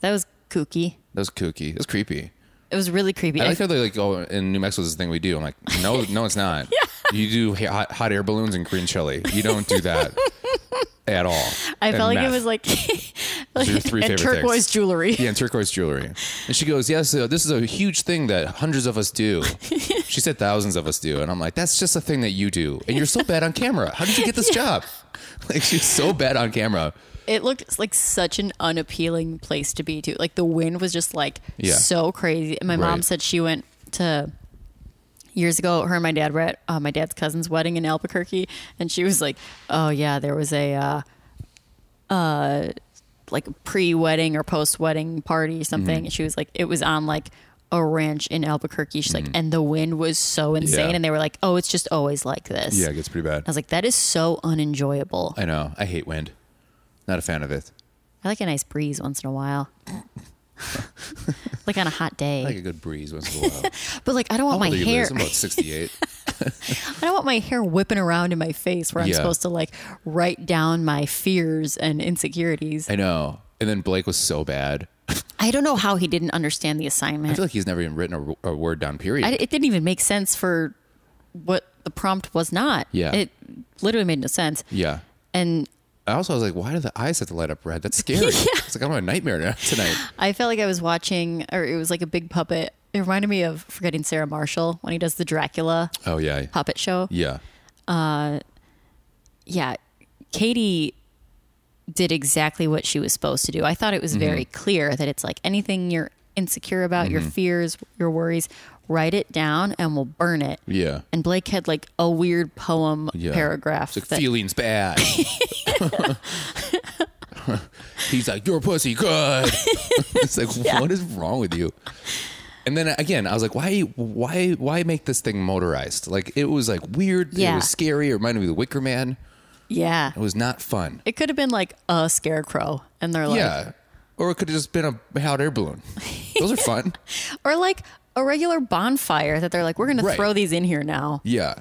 Speaker 2: That was kooky.
Speaker 1: That was kooky. That was creepy.
Speaker 2: It was really creepy.
Speaker 1: I
Speaker 2: I-
Speaker 1: like how they're like, oh, in New Mexico, this is the thing we do. I'm like,
Speaker 2: <laughs>
Speaker 1: no, no, it's not. You do ha- hot, hot air balloons and green chili. You don't do
Speaker 2: <laughs>
Speaker 1: that at all.
Speaker 2: I
Speaker 1: And
Speaker 2: felt like
Speaker 1: meth.
Speaker 2: it was like, like
Speaker 1: your three
Speaker 2: <laughs> and
Speaker 1: favorite
Speaker 2: turquoise
Speaker 1: things.
Speaker 2: jewelry.
Speaker 1: <laughs> Yeah, and turquoise jewelry. And she goes, yes, uh, this is a huge thing that hundreds of us
Speaker 2: <laughs>
Speaker 1: do. she said thousands of us do. And I'm like, that's just a thing that you do. And you're so bad on camera. How did you get
Speaker 2: <laughs>
Speaker 1: this job? <laughs> Like, she's so bad on camera.
Speaker 2: It looked like such an unappealing place to be to. Like the wind was just like
Speaker 1: Yeah.
Speaker 2: so crazy. And my mom
Speaker 1: Right.
Speaker 2: said she went to years ago. Her and my dad were at uh, my dad's cousin's wedding in Albuquerque, and she was like, "Oh yeah, there was a." Uh, like pre-wedding or post-wedding party something
Speaker 1: Mm-hmm.
Speaker 2: and she was like it was on like a ranch in Albuquerque she's like and the wind was so insane
Speaker 1: Mm-hmm. Yeah.
Speaker 2: and they were like oh it's just always like this
Speaker 1: Yeah, it gets pretty bad.
Speaker 2: I was like that is so unenjoyable
Speaker 1: I know. I hate wind. Not a fan of it.
Speaker 2: I like a nice breeze once in a while like on a hot day
Speaker 1: I like a good breeze once in a while.
Speaker 2: but like I don't want
Speaker 1: How
Speaker 2: <laughs> my
Speaker 1: old are you,
Speaker 2: hair
Speaker 1: Liz? I'm about 68.
Speaker 2: <laughs> I don't want my hair whipping around in my face where I'm
Speaker 1: Yeah.
Speaker 2: supposed to like write down my fears and insecurities
Speaker 1: I know. And then Blake was so bad.
Speaker 2: I don't know how he didn't understand the assignment
Speaker 1: I feel like he's never even written a, a word down. Period.
Speaker 2: I, it didn't even make sense for what the prompt was not.
Speaker 1: Yeah.
Speaker 2: It literally made no sense.
Speaker 1: yeah.
Speaker 2: And
Speaker 1: I also was like, why do the eyes have to light up red? That's
Speaker 2: <laughs>
Speaker 1: scary. It's like I'm a nightmare now- tonight.
Speaker 2: I felt like I was watching, or it was like a big puppet. It reminded me of Forgetting Sarah Marshall when he does the Dracula
Speaker 1: Oh yeah.
Speaker 2: puppet show.
Speaker 1: Yeah.
Speaker 2: Yeah. Katie did exactly what she was supposed to do. I thought it was very
Speaker 1: Mm-hmm.
Speaker 2: clear that it's like anything you're insecure about, your fears, your worries, write it down and we'll burn it.
Speaker 1: Yeah.
Speaker 2: And Blake had like a weird poem
Speaker 1: Yeah.
Speaker 2: paragraph.
Speaker 1: It's like
Speaker 2: that-
Speaker 1: feelings
Speaker 2: <laughs>
Speaker 1: bad. <laughs> he's like, Your pussy good. <laughs> it's like, what is wrong with you? And then again, I was like, why why why make this thing motorized? Like it was like weird, it
Speaker 2: Yeah.
Speaker 1: was scary, it reminded me of the Wicker Man.
Speaker 2: yeah.
Speaker 1: It was not fun.
Speaker 2: It could have been like a scarecrow, and they're like,
Speaker 1: yeah. Or it could have just been a hot air balloon. Those are
Speaker 2: <laughs>
Speaker 1: fun.
Speaker 2: or like a regular bonfire that they're like, we're gonna
Speaker 1: Right.
Speaker 2: throw these in here now.
Speaker 1: Yeah.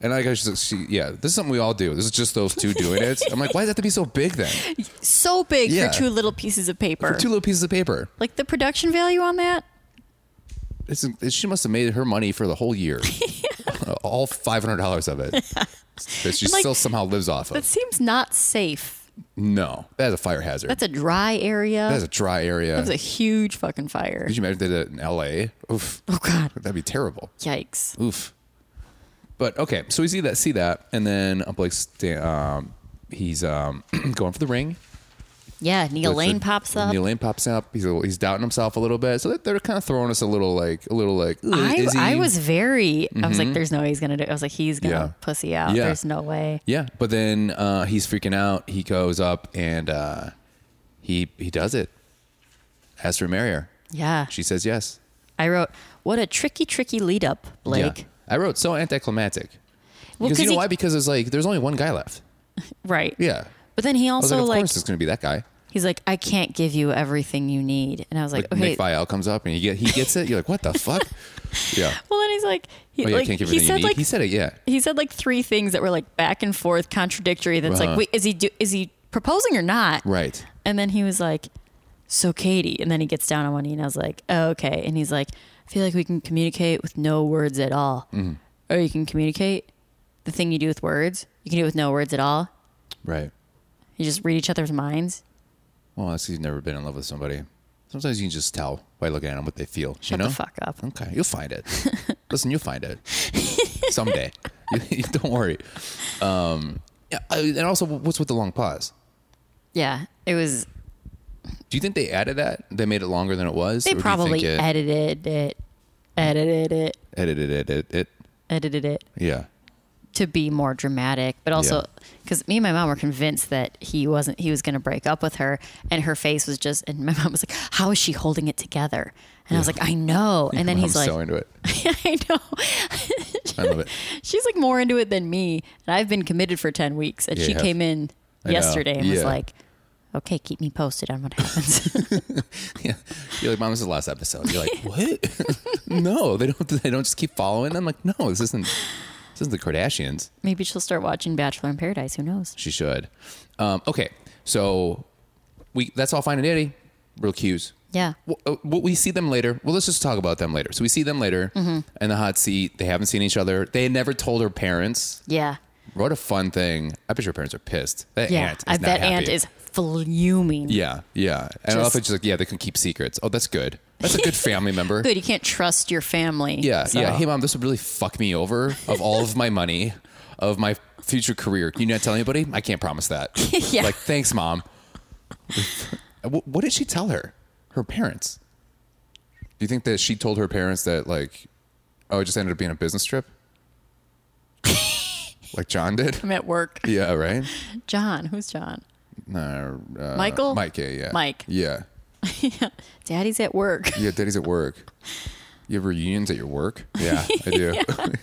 Speaker 1: And I guess she's- she, yeah, this is something we all do. This is just those two doing it. I'm like, why does it have to be so big then?
Speaker 2: So big
Speaker 1: Yeah.
Speaker 2: for two little pieces of paper.
Speaker 1: For two little pieces of paper.
Speaker 2: like the production value on that.
Speaker 1: It's, it, she must have made her money for the whole
Speaker 2: <laughs>
Speaker 1: year, all five hundred dollars of it that she
Speaker 2: And, like,
Speaker 1: still somehow lives off
Speaker 2: That
Speaker 1: of.
Speaker 2: seems not safe.
Speaker 1: No, that is a fire hazard.
Speaker 2: That's a dry area.
Speaker 1: that is a dry area.
Speaker 2: That was a huge fucking fire.
Speaker 1: Could you imagine they did it in L.A.?
Speaker 2: <laughs>
Speaker 1: Oof,
Speaker 2: Oh god.
Speaker 1: that'd be terrible.
Speaker 2: Yikes.
Speaker 1: Oof. But okay, so we see that, see that, and then uh, Blake's sta- um, he's um, <clears throat> going for the ring.
Speaker 2: Yeah, Neil
Speaker 1: That's
Speaker 2: Lane
Speaker 1: it.
Speaker 2: pops up.
Speaker 1: Neil Lane pops up. He's a, he's doubting himself a little bit. So they're, they're kind of throwing us a little like a little like. "Ugh,
Speaker 2: I,
Speaker 1: is he-" Mm-hmm.
Speaker 2: I was very I was like, there's no way he's gonna do it. I was like, he's gonna
Speaker 1: Yeah.
Speaker 2: pussy out.
Speaker 1: Yeah.
Speaker 2: There's no way.
Speaker 1: Yeah, but then uh, he's freaking out. He goes up and uh, he he does it. Asks her to marry her.
Speaker 2: Yeah.
Speaker 1: She says yes.
Speaker 2: I wrote, What a tricky, tricky lead up, Blake.
Speaker 1: Yeah. I wrote so anticlimactic.
Speaker 2: Well,
Speaker 1: because you know
Speaker 2: he-
Speaker 1: why? Because it's like there's only one guy left.
Speaker 2: Right.
Speaker 1: Yeah.
Speaker 2: But then he
Speaker 1: I was
Speaker 2: also
Speaker 1: like, of
Speaker 2: like
Speaker 1: course it's gonna be that guy.
Speaker 2: He's like, I can't give you everything you need. And I was like,
Speaker 1: Like
Speaker 2: okay.
Speaker 1: Nick Vial comes up and he get he gets it. You're like, what the
Speaker 2: <laughs>
Speaker 1: fuck? Yeah.
Speaker 2: Well, then he's like, he,
Speaker 1: Oh yeah,
Speaker 2: like,
Speaker 1: can't give
Speaker 2: he
Speaker 1: everything you
Speaker 2: said
Speaker 1: need.
Speaker 2: like,
Speaker 1: he said it. Yeah.
Speaker 2: he said like three things that were like back and forth contradictory. That's
Speaker 1: Uh-huh.
Speaker 2: like, wait, is he, do, is he proposing or not?
Speaker 1: Right.
Speaker 2: And then he was like, so Katie. And then he gets down on one knee and I was like, oh, okay. And he's like, I feel like we can communicate with no words at all.
Speaker 1: Mm-hmm.
Speaker 2: Or you can communicate the thing you do with words, you can do it with no words at all.
Speaker 1: Right.
Speaker 2: You just read each other's minds.
Speaker 1: Well, that's 'cause you've never been in love with somebody. Sometimes you can just tell by looking at them what they feel.
Speaker 2: Shut
Speaker 1: you know?
Speaker 2: the fuck up.
Speaker 1: Okay, you'll find
Speaker 2: <laughs>
Speaker 1: it. Listen, you'll find it someday. <laughs> You- you Don't worry. Um, yeah, I- and also, what's with the long pause?
Speaker 2: Yeah. It was,
Speaker 1: Do you think they added that? They made it longer than it was.
Speaker 2: they
Speaker 1: Or do you
Speaker 2: probably
Speaker 1: think it-
Speaker 2: edited it, edited it,
Speaker 1: edited it, it, it.
Speaker 2: edited it.
Speaker 1: Yeah,
Speaker 2: to be more dramatic, but also because me and my mom were convinced that he wasn't, he was going to break up with her. And her face was just, and my mom was like, How is she holding it together? And I was like,
Speaker 1: <laughs>
Speaker 2: I know. And then
Speaker 1: I'm
Speaker 2: he's like,
Speaker 1: so into it.
Speaker 2: <laughs> I know.
Speaker 1: I love
Speaker 2: <laughs>
Speaker 1: it.
Speaker 2: She's like more into it than me. And I've been committed for 10 weeks. And she
Speaker 1: Yeah.
Speaker 2: came in
Speaker 1: I know.
Speaker 2: yesterday and was
Speaker 1: Yeah.
Speaker 2: like, Okay, keep me posted on what happens. <laughs>
Speaker 1: Yeah. <laughs> You're like, Mom, this is the last episode. You're like, what? <laughs> no, they don't. They don't just keep following them. Like, no, this isn't. This isn't the Kardashians.
Speaker 2: Maybe she'll start watching Bachelor in Paradise. Who knows?
Speaker 1: She should. Um, okay, so we. That's all fine and dandy. Real cues.
Speaker 2: Yeah.
Speaker 1: Well, uh, well, we see them later. Well, let's just talk about them later. So we see them later
Speaker 2: Mm-hmm.
Speaker 1: in the hot seat. They haven't seen each other. They had never told her parents.
Speaker 2: Yeah.
Speaker 1: What a fun thing! I bet your parents are pissed. That
Speaker 2: Yeah.
Speaker 1: aunt is
Speaker 2: I
Speaker 1: not
Speaker 2: bet
Speaker 1: happy.
Speaker 2: Aunt is fuming.
Speaker 1: Yeah, yeah. And I love
Speaker 2: Just-
Speaker 1: it's just like, yeah, they can keep secrets. Oh, that's good. That's
Speaker 2: <laughs>
Speaker 1: a good family member.
Speaker 2: Good. You can't trust your family.
Speaker 1: Yeah,
Speaker 2: so-
Speaker 1: yeah. Hey, mom, this would really fuck me over of all of my money, of my future career. Can you not tell anybody? I can't promise that.
Speaker 2: <laughs> Yeah.
Speaker 1: Like, thanks, mom. <laughs> what, what did she tell her? Her parents. Do you think that she told her parents that, like, oh, it just ended up being a business
Speaker 2: <laughs>
Speaker 1: trip? like John did? <laughs>
Speaker 2: I'm at work.
Speaker 1: Yeah, right?
Speaker 2: John, who's John?
Speaker 1: No, uh,
Speaker 2: Michael?
Speaker 1: Mike, yeah, yeah.
Speaker 2: Mike.
Speaker 1: Yeah.
Speaker 2: Daddy's at work.
Speaker 1: Yeah, daddy's at work. You have reunions at your work? Yeah, I do. <laughs> um,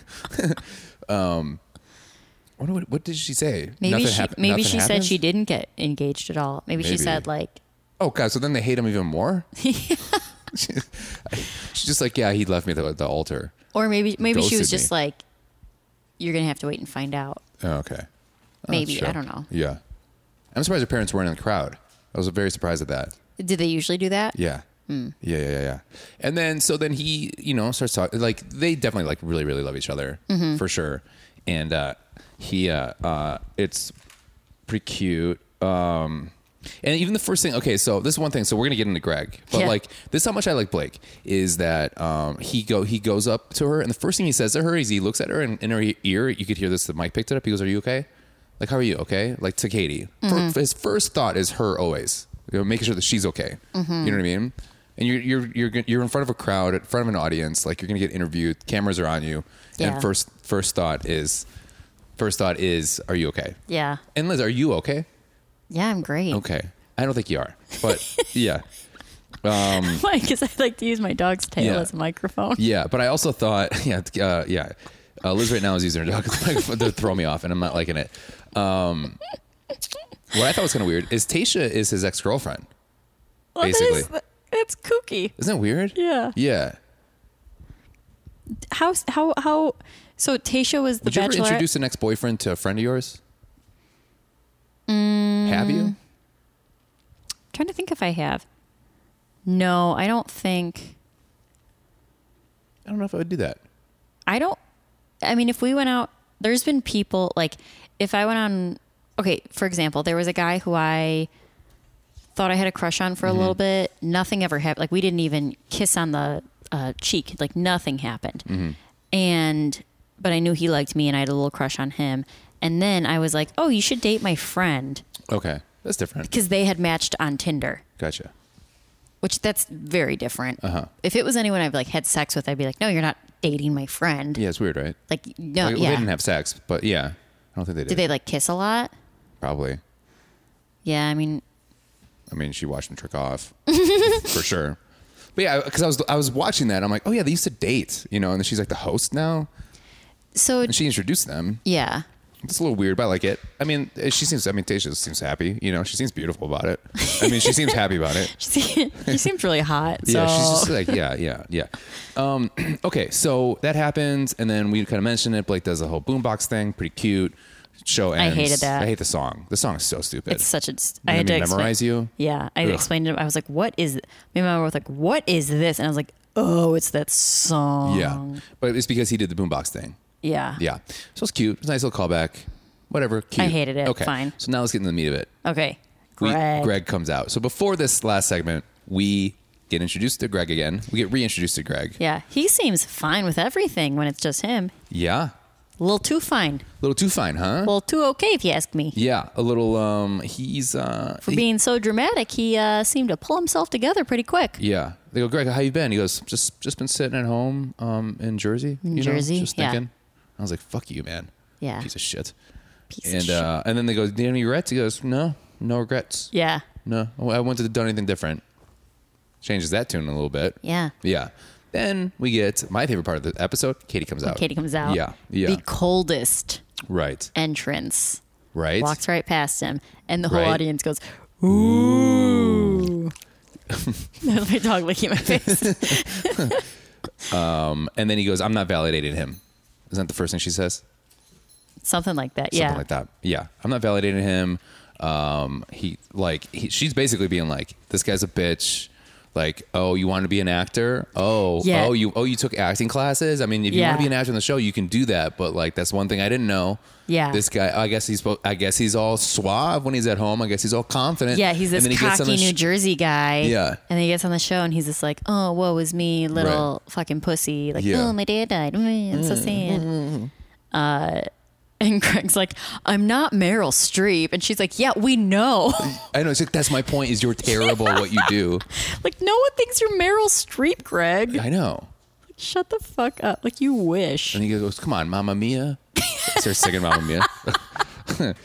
Speaker 1: what, what, what did she say?
Speaker 2: <laughs> Maybe
Speaker 1: Nothing
Speaker 2: she
Speaker 1: hap-
Speaker 2: maybe
Speaker 1: nothing
Speaker 2: she said
Speaker 1: happens?
Speaker 2: she didn't get engaged at all. Maybe, she
Speaker 1: Maybe.
Speaker 2: said like
Speaker 1: Oh god, so then they hate him even
Speaker 2: <laughs>
Speaker 1: more. she, she's just like, yeah, he left me at the, the altar.
Speaker 2: or maybe maybe she was
Speaker 1: Ghosted
Speaker 2: just
Speaker 1: me.
Speaker 2: like you're going to have to wait and find out.
Speaker 1: Oh, okay. Oh,
Speaker 2: Maybe,
Speaker 1: sure.
Speaker 2: I don't know.
Speaker 1: Yeah, I'm surprised her parents weren't in the crowd. I was very surprised at that.
Speaker 2: Did they usually do that?
Speaker 1: Yeah. Yeah, yeah, yeah, yeah. And then so then he, you know, starts talking like they definitely like really, really love each other for sure. And uh he uh uh it's pretty cute. Um and even the first thing, okay, so this is one thing. So we're gonna get into Greg, but
Speaker 2: Yeah.
Speaker 1: like this, is how much I like Blake is that um, he go he goes up to her, and the first thing he says to her is he looks at her, and in her ear you could hear this. The mic picked it up. He goes, "Are you okay? Like how are you? Okay? Like to Katie,
Speaker 2: Mm-hmm.
Speaker 1: Fir- his first thought is her always, you know, making sure that she's okay.
Speaker 2: Mm-hmm.
Speaker 1: You know what I mean? And you're you're you're g- you're in front of a crowd, in front of an audience, like you're gonna get interviewed. Cameras are on you,
Speaker 2: Yeah.
Speaker 1: and first first thought is first thought is, are you okay?
Speaker 2: Yeah.
Speaker 1: And Liz, are you okay?
Speaker 2: Yeah, I'm great.
Speaker 1: Okay. I don't think you are,
Speaker 2: <laughs>
Speaker 1: but yeah.
Speaker 2: Why? Because I <laughs> like to use my dog's tail
Speaker 1: Yeah.
Speaker 2: as a microphone.
Speaker 1: Yeah, but I also thought, <laughs> yeah, uh, yeah. Uh, Liz right now is using her dog <laughs> as a microphone to throw me off, and I'm not liking it. Um, what I thought was kind of weird is Tasha is his ex girlfriend.
Speaker 2: Well, <laughs> that
Speaker 1: basically.
Speaker 2: is- that's kooky.
Speaker 1: Isn't that weird?
Speaker 2: Yeah.
Speaker 1: Yeah.
Speaker 2: How how how? So Tasha was the
Speaker 1: Would you ever
Speaker 2: bachelor.
Speaker 1: introduce an ex boyfriend to a friend of yours?
Speaker 2: Mm.
Speaker 1: Have you?
Speaker 2: trying to think if I have. No, I don't think.
Speaker 1: I don't know if I would do that.
Speaker 2: I don't. I mean, if we went out, there's been people like if I went on. Okay, for example, there was a guy who I thought I had a crush on for a little
Speaker 1: Mm-hmm.
Speaker 2: bit. Nothing ever happened. Like we didn't even kiss on the uh, cheek. Like nothing happened.
Speaker 1: Mm-hmm.
Speaker 2: And but I knew he liked me, and I had a little crush on him. And then I was like, oh, you should date my friend
Speaker 1: Okay, that's different.
Speaker 2: because they had matched on Tinder
Speaker 1: Gotcha.
Speaker 2: which that's very different.
Speaker 1: Uh-huh.
Speaker 2: If it was anyone I've like had sex with, I'd be like, no, you're not dating my friend.
Speaker 1: Yeah, it's weird, right?
Speaker 2: Like, no,
Speaker 1: Like, well,
Speaker 2: Uh, yeah.
Speaker 1: They didn't have sex, but yeah, I don't think they did.
Speaker 2: Did they like kiss a lot?
Speaker 1: Probably.
Speaker 2: Yeah, I mean,
Speaker 1: I mean, she watched him trick off <laughs> for sure. But yeah, because I was I was watching that, I'm like, oh yeah, they used to date, you know, and then she's like the host now,
Speaker 2: so
Speaker 1: and she introduced them.
Speaker 2: yeah,
Speaker 1: It's a little weird, but I like it. I mean, eh, she seems. I mean, Tasha seems happy, you know. She seems beautiful about it. I mean, she seems happy about it.
Speaker 2: <laughs> <laughs> she seems really hot. So
Speaker 1: Yeah, she's just like, yeah, yeah, yeah. Um, <clears throat> okay, so that happens, and then we kind of mentioned it. Blake does the whole boombox thing, pretty cute. show
Speaker 2: I
Speaker 1: ends.
Speaker 2: hated that.
Speaker 1: I hate the song. The song is so stupid.
Speaker 2: It's such a. st-
Speaker 1: They
Speaker 2: I had to
Speaker 1: made me
Speaker 2: explain-
Speaker 1: memorize you?
Speaker 2: Yeah, I
Speaker 1: Ugh.
Speaker 2: explained it. I was like, "What is?" Me and my mom were like, "What is this?" And I was like, "Oh, it's that song."
Speaker 1: yeah, but it's because he did the boombox thing.
Speaker 2: Yeah.
Speaker 1: Yeah, so it's cute. It's a nice little callback. Whatever. Cute.
Speaker 2: hated it.
Speaker 1: Okay,
Speaker 2: Fine.
Speaker 1: So now let's get into the meat of it.
Speaker 2: Okay.
Speaker 1: We-
Speaker 2: Greg.
Speaker 1: Greg comes out. So before this last segment, we get introduced to Greg again. We get reintroduced to Greg.
Speaker 2: Yeah, he seems fine with everything when it's just him.
Speaker 1: Yeah.
Speaker 2: A little too fine.
Speaker 1: A little too fine, huh?
Speaker 2: Well, too okay if you ask me.
Speaker 1: yeah, a little. Um, he's uh,
Speaker 2: For being so dramatic, he uh, seemed to pull himself together pretty quick.
Speaker 1: Yeah. They go, Greg, how you been? He goes, just just been sitting at home um, in Jersey. you know,
Speaker 2: Jersey,
Speaker 1: just
Speaker 2: yeah.
Speaker 1: thinking. I was like, fuck you, man.
Speaker 2: Yeah.
Speaker 1: Piece of shit.
Speaker 2: Piece of
Speaker 1: and
Speaker 2: shit.
Speaker 1: uh, and then they go, do you have any regrets? He goes, no, no regrets.
Speaker 2: yeah,
Speaker 1: No, I I wouldn't have done anything different. Changes that tune a little bit.
Speaker 2: yeah.
Speaker 1: Yeah. Then we get my favorite part of the episode. Katie comes out.
Speaker 2: Katie comes out.
Speaker 1: Oh. Yeah. Yeah.
Speaker 2: The coldest
Speaker 1: right.
Speaker 2: entrance
Speaker 1: Right.
Speaker 2: walks right past him, and the whole
Speaker 1: Right.
Speaker 2: audience goes, "Ooh." <laughs> my dog licking my face. <laughs>
Speaker 1: And then he goes, I'm not validating him. Isn't that the first thing she says?
Speaker 2: Something like that.
Speaker 1: Something
Speaker 2: yeah.
Speaker 1: like that. Yeah. I'm not validating him. Um, he like he, she's basically being like, this guy's a bitch. Like, oh, you want to be an actor? Oh,
Speaker 2: Yeah.
Speaker 1: oh, you oh you took acting classes. I mean, if you
Speaker 2: Yeah.
Speaker 1: want to be an actor on the show, you can do that. But like, that's one thing I didn't know.
Speaker 2: Yeah.
Speaker 1: This guy, I guess he's spo- I guess he's all suave when he's at home. I guess he's all confident.
Speaker 2: Yeah, he's
Speaker 1: And
Speaker 2: this
Speaker 1: then he gets on
Speaker 2: cocky
Speaker 1: the
Speaker 2: New
Speaker 1: sh-
Speaker 2: Jersey guy.
Speaker 1: Yeah.
Speaker 2: And then he gets on the show and he's just like, oh, woe is me, little fucking pussy. Like,
Speaker 1: Yeah. mm,
Speaker 2: oh, my dad died. Mm, I'm so sad. Uh, <laughs> and Greg's like, I'm not Meryl Streep. And she's like, yeah, we know. <laughs>
Speaker 1: I know. It's like, that's my point. Is you're terrible at what you do.
Speaker 2: like, no one thinks you're Meryl Streep, Greg.
Speaker 1: I know.
Speaker 2: Shut the fuck up. Like, you wish.
Speaker 1: And he goes, "Come on, Mamma Mia!" Starts singing Mamma Mia. <laughs>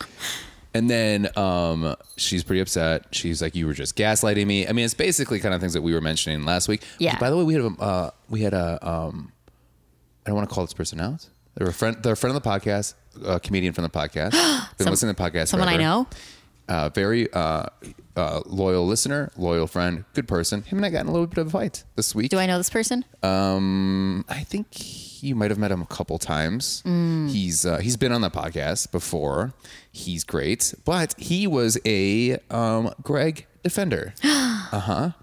Speaker 1: and then um, she's pretty upset. She's like, "You were just gaslighting me." I mean, it's basically kind of things that we were mentioning last week.
Speaker 2: Yeah.
Speaker 1: By the way, we had a uh, we had a um, I don't want to call this person out. They're a friend. They're a friend of the podcast. A comedian from the
Speaker 2: <gasps>
Speaker 1: podcast. Been listening to the podcast.
Speaker 2: Someone I
Speaker 1: forever.
Speaker 2: know?
Speaker 1: Uh, very uh, uh, loyal listener, loyal friend, good person. Him and I got in a little bit of a fight this week.
Speaker 2: Do I know this person?
Speaker 1: Uh, I think you might have met him a couple times.
Speaker 2: Mm.
Speaker 1: He's uh, he's been on the podcast before. He's great, but he was a um, Greg
Speaker 2: <gasps>
Speaker 1: defender. I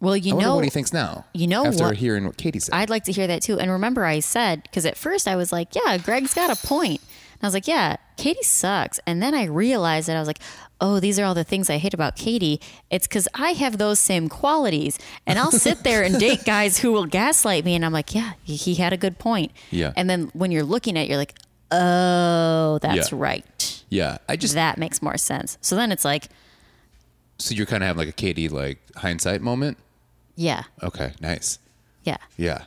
Speaker 2: well, you
Speaker 1: wonder
Speaker 2: know.
Speaker 1: what he thinks now.
Speaker 2: you know
Speaker 1: after
Speaker 2: what-
Speaker 1: hearing what Katie said.
Speaker 2: I'd like to hear that too. And remember, I said, because at first I was like, yeah, Greg's got a point. And I was like, yeah, Katie sucks. And then I realized that I was like, oh, these are all the things I hate about Katie. It's because I have those same qualities. And I'll sit there
Speaker 1: <laughs>
Speaker 2: and date guys who will gaslight me. And I'm like, yeah, he- he had a good point.
Speaker 1: Yeah.
Speaker 2: And then when you're looking at it, you're like, oh, that's
Speaker 1: Yeah.
Speaker 2: right.
Speaker 1: yeah, I just
Speaker 2: That makes more sense. So then it's like,
Speaker 1: so you're kind of having like a Katie like hindsight moment.
Speaker 2: yeah,
Speaker 1: Okay, nice.
Speaker 2: yeah.
Speaker 1: Yeah,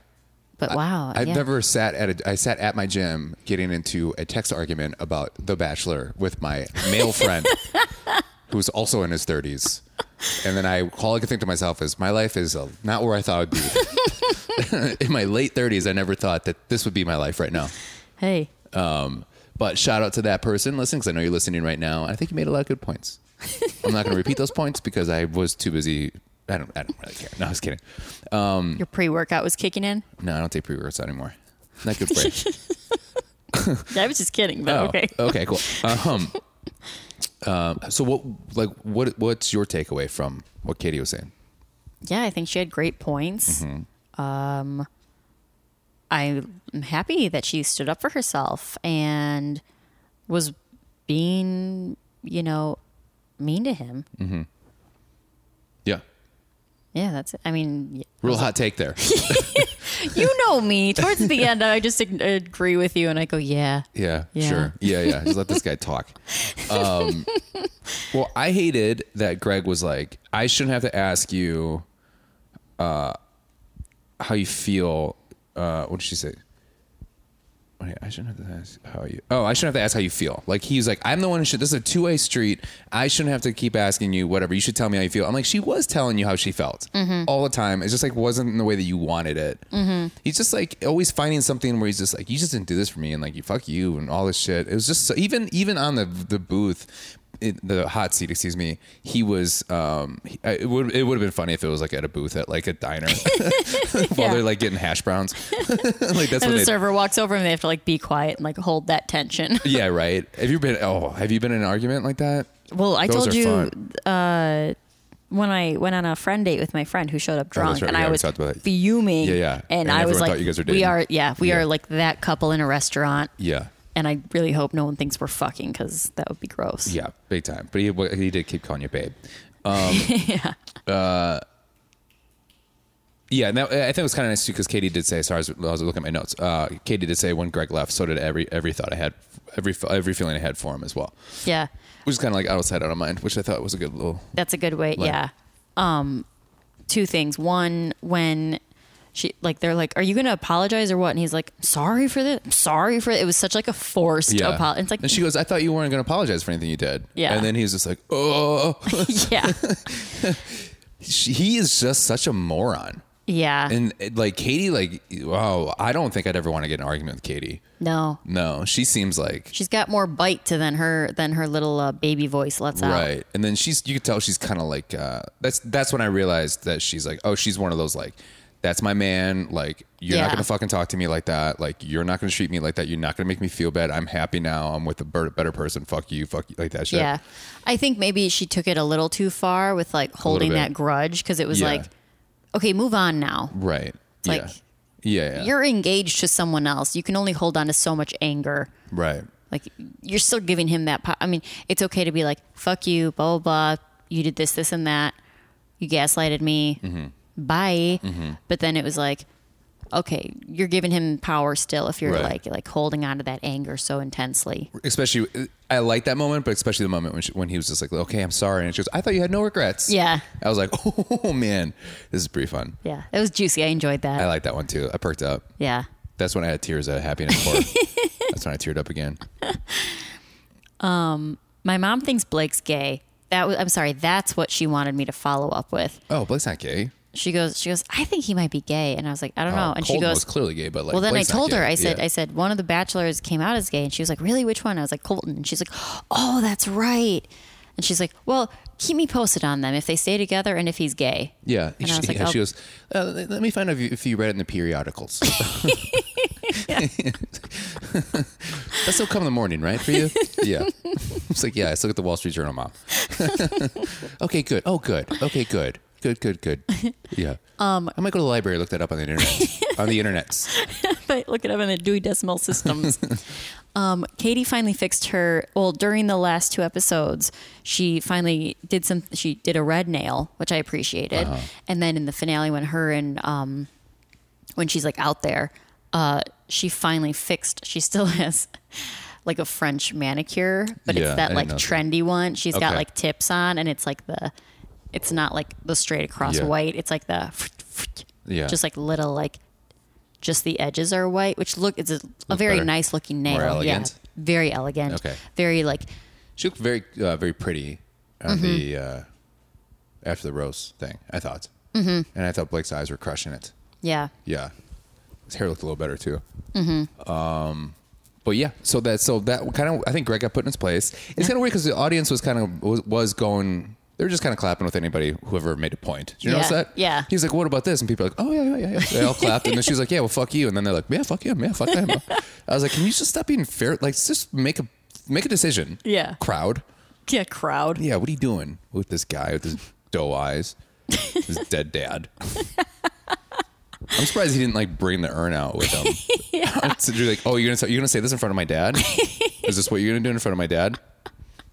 Speaker 2: But wow.
Speaker 1: I've
Speaker 2: yeah.
Speaker 1: never sat at a I sat at my gym getting into a text argument about The Bachelor with my male friend who's also in his 30s. And then I all I could think to myself is my life is uh, not where I thought it would be. <laughs> in my late 30s I never thought that this would be my life right now.
Speaker 2: Hey,
Speaker 1: But shout out to that person listening cuz I know you're listening right now. I think you made a lot of good points. I'm not going to repeat those points because I was too busy I don't I don't really care. No, I was kidding. Hmm.
Speaker 2: your pre workout was kicking in.
Speaker 1: No, I don't take pre-workouts anymore. Not good for you.
Speaker 2: I was just kidding, but
Speaker 1: Oh,
Speaker 2: okay.
Speaker 1: Okay. Cool. Um, um, so what, like, what, what's your takeaway from what Katie was saying?
Speaker 2: Yeah, I think she had great points. Um,
Speaker 1: Mm-hmm.
Speaker 2: I'm happy that she stood up for herself and was being, you know, mean to him.
Speaker 1: Mm. Yeah.
Speaker 2: Yeah, that's it. I mean,
Speaker 1: Real hot take there.
Speaker 2: you
Speaker 1: <laughs>
Speaker 2: know me. Towards the end, I just ag- agree with you and I go, yeah.
Speaker 1: Yeah,
Speaker 2: Yeah.
Speaker 1: Sure. Yeah. Yeah. Just let this guy talk. Um, well, I hated that Greg was like, I shouldn't have to ask you, uh, how you feel. Uh, what did she say? Wait, I shouldn't have to ask how you. Oh, I shouldn't have to ask how you feel. Like he's like, I'm the one who should. This is a two way street. I shouldn't have to keep asking you whatever. You should tell me how you feel. I'm like, she was telling you how she felt all the time. It's just like wasn't in the way that you wanted it. He's just like always finding something where he's just like, you just didn't do this for me, and like you fuck you and all this shit. It was just so, even even on the the booth. in the hot seat, excuse me, he was. Um, he, I- it would it would have been funny if it was like at a booth at like a diner <laughs> while
Speaker 2: Yeah.
Speaker 1: they're like getting hash browns. <laughs> like that's
Speaker 2: And
Speaker 1: what
Speaker 2: the
Speaker 1: they.
Speaker 2: server walks over and they have to like be quiet and like hold that tension.
Speaker 1: Yeah, right. Have you been? Oh, have you been in an argument like that?
Speaker 2: Well, I
Speaker 1: Those
Speaker 2: told
Speaker 1: are
Speaker 2: you
Speaker 1: fun.
Speaker 2: uh, when I went on a friend date with my friend who showed up
Speaker 1: Oh, that's
Speaker 2: drunk,
Speaker 1: right.
Speaker 2: and
Speaker 1: Yeah,
Speaker 2: I
Speaker 1: we
Speaker 2: was
Speaker 1: talked about that.
Speaker 2: fuming.
Speaker 1: Yeah, yeah.
Speaker 2: And,
Speaker 1: And
Speaker 2: I was
Speaker 1: everyone
Speaker 2: like,
Speaker 1: thought you guys were
Speaker 2: "We
Speaker 1: dating."
Speaker 2: are, yeah, we
Speaker 1: Yeah.
Speaker 2: are like that couple in a restaurant."
Speaker 1: Yeah,
Speaker 2: And I really hope no one thinks we're fucking because that would be gross.
Speaker 1: yeah, big time. But he he did keep calling you babe. Um,
Speaker 2: <laughs>
Speaker 1: Uh,
Speaker 2: yeah.
Speaker 1: Yeah, and that, I think it was kind of nice too because Katie did say. Sorry, I was, I was looking at my notes. Uh, Katie did say when Greg left, so did every every thought I had, every every feeling I had for him as well,
Speaker 2: Yeah.
Speaker 1: which is kind of like out of sight, out of mind, which I thought was a good little.
Speaker 2: That's a good way.
Speaker 1: Like-
Speaker 2: yeah. Um, two things. One, when she like they're like, "Are you gonna apologize or what?" And he's like, "Sorry for this. I'm sorry for it." It was such like a forced
Speaker 1: Yeah,
Speaker 2: apology. It's like,
Speaker 1: and <laughs> she goes, "I thought you weren't going to apologize for anything you did."
Speaker 2: Yeah.
Speaker 1: and then he was just like, "Oh, <laughs>
Speaker 2: yeah,
Speaker 1: She- he is just such a moron."
Speaker 2: yeah.
Speaker 1: And it- like Katie, like, wow, I don't think I'd ever want to get in an argument with Katie.
Speaker 2: no,
Speaker 1: No, she seems like
Speaker 2: She's got more bite to than her than her little uh, baby voice lets out.
Speaker 1: Right. And then she's you could tell she's kind of like uh that's that's when I realized that she's like, "Oh, she's one of those like that's my man. Like you're not
Speaker 2: Yeah.
Speaker 1: going to fucking talk to me like that. Like you're not going to treat me like that. You're not going to make me feel bad. I'm happy now. I'm with a ber- better person. Fuck you. Fuck you. Like that shit.
Speaker 2: Yeah, I think maybe she took it a little too far with like holding
Speaker 1: bit.
Speaker 2: that grudge because it was
Speaker 1: Yeah.
Speaker 2: like, okay, move on now.
Speaker 1: Right.
Speaker 2: like,
Speaker 1: yeah. Yeah. yeah.
Speaker 2: You're engaged to someone else. You can only hold on to so much anger.
Speaker 1: right.
Speaker 2: Like you're still giving him that. Po- I mean, it's okay to be like, fuck you, blah blah. blah. You did this, this, and that. You gaslighted me.
Speaker 1: Mm-hmm.
Speaker 2: Bye. But then it was like, okay, you're giving him power still if you're
Speaker 1: Right.
Speaker 2: like like holding on to that anger so intensely.
Speaker 1: Especially, I like that moment, but especially the moment when she, when he was just like, "Okay, I'm sorry," and she goes, "I thought you had no regrets."
Speaker 2: Yeah.
Speaker 1: I was like, <laughs> "Oh man, this is pretty fun."
Speaker 2: Yeah, it was juicy. I enjoyed that.
Speaker 1: I like that one too. I perked up.
Speaker 2: yeah.
Speaker 1: That's when I had tears of happiness for.
Speaker 2: <laughs>
Speaker 1: That's when I teared up again.
Speaker 2: My mom thinks Blake's gay. That was I'm sorry, that's what she wanted me to follow up with.
Speaker 1: Oh, Blake's not gay. Uh,
Speaker 2: She goes she goes, "I think he might be gay." And I was like, "I don't know." Oh, And she
Speaker 1: Oh, Colton
Speaker 2: goes,
Speaker 1: was clearly gay, but like.
Speaker 2: "Well, then
Speaker 1: Blake's
Speaker 2: I
Speaker 1: not
Speaker 2: told her.
Speaker 1: gay.
Speaker 2: I said
Speaker 1: Yeah.
Speaker 2: I said one of the bachelors came out as gay." And she was like, "Really? Which one?" I was like, "Colton." And she's like, "Oh, that's right." And she's like, "Well, keep me posted on them if they stay together and if he's gay."
Speaker 1: Yeah,
Speaker 2: And
Speaker 1: she,
Speaker 2: I was like,
Speaker 1: yeah,
Speaker 2: "Oh."
Speaker 1: she goes. Uh, let let me find out if you, if you read it in the
Speaker 2: <laughs>
Speaker 1: periodicals. <laughs> That's still come in the morning, right? For
Speaker 2: <laughs>
Speaker 1: you? Yeah. <laughs> It's like, yeah, I still get the Wall Street Journal, mom. <laughs> okay, good. Oh, good. Okay, good. Good, good,
Speaker 2: <laughs>
Speaker 1: good. Yeah. Um, I might go to the library, look that up on the
Speaker 2: <laughs>
Speaker 1: internet. on the internet.
Speaker 2: but look it up in the Dewey Decimal
Speaker 1: <laughs>
Speaker 2: Systems. um, Katie finally fixed her. Well, during the last two episodes, she finally did some. She did a red nail, which I appreciated.
Speaker 1: Uh-huh.
Speaker 2: And then in the finale, when her and um, when she's like out there, uh, she finally fixed. She still <laughs> has like a French manicure, but
Speaker 1: Yeah,
Speaker 2: it's
Speaker 1: I
Speaker 2: that
Speaker 1: didn't
Speaker 2: like
Speaker 1: know that.
Speaker 2: trendy one. She's got
Speaker 1: Okay.
Speaker 2: like tips on, and it's like the. It's not like the straight across
Speaker 1: Yeah.
Speaker 2: white. It's like the.
Speaker 1: Yeah.
Speaker 2: Just like little like just the edges are white, which look it's a, a very
Speaker 1: better.
Speaker 2: nice looking nail.
Speaker 1: More elegant?
Speaker 2: Yeah, very elegant.
Speaker 1: Okay.
Speaker 2: Very like
Speaker 1: She looked very, uh, very pretty on the
Speaker 2: Mm-hmm.
Speaker 1: uh, after the rose thing. I thought, mm-hmm. and I thought Blake's eyes were crushing it.
Speaker 2: yeah.
Speaker 1: Yeah, his hair looked a little better too. Mm-hmm. Um, but yeah, so that so that kind of I think Greg got put in his place. It's kind of weird because the audience was kind of was, was going. They were just kind of clapping with anybody whoever made a point. Did you
Speaker 2: Yeah.
Speaker 1: notice that?
Speaker 2: Yeah.
Speaker 1: He's like, "What about this?" And people are like, "Oh yeah, yeah, yeah." yeah. They all clapped, and then she's like, "Yeah, well, fuck you." And then they're like, "Yeah, fuck you, man, fuck them." I was like, "Can you just stop being fair? Like, just make a make a decision."
Speaker 2: Yeah.
Speaker 1: Crowd.
Speaker 2: Yeah, crowd.
Speaker 1: Yeah, what are you doing with this guy with his
Speaker 2: <laughs>
Speaker 1: doe eyes? His dead dad. I'm surprised he didn't like bring the urn out with
Speaker 2: <laughs>
Speaker 1: him. <laughs> so you're like, oh, you're gonna you're gonna say this in front of my dad? Is this what you're gonna do in front of my dad?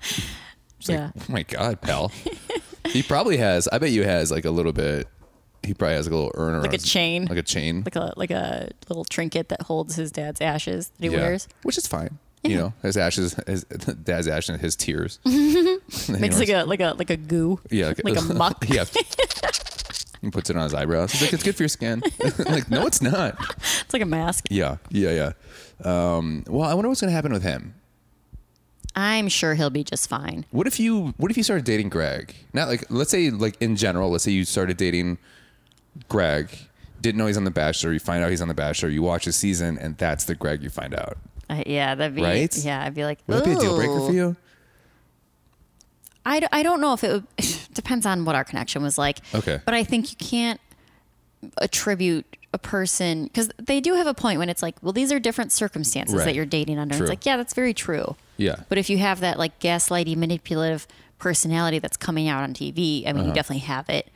Speaker 1: It's like,
Speaker 2: Yeah.
Speaker 1: oh my god, pal. He probably has. I bet you has like a little bit. He probably has like a little urn, like
Speaker 2: a chain.
Speaker 1: like a chain,
Speaker 2: Like a like a little trinket that holds his dad's ashes that he
Speaker 1: Yeah.
Speaker 2: wears.
Speaker 1: which is fine. You know, his ashes, his <laughs> dad's ashes, and his tears.
Speaker 2: <laughs> Makes like a like a like a goo.
Speaker 1: Yeah,
Speaker 2: Like, a
Speaker 1: <laughs>
Speaker 2: muck. <laughs>
Speaker 1: yeah. He puts it on his eyebrows. He's like, "It's good for your skin." <laughs> like, no, it's not.
Speaker 2: It's like a mask.
Speaker 1: Yeah, yeah, yeah. Um, well, I wonder what's going to happen with him.
Speaker 2: I'm sure he'll be just fine.
Speaker 1: What if you? What if you started dating Greg? Not like, let's say, like in general, let's say you started dating Greg, didn't know he's on The Bachelor. You find out he's on The Bachelor. You watch his season, and that's the Greg you find out.
Speaker 2: Uh, yeah, that'd be
Speaker 1: Right?
Speaker 2: Yeah, I'd be like, Oh.
Speaker 1: Would that be a deal breaker
Speaker 2: "Ooh."
Speaker 1: for you?
Speaker 2: I, d- I don't know if it would, <laughs> depends on what our connection was like.
Speaker 1: Okay.
Speaker 2: But I think you can't attribute a person because they do have a point when it's like, well, these are different circumstances
Speaker 1: Right.
Speaker 2: that you're dating under.
Speaker 1: True.
Speaker 2: It's like, yeah, that's very true.
Speaker 1: Yeah.
Speaker 2: But if you have that like gaslighty, manipulative personality that's coming out on TV, I mean,
Speaker 1: Uh-huh.
Speaker 2: you definitely have it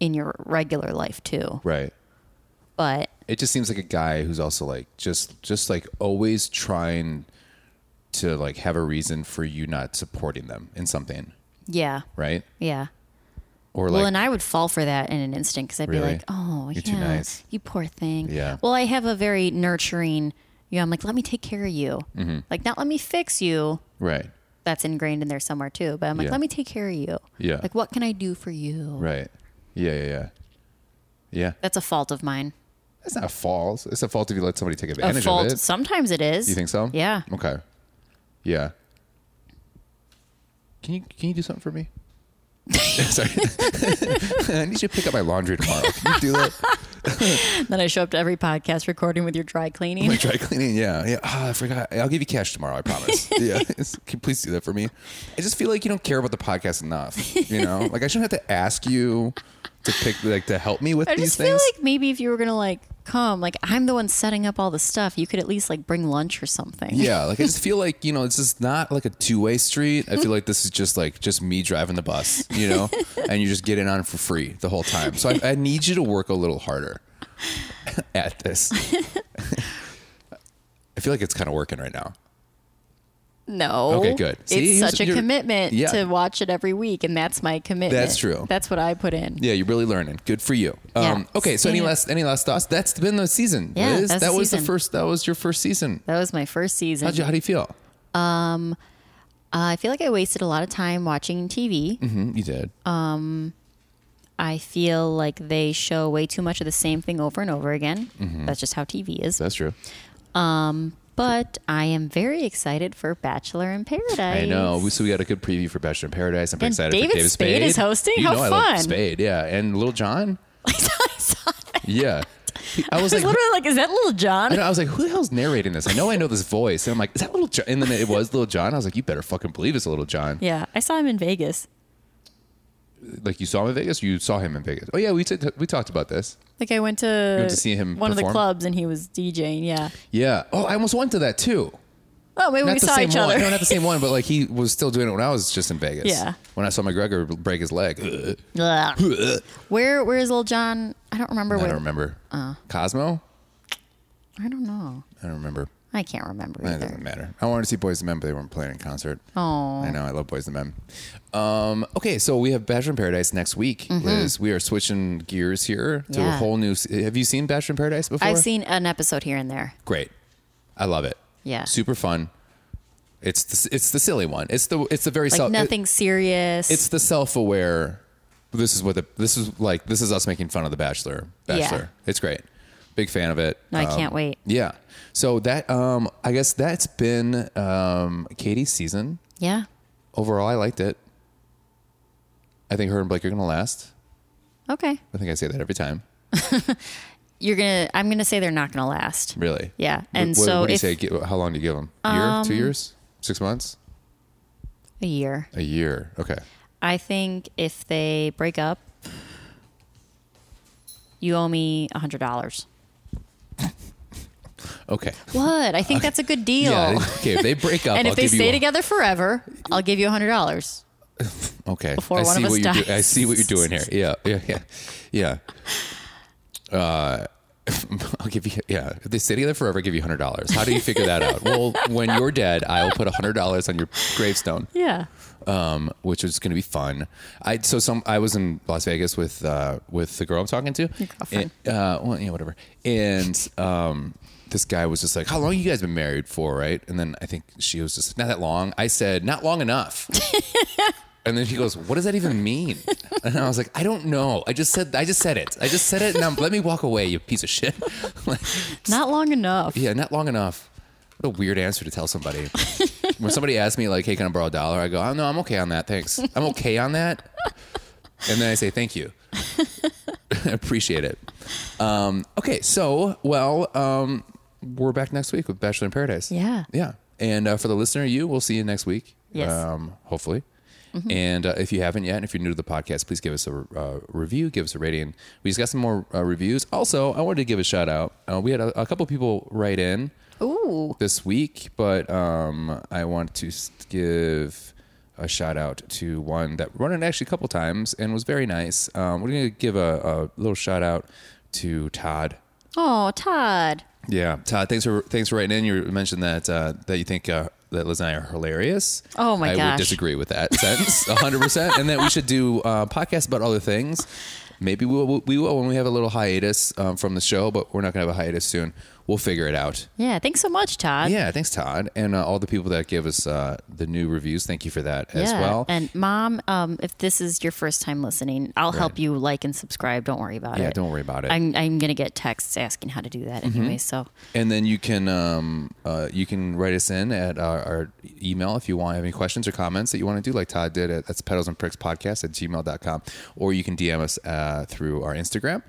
Speaker 2: in your regular life too.
Speaker 1: Right.
Speaker 2: But
Speaker 1: It just seems like a guy who's also like just just like always trying to like have a reason for you not supporting them in something,
Speaker 2: yeah,
Speaker 1: right?
Speaker 2: yeah.
Speaker 1: Or
Speaker 2: well,
Speaker 1: like
Speaker 2: and I would fall for that in an instant because I'd be
Speaker 1: Really?
Speaker 2: like, "Oh,
Speaker 1: You're
Speaker 2: yeah,
Speaker 1: too nice.
Speaker 2: you poor thing."
Speaker 1: Yeah.
Speaker 2: Well, I have a very nurturing. You know, I'm like, "Let me take care of you."
Speaker 1: Mm-hmm.
Speaker 2: Like, not let me fix you.
Speaker 1: right.
Speaker 2: That's ingrained in there somewhere too. But I'm like,
Speaker 1: Yeah.
Speaker 2: "Let me take care of you."
Speaker 1: Yeah.
Speaker 2: Like, what can I do for you?
Speaker 1: Right. Yeah, yeah, yeah. Yeah.
Speaker 2: That's a fault of mine.
Speaker 1: That's not a fault. It's a fault if you let somebody take
Speaker 2: A
Speaker 1: advantage
Speaker 2: fault.
Speaker 1: of it.
Speaker 2: Sometimes it is.
Speaker 1: You think so?
Speaker 2: Yeah.
Speaker 1: Okay. Yeah. Can you can you do something for me? <laughs> Sorry. <laughs> I need you to pick up my laundry tomorrow. Can you do that?
Speaker 2: <laughs> Then I show up to every podcast recording with your dry cleaning.
Speaker 1: My
Speaker 2: <laughs>
Speaker 1: dry cleaning. Yeah. Yeah. Ah, I forgot. I'll give you cash tomorrow. I
Speaker 2: <laughs>
Speaker 1: promise. Yeah. <laughs> It's- Can you please do that for me? I just feel like you don't care about the podcast enough. You know,
Speaker 2: <laughs>
Speaker 1: like I shouldn't have to ask you to pick like to help me with
Speaker 2: I
Speaker 1: these
Speaker 2: just
Speaker 1: things.
Speaker 2: feel like maybe if you were gonna like come, like I'm the one setting up all the stuff, you could at least like bring lunch or something.
Speaker 1: <laughs> Yeah, like I just feel like you know this is not like a two way street. I feel like this is just like just me driving the bus, you
Speaker 2: <laughs>
Speaker 1: know, and you just get in on it for free the whole time. So I, I need you to work a little harder <laughs> at
Speaker 2: <laughs>
Speaker 1: this. <laughs> I feel like it's kind of working right now.
Speaker 2: No.
Speaker 1: Okay, good. See,
Speaker 2: it's
Speaker 1: he's-
Speaker 2: such a
Speaker 1: you're-
Speaker 2: commitment
Speaker 1: yeah.
Speaker 2: to watch it every week, and that's my commitment.
Speaker 1: That's true.
Speaker 2: That's what I put in.
Speaker 1: Yeah, you're really learning. Good for you.
Speaker 2: Yeah.
Speaker 1: Um, okay, so any
Speaker 2: Stay-
Speaker 1: last any last thoughts? That's been the season.
Speaker 2: Yeah,
Speaker 1: Liz.
Speaker 2: that's
Speaker 1: that
Speaker 2: the
Speaker 1: was the
Speaker 2: season.
Speaker 1: first. That was your first season.
Speaker 2: That was my first season.
Speaker 1: How'd you, how do you feel?
Speaker 2: Uh, I feel like I wasted a lot of time watching TV.
Speaker 1: Mm, you did.
Speaker 2: Uh, I feel like they show way too much of the same thing over and over again.
Speaker 1: Mm-hmm.
Speaker 2: That's just how TV is.
Speaker 1: That's true.
Speaker 2: But I am very excited for Bachelor in Paradise.
Speaker 1: I know. We- So we got a good preview for Bachelor in Paradise. I'm pretty
Speaker 2: And
Speaker 1: excited.
Speaker 2: David
Speaker 1: for David
Speaker 2: Spade is hosting?
Speaker 1: You
Speaker 2: How
Speaker 1: know I love
Speaker 2: fun.
Speaker 1: Spade, yeah, and Little John.
Speaker 2: <laughs> I saw that. <laughs>
Speaker 1: Yeah, I was
Speaker 2: I was
Speaker 1: like,
Speaker 2: literally like, is that Little
Speaker 1: I,
Speaker 2: John?
Speaker 1: know, I was like, who the hell's narrating this? I know I know this voice, and I'm like, is that Little John? And then it was Little John. I was like, you better fucking believe it's Little John.
Speaker 2: Yeah, I saw him in Vegas.
Speaker 1: Like you saw him in Vegas. You saw him in Vegas. Oh yeah, we t- we talked about this.
Speaker 2: Like I went to,
Speaker 1: went to see him
Speaker 2: one of the
Speaker 1: perform?
Speaker 2: clubs, and he was DJing. Yeah.
Speaker 1: Yeah. Oh, I almost went to that too.
Speaker 2: Oh, maybe
Speaker 1: Not
Speaker 2: we
Speaker 1: the
Speaker 2: saw
Speaker 1: same
Speaker 2: each
Speaker 1: one.
Speaker 2: other.
Speaker 1: No, not the same one. But like he was still doing it when I was just in Vegas.
Speaker 2: Yeah.
Speaker 1: When I saw McGregor break his leg. Ugh. <laughs>
Speaker 2: Ugh.
Speaker 1: Ugh.
Speaker 2: Where where is Little John? I don't remember
Speaker 1: I
Speaker 2: where.
Speaker 1: don't remember.
Speaker 2: Uh.
Speaker 1: Cosmo.
Speaker 2: I don't know.
Speaker 1: I don't remember.
Speaker 2: I can't remember
Speaker 1: It
Speaker 2: either.
Speaker 1: doesn't matter. I wanted to see Boys and Men, but they weren't playing in concert.
Speaker 2: Oh.
Speaker 1: I know. I love Boys and Men. Um, okay, so we have Bachelor in Paradise next week, Liz. We are switching gears here to a
Speaker 2: Mm-hmm. Yeah.
Speaker 1: whole new. se- Have you seen Bachelor in Paradise before?
Speaker 2: I've seen an episode here and there.
Speaker 1: Great. I love it.
Speaker 2: Yeah.
Speaker 1: Super fun. It's the, it's the silly one. It's the it's the very
Speaker 2: Like
Speaker 1: self.
Speaker 2: nothing serious.
Speaker 1: it's the self aware. This is what the this is like. This is us making fun of the Bachelor.
Speaker 2: Yeah.
Speaker 1: Bachelor. It's great. Big fan of it.
Speaker 2: no, I can't wait.
Speaker 1: Yeah. So that um I guess that's been um Katie's season.
Speaker 2: Yeah.
Speaker 1: Overall I liked it. I think her and Blake are gonna last.
Speaker 2: Okay.
Speaker 1: I think I say that every time.
Speaker 2: You're gonna. I'm gonna say they're not gonna last.
Speaker 1: Really?
Speaker 2: Yeah. And
Speaker 1: what,
Speaker 2: so
Speaker 1: what do you
Speaker 2: if Um,
Speaker 1: say? Gi- How long do you give them? Year? Two years? Six months?
Speaker 2: a year,
Speaker 1: A year? Okay.
Speaker 2: I think if they break up, you owe me a hundred dollars.
Speaker 1: Okay.
Speaker 2: What?
Speaker 1: <laughs>
Speaker 2: I think that's a good deal.
Speaker 1: Yeah. Okay. If they break up,
Speaker 2: <laughs> and
Speaker 1: I'll
Speaker 2: if they
Speaker 1: give you
Speaker 2: stay
Speaker 1: a-
Speaker 2: together forever, I'll give you a hundred dollars.
Speaker 1: Okay.
Speaker 2: before
Speaker 1: I
Speaker 2: one
Speaker 1: see
Speaker 2: of
Speaker 1: what
Speaker 2: us
Speaker 1: you're
Speaker 2: dies.
Speaker 1: I see what you're doing
Speaker 2: <laughs>
Speaker 1: here. Yeah. Yeah. Yeah. Yeah. Uh, <laughs> I'll give you, yeah. If they stay together forever, I'll give you $100. How do you figure that out? Well, when you're dead, I will put $100 on your gravestone,
Speaker 2: Yeah.
Speaker 1: um, which is going to be fun. I, so some, I was in Las Vegas with, uh, with the girl I'm talking to. Your
Speaker 2: girlfriend.
Speaker 1: uh, well, yeah, whatever. And, um, this guy was just like, how long you guys been married for? Right. And then I think she was just not that long. I said, not long enough. And then he goes, "What does that even mean?" And I was like, "I don't know. I just said I just said it. I just said it. Now let me walk away, you piece of shit." <laughs> Like,
Speaker 2: Not long enough.
Speaker 1: yeah, not long enough. What a weird answer to tell somebody. when somebody asks me like, "Hey, can I borrow a dollar?" I go, "Oh no, I'm okay on that. Thanks. I'm okay on that." And then I say, "Thank you. <laughs> I appreciate it." Um, okay, so well, um, we're back next week with Bachelor in Paradise.
Speaker 2: Yeah.
Speaker 1: yeah. And uh, for the listener, you, we'll see you next week.
Speaker 2: Yes.
Speaker 1: Um, hopefully. And uh, if you haven't yet, and if you're new to the podcast, please give us a uh, review, give us a rating. We just got some more uh, reviews. Also, I wanted to give a shout out. Uh, we had a, a couple people write in
Speaker 2: Ooh.
Speaker 1: this week, but um, I want to s- give a shout out to one that run it actually a couple times and was very nice. Um, we're going to give a, a little shout out to Todd.
Speaker 2: Oh, Todd.
Speaker 1: Yeah, Todd. Thanks for thanks for writing in. You mentioned that uh, that you think uh, that Liz and I are hilarious.
Speaker 2: Oh my
Speaker 1: I would
Speaker 2: gosh.
Speaker 1: disagree with that sentence, hundred percent. And that we should do uh, podcasts about other things. Maybe we will, we will when we have a little hiatus um, from the show, but we're not going to have a hiatus soon. We'll figure it out.
Speaker 2: Yeah, thanks so much, Todd.
Speaker 1: Yeah, thanks, Todd, and uh, all the people that give us uh, the new reviews. Thank you for that as
Speaker 2: Yeah.
Speaker 1: well.
Speaker 2: And mom, um, if this is your first time listening, I'll help you like and subscribe. Don't worry about it.
Speaker 1: yeah, don't worry Mm-hmm. about it.
Speaker 2: I'm, I'm gonna get texts asking how to do that anyway. So
Speaker 1: And then you can um, uh, you can write us in at our, our email if you want have any questions or comments that you want to do, like Todd did. At, that's pedals and pricks podcast at gmail.com. Or you can DM us uh, through our Instagram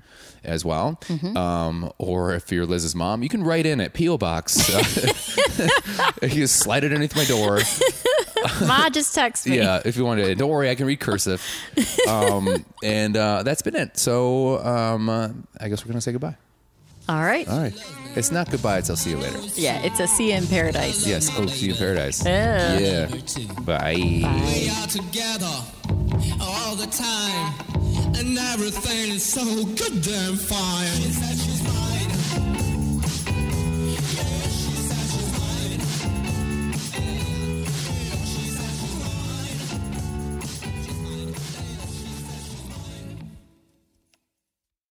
Speaker 1: as well. Um, or if you're Liz's mom, you can write in at P.O. Box. <laughs> you just slide it underneath my door.
Speaker 2: Ma just text me.
Speaker 1: Yeah, if you want to. Don't worry, I can read cursive. Um, and uh, that's been it. So um, uh, I guess we're going to say goodbye.
Speaker 2: All right.
Speaker 1: All right. It's not goodbye, it's I'll see you later.
Speaker 2: Yeah, it's a sea in paradise.
Speaker 1: Yes, oh, see you in paradise.
Speaker 2: Yeah.
Speaker 1: Yeah. Bye.
Speaker 5: We are together all the time, and everything is so goddamn fine.